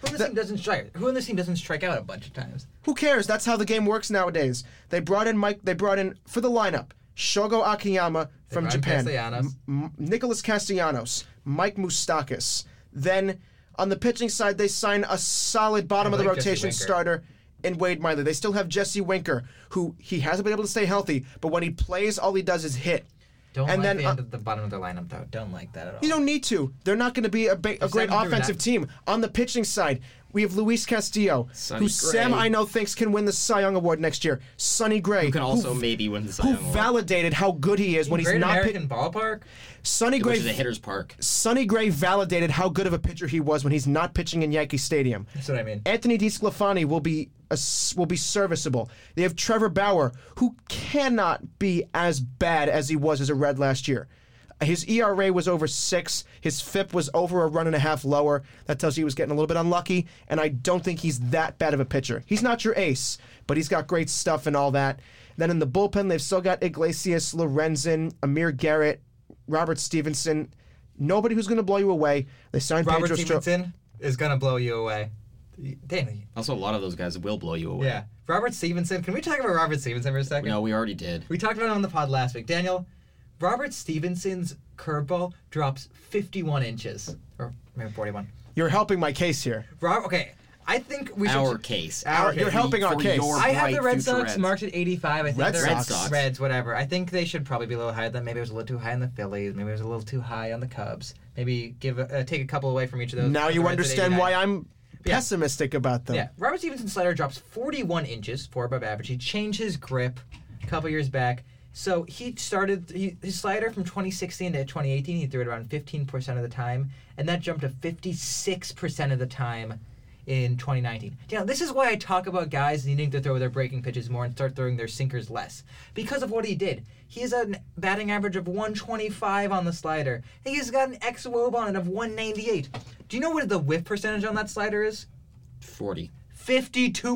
B: Who on this team doesn't strike? Who on this team doesn't strike out a bunch of times?
C: Who cares? That's how the game works nowadays. They brought in Mike. They brought in for the lineup Shogo Akiyama from
B: brought in
C: Japan,
B: Castellanos.
C: M- M- Nicholas Castellanos, Mike Moustakis. Then on the pitching side, they sign a solid bottom
B: I
C: of the
B: like Jesse
C: rotation
B: Winker.
C: starter in Wade Miley. They still have Jesse Winker, who he hasn't been able to stay healthy, but when he plays, all he does is hit.
B: Don't
C: And
B: like
C: then,
B: the,
C: uh,
B: end of the bottom of the lineup though. Don't like that at all.
C: You don't need to. They're not going to be a, ba- a
B: seven
C: great
B: through
C: offensive
B: nine.
C: team. On the pitching side, we have Luis Castillo,
A: Sonny
C: who Sam
A: Gray.
C: I know thinks can win the Cy Young Award next year. Sonny Gray,
A: Who can also maybe win the Cy
C: who
A: Young Award,
C: validated how good he is when he's
B: Great
C: not
B: American
C: pitching.
B: ballpark.
C: Sonny
A: which is a
C: Gray.
A: hitter's park.
C: Sonny Gray validated how good of a pitcher he was when he's not pitching in Yankee Stadium.
B: That's what I mean.
C: Anthony DiSclafani will be a s will be serviceable. They have Trevor Bauer, who cannot be as bad as he was as a Red last year. His ERA was over six. His FIP was over a run and a half lower. That tells you he was getting a little bit unlucky. And I don't think he's that bad of a pitcher. He's not your ace, but he's got great stuff and all that. Then in the bullpen, they've still got Iglesias, Lorenzen, Amir Garrett, Robert Stevenson. Nobody who's going to blow you away. They signed
B: Robert
C: Pedro Stro-
B: Stevenson is gonna blow you away. Danny.
A: Also, a lot of those guys will blow you away.
B: Yeah. Robert Stevenson. Can we talk about Robert Stevenson for a second?
A: No, we already did.
B: We talked about it on the pod last week. Daniel, Robert Stevenson's curveball drops 51 inches. Or maybe 41.
C: You're helping my case here.
B: Rob, okay. I think we should.
A: Our case.
B: Our
C: You're
B: case.
C: helping our
A: For
C: case.
A: your
B: I have the
A: bright
B: Red
A: future
B: Sox
A: Reds.
B: marked at 85. I think
C: Red
B: they're
C: Red Sox.
B: Reds, whatever. I think they should probably be a little higher than. Maybe it was a little too high on the Phillies. Maybe it was a little too high on the Cubs. Maybe give a, uh, take a couple away from each of those.
C: Now
B: Put
C: you
B: the Reds at
C: understand why
B: 89.
C: I'm
B: Yeah.
C: pessimistic about them.
B: Yeah, Robert Stevenson's slider drops 41 inches, four above average. He changed his grip a couple years back. So he started he, his slider from 2016 to 2018. He threw it around 15% of the time, and that jumped to 56% of the time in 2019. Now, this is why I talk about guys needing to throw their breaking pitches more and start throwing their sinkers less because of what he did. He has a batting average of 125 on the slider. and He's got an ex wob on it of 198. Do you know what the whiff percentage on that slider is?
A: Forty.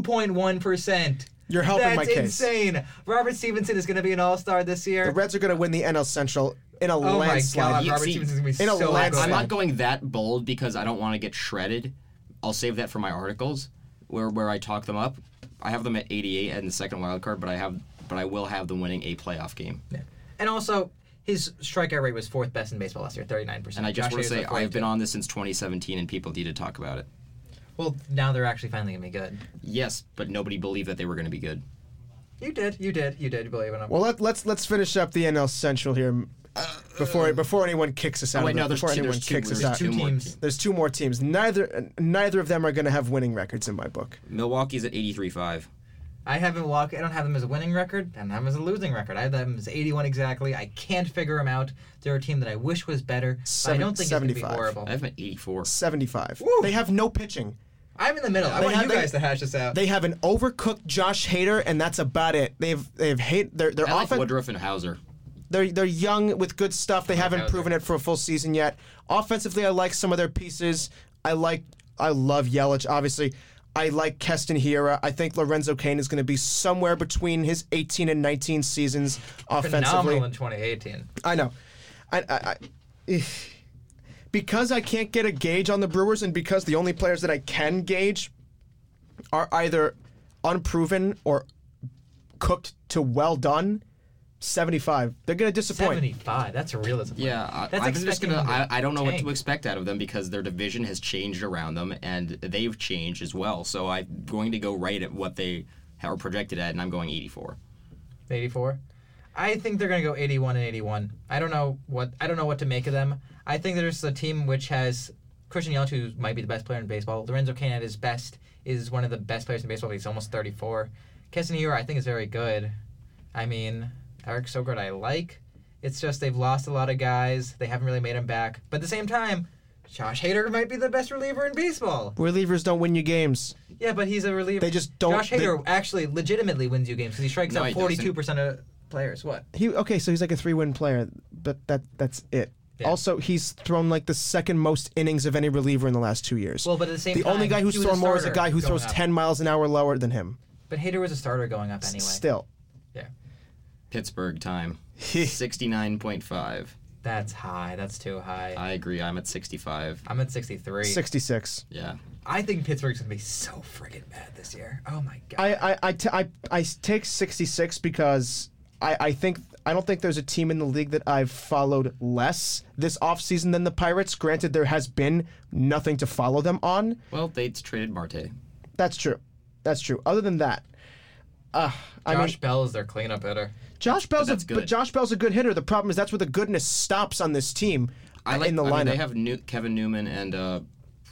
B: 52.1%.
C: You're helping
B: That's
C: my case.
B: insane. Robert Stevenson is going to be an All Star this year.
C: The Reds are going to win the NL Central in a
B: oh my
C: landslide.
B: God,
A: You
B: Robert
A: see,
B: Stevenson is going to be
C: in a
B: so
C: landslide.
A: I'm
B: good.
A: not going that bold because I don't want to get shredded. I'll save that for my articles where where I talk them up. I have them at 88 and the second wild card, but I have but I will have them winning a playoff game.
B: And also, his strikeout rate was fourth best in baseball last year, 39%.
A: And I just
B: Josh
A: want to
B: Hader's
A: say
B: at
A: I have
B: 42.
A: been on this since 2017, and people need to talk about it.
B: Well, now they're actually finally going to be good.
A: Yes, but nobody believed that they were going to be good.
B: You did, you did, you did believe in him.
C: Well, let, let's let's finish up the NL Central here uh, before before anyone kicks us
A: Oh,
C: out. of
A: wait,
C: the-
A: no, there's
C: before
A: two-
C: anyone
A: there's two-
C: kicks us
A: there's
C: out.
B: two
A: two more
B: teams.
A: teams.
C: There's two more teams. Neither neither of them are going to have winning records in my book.
A: Milwaukee's at 83.5.
B: I have Milwaukee. I don't have them as a winning record. I don't have them as a losing record. I have them as 81 exactly. I can't figure them out. They're a team that I wish was better. but I
C: Seven-
B: don't think it's going to be
C: 75.
B: horrible.
A: I have them at 84.
C: 75.
B: Woo.
C: They have no pitching.
B: I'm in the middle. I
C: They
B: want
C: have-
B: you
C: they-
B: guys to hash this out.
C: They have an overcooked Josh Hader, and that's about it. They've they've hate their their
A: I like
C: offense.
A: Woodruff and Hauser.
C: They're they're young with good stuff. They haven't
B: Hauser.
C: proven it for a full season yet. Offensively, I like some of their pieces. I like I love Yelich, obviously. I like Keston Hira. I think Lorenzo Kane is going to be somewhere between his 18 and 19 seasons offensively.
B: Phenomenal in 2018.
C: I know. I, I, I eh. because I can't get a gauge on the Brewers, and because the only players that I can gauge are either unproven or cooked to well done. Seventy-five. They're gonna disappoint.
B: 75. That's realism.
A: Yeah, I,
B: That's
A: I'm just
B: expecting
A: gonna.
B: them
A: I,
B: to
A: I don't know what
B: tank.
A: to expect out of them because their division has changed around them and they've changed as well. So I'm going to go right at what they are projected at, and I'm going 84.
B: 84. I think they're going to go 81 and 81. I don't know what I don't know what to make of them. I think there's a team which has Christian Yelich, who might be the best player in baseball. Lorenzo Kane at his best is one of the best players in baseball. But he's almost 34. Keston Hiura, I think, is very good. I mean, Eric Sogard, I like. It's just they've lost a lot of guys. They haven't really made them back. But at the same time, Josh Hader might be the best reliever in baseball.
C: Relievers don't win you games.
B: Yeah, but he's a reliever.
C: They just don't-
B: Josh Hader actually legitimately wins you games because he strikes
A: No,
B: out
A: he doesn't.
B: 42 percent of players. What?
C: He okay, so he's like a three-win player, but that that's it.
B: Yeah.
C: Also, he's thrown like the second most innings of any reliever in the last two years.
B: Well, but at the same
C: the
B: time,
C: only guy who's
B: he was
C: thrown more is a
B: starter
C: guy who
B: going
C: throws
B: up.
C: 10 miles an hour lower than him.
B: But Hader was a starter going up anyway.
C: Still.
B: yeah,
A: Pittsburgh time. 69.5.
B: that's high. That's too high.
A: I agree. I'm at 65.
B: I'm at 63.
C: 66.
A: Yeah.
B: I think Pittsburgh's gonna be so friggin' bad this year. Oh my god.
C: I I, I, t- I, I take 66 because I, I think I don't think there's a team in the league that I've followed less this offseason than the Pirates. Granted, there has been nothing to follow them on.
A: Well, they traded Marte.
C: That's true. That's true. Other than that, uh, I mean,
B: Josh Bell is their cleanup hitter.
C: Josh Bell's
A: that's
C: a,
A: good.
C: but Josh Bell's a good hitter. The problem is that's where the goodness stops on this team
A: I
C: uh,
A: like
C: in the
A: I
C: lineup.
A: mean, they have new, Kevin Newman and uh,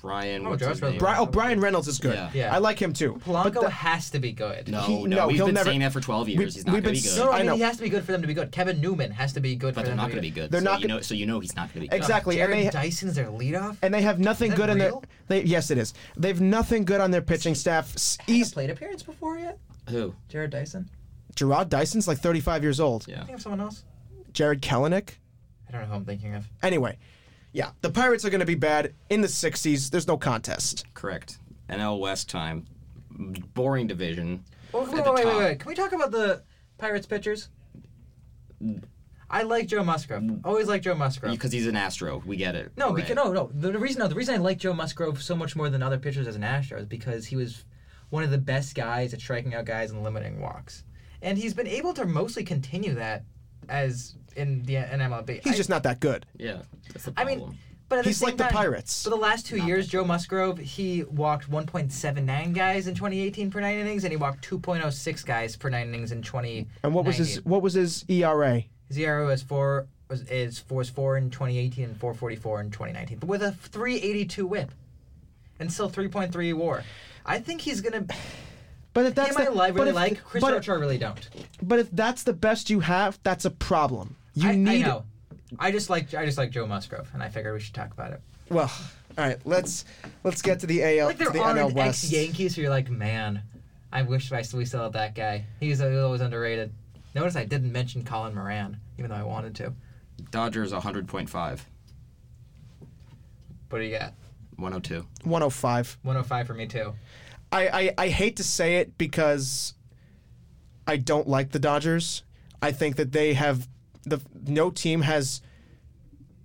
A: Brian.
B: Oh,
A: what's
B: Josh
A: his
B: Rosen.
A: name?
C: Bri- oh, Brian Reynolds is good.
A: Yeah.
B: Yeah.
C: I like him too.
B: Polanco
C: But the-
B: has to be good.
A: No,
C: He-
A: no,
C: no,
A: we've
C: he'll
A: been
C: never-
A: saying that for 12 years. He's not
C: we've
A: going to
C: been
A: be good.
C: so-
B: No, I,
C: I
B: mean
C: know.
B: he has to be good for them to be good. Kevin Newman has to be good
A: but
B: for
A: they're
B: them
A: not
B: to
A: going to be good.
C: They're
A: so
C: not
A: you
C: gonna-
A: know, so you know he's not going to be good.
C: Exactly, and
B: Jared
C: they-
B: Dyson's their leadoff.
C: and they have nothing
B: Is that
C: good on their.
B: real?
C: They, yes, it is. They've nothing good on their pitching staff. S-
B: He's
C: East
B: played appearance before yet.
A: Who?
B: Jared Dyson.
C: Gerard Dyson's like 35 years old.
A: Yeah.
B: I think of someone else.
C: Jared Kelenic.
B: I don't know who I'm thinking of.
C: Anyway, yeah, the Pirates are going to be bad in the 60s. There's no contest.
A: Correct. NL West time. Boring division.
B: Well,
A: at
B: wait,
A: the
B: wait, wait,
A: top.
B: wait. Can we talk about the Pirates pitchers? I like Joe Musgrove. Always like Joe Musgrove.
A: Because he's an Astro. We get it.
B: no,
A: Hooray.
B: because no, no. The, the reason, no, the reason I like Joe Musgrove so much more than other pitchers as an Astro is because he was one of the best guys at striking out guys and limiting walks, and he's been able to mostly continue that as in the in MLB.
C: He's
B: I-
C: just not that good.
A: Yeah. That's the
B: I
A: problem.
B: mean, but at
C: He's
B: the same
C: like the
B: time,
C: Pirates.
B: For the last two years, Joe Musgrove he walked 1.79 guys in 2018 per nine innings, and he walked 2.06 guys per nine innings in 20.
C: And what was his what was his E ERA?
B: His E ERA was four was is four was four in 2018 and 4.44 in 2019, but with a 3.82 WHIP and still 3.3 WAR. I think he's gonna.
C: But if
B: That's
C: that's
B: him I
C: the,
B: li-
C: but
B: really
C: if,
B: like. Chris
C: but,
B: Archer I really don't.
C: but if that's the best you have, that's a problem. You
B: I,
C: need
B: I know. I just like I just like Joe Musgrove, and I figured we should talk about it.
C: well. All right, let's let's get to the AL
B: Like
C: to
B: there
C: the
B: are
C: NL West.
B: ex Yankees who you're like, man, I wish I we still had that guy. He was, he was always underrated. Notice I didn't mention Colin Moran, even though I wanted to.
A: Dodgers 100.5,
B: What do you got?
A: 102.
C: 105.
B: 105 for me too.
C: I, I, I hate to say it because I don't like the Dodgers. I think that they have the no team has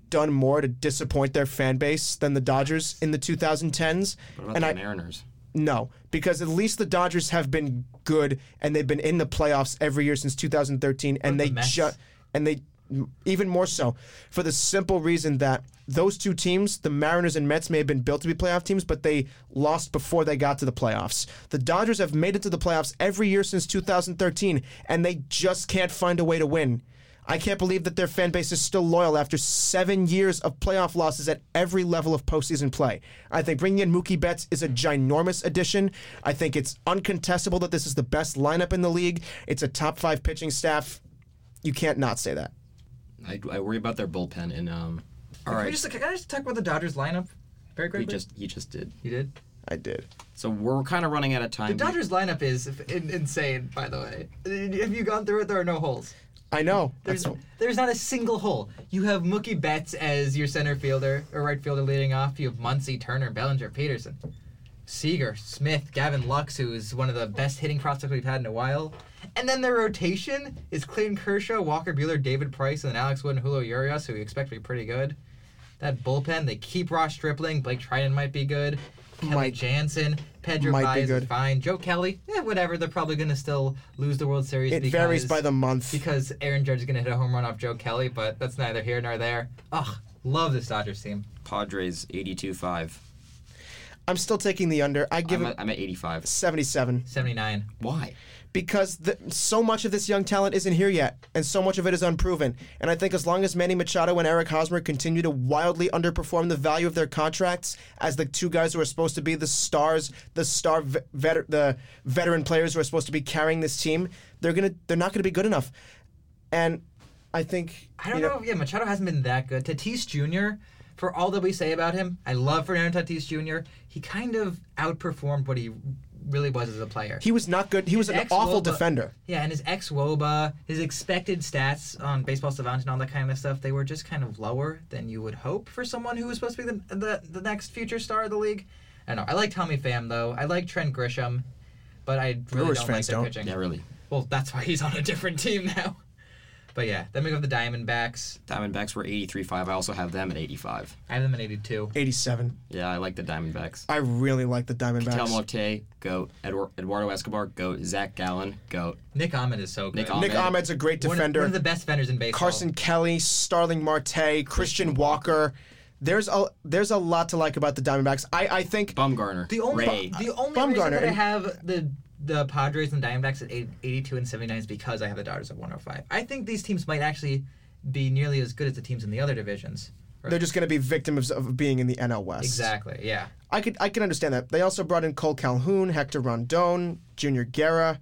C: done more to disappoint their fan base than the Dodgers in the 2010s.
A: What about
C: and
A: the
C: I
A: Mariners?
C: no, because at least the Dodgers have been good and they've been in the playoffs every year since 2013 and
B: the
C: they
B: Mets?
C: ju- and they even more so for the simple reason that those two teams, the Mariners and Mets may have been built to be playoff teams, but they lost before they got to the playoffs. The Dodgers have made it to the playoffs every year since 2013 and they just can't find a way to win. I can't believe that their fan base is still loyal after seven years of playoff losses at every level of postseason play. I think bringing in Mookie Betts is a ginormous addition. I think it's uncontestable that this is the best lineup in the league. It's a top five pitching staff. You can't not say that.
A: I, I worry about their bullpen. And um, all
B: Can we
A: right,
B: just, can I just talk about the Dodgers lineup very
A: we
B: quickly?
A: just you just did.
B: you did.
C: I did.
A: So we're kind of running out of time.
B: The Dodgers lineup is f- in, insane, by the way. Have you gone through it? There are no holes.
C: I know.
B: There's,
C: That's-
B: there's not a single hole. You have Mookie Betts as your center fielder or right fielder leading off. You have Muncy, Turner, Bellinger, Peterson, Seager, Smith, Gavin Lux, who is one of the best hitting prospects we've had in a while. And then their rotation is Clayton Kershaw, Walker Bueller, David Price, and then Alex Wood and Julio Urias, who we expect to be pretty good. That bullpen, they keep Ross Stripling. Blake Trinan might be good. Kelly
C: Might-
B: Jansen, Pedro
C: might be
B: Baez is
C: good.
B: fine. Joe Kelly, eh, whatever. They're probably going to still lose the World Series.
C: it varies
B: because-
C: by the month.
B: because Aaron Judge is going to hit a home run off Joe Kelly, but that's neither here nor there. Ugh, love this Dodgers team.
A: Padres 82.5.
C: I'm still taking the under. I give
A: I'm,
C: it
A: at- I'm at 85.
C: 77
B: 79.
A: Why?
C: because the, so much of this young talent isn't here yet, and so much of it is unproven. And I think as long as Manny Machado and Eric Hosmer continue to wildly underperform the value of their contracts as the two guys who are supposed to be the stars, the star ve- veter- the veteran players who are supposed to be carrying this team, they're gonna they're not gonna be good enough. And I think
B: I don't
C: you
B: know. Yeah, Machado hasn't been that good. Tatis Jr., for all that we say about him, I love Fernando Tatis Jr. He kind of outperformed what he really was as a player.
C: He was not good. He was an
B: ex
C: awful
B: Woba-
C: defender.
B: Yeah, and his ex Woba, his expected stats on Baseball Savant and all that kind of stuff, they were just kind of lower than you would hope for someone who was supposed to be the the, the next future star of the league. I don't know. I like Tommy Pham though. I like Trent Grisham, but I really
C: Brewers
B: don't like
C: fans
B: their
C: don't.
B: pitching.
A: Yeah, really.
B: Well, that's why he's on a different team now. But yeah, then we have the Diamondbacks.
A: Diamondbacks were 83.5. I also have them at 85.
B: I have them at 82.
C: 87.
A: Yeah, I like the Diamondbacks.
C: I really like the
A: Tel
C: Diamondbacks.
A: Marte, goat. Edward, Eduardo Escobar, goat. Zach Gallen, goat.
B: Nick Ahmed is so good.
A: Nick Ahmed.
C: Nick Ahmed's a great
B: One of-
C: defender.
B: One of, the best defenders in baseball.
C: Carson Kelly, Starling Marte, Christian Walker. There's a there's a lot to like about the Diamondbacks. I, I think
A: Bumgarner.
B: The only
A: Ray.
B: the only
C: Bumgarner
B: reason that I
C: and-
B: have the the Padres and Diamondbacks at eight- 82 and 79 is because I have the Dodgers at 105. I think these teams might actually be nearly as good as the teams in the other divisions. Or-
C: they're just going to be victims of being in the NL West.
B: exactly. Yeah.
C: I could I can understand that. They also brought in Cole Calhoun, Hector Rondon, Junior Guerra.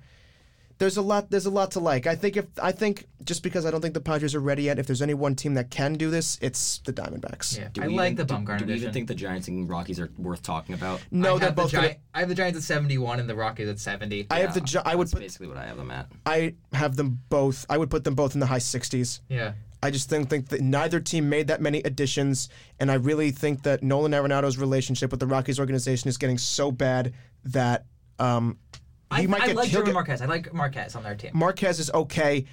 C: There's a lot there's a lot to like. I think if I think just because I don't think the Padres are ready yet, if there's any one team that can do this, it's the Diamondbacks.
B: Yeah.
A: Do
B: I
A: we
B: like
A: even-
B: the
A: do-
B: Bumgarner
A: Do we even
B: addition.
A: think the Giants and Rockies are worth talking about?
B: I
C: No,
B: have
C: they're
B: the
C: both
B: Gi-
C: gonna-
B: I have the Giants at 71 and the Rockies at 70.
C: I have the Gi- I would
A: That's
C: put
A: basically what I have them at.
C: I have them both. I would put them both in the high 60s.
B: yeah.
C: I just think, think that neither team made that many additions, and I really think that Nolan Arenado's relationship with the Rockies organization is getting so bad that um, he
B: I,
C: might
B: I
C: get
B: like
C: he'll
B: German
C: get-
B: Marquez. I like Marquez on their team.
C: Marquez is okay.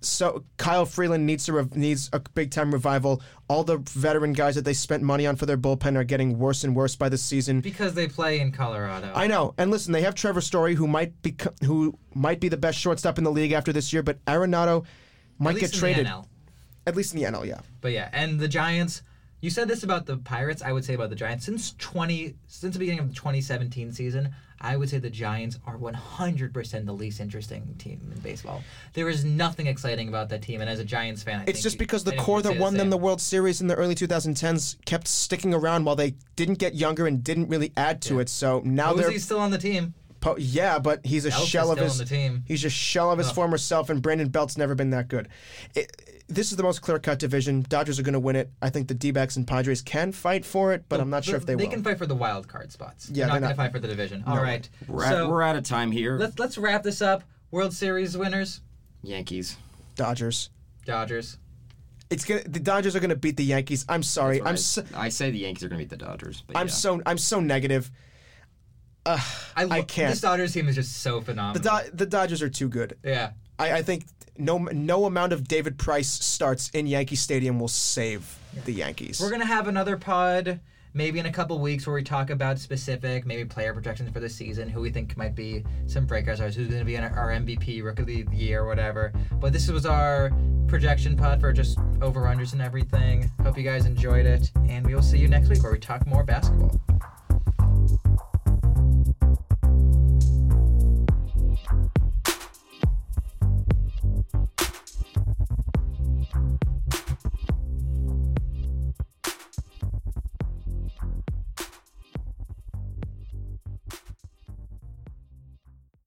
C: So Kyle Freeland needs a rev- needs a big time revival. All the veteran guys that they spent money on for their bullpen are getting worse and worse by the season.
B: Because they play in Colorado.
C: I know. And listen, they have Trevor Story, who might be who might be the best shortstop in the league after this year, but Arenado might
B: at least
C: get
B: in
C: traded.
B: The NL.
C: At least in the NL, yeah.
B: But yeah, and the Giants. You said this about the Pirates. I would say about the Giants since twenty since the beginning of the 2017 season. I would say the Giants are 100% the least interesting team in baseball. There is nothing exciting about that team, and as a Giants fan, I
C: It's
B: think
C: just
B: you-
C: because the
B: I think
C: core
B: you'd say
C: that
B: the
C: won them
B: same.
C: the World Series in the early 2010s kept sticking around while they didn't get younger and didn't really add to it. So now
B: Posey's
C: they're
B: still on the team.
C: Po- yeah, but he's a
B: Belts is
C: shell of
B: still
C: his.
B: on the team. Oh.
C: He's a shell of his former self, and Brandon Belt's never been that good. It, this is the most clear-cut division. Dodgers are going to win it. I think the D-backs and Padres can fight for it, but I'm not sure if they,
B: they
C: will.
B: can fight for the wild card spots. they're
C: Yeah, they're
B: not going
C: not-
B: to fight for the division. All right.
A: We're, at,
B: so
A: we're out of time here.
B: let's let's wrap this up. World Series winners,
A: Yankees.
C: Dodgers.
B: Dodgers.
C: It's gonna. The Dodgers are going to beat the Yankees. I'm sorry. I'm.
A: I,
C: So,
A: I say the Yankees are going to beat the Dodgers. But
C: I'm
A: yeah.
C: so. I'm so negative. I can't.
B: This Dodgers team is just so phenomenal.
C: The, Do- the Dodgers are too good.
B: yeah.
C: I, I think no no amount of David Price starts in Yankee Stadium will save the Yankees.
B: We're gonna have another pod maybe in a couple weeks where we talk about specific maybe player projections for the season, who we think might be some breakouts, or who's gonna be in our MVP, rookie of the year, or whatever. But this was our projection pod for just over unders and everything. Hope you guys enjoyed it, and we will see you next week where we talk more basketball.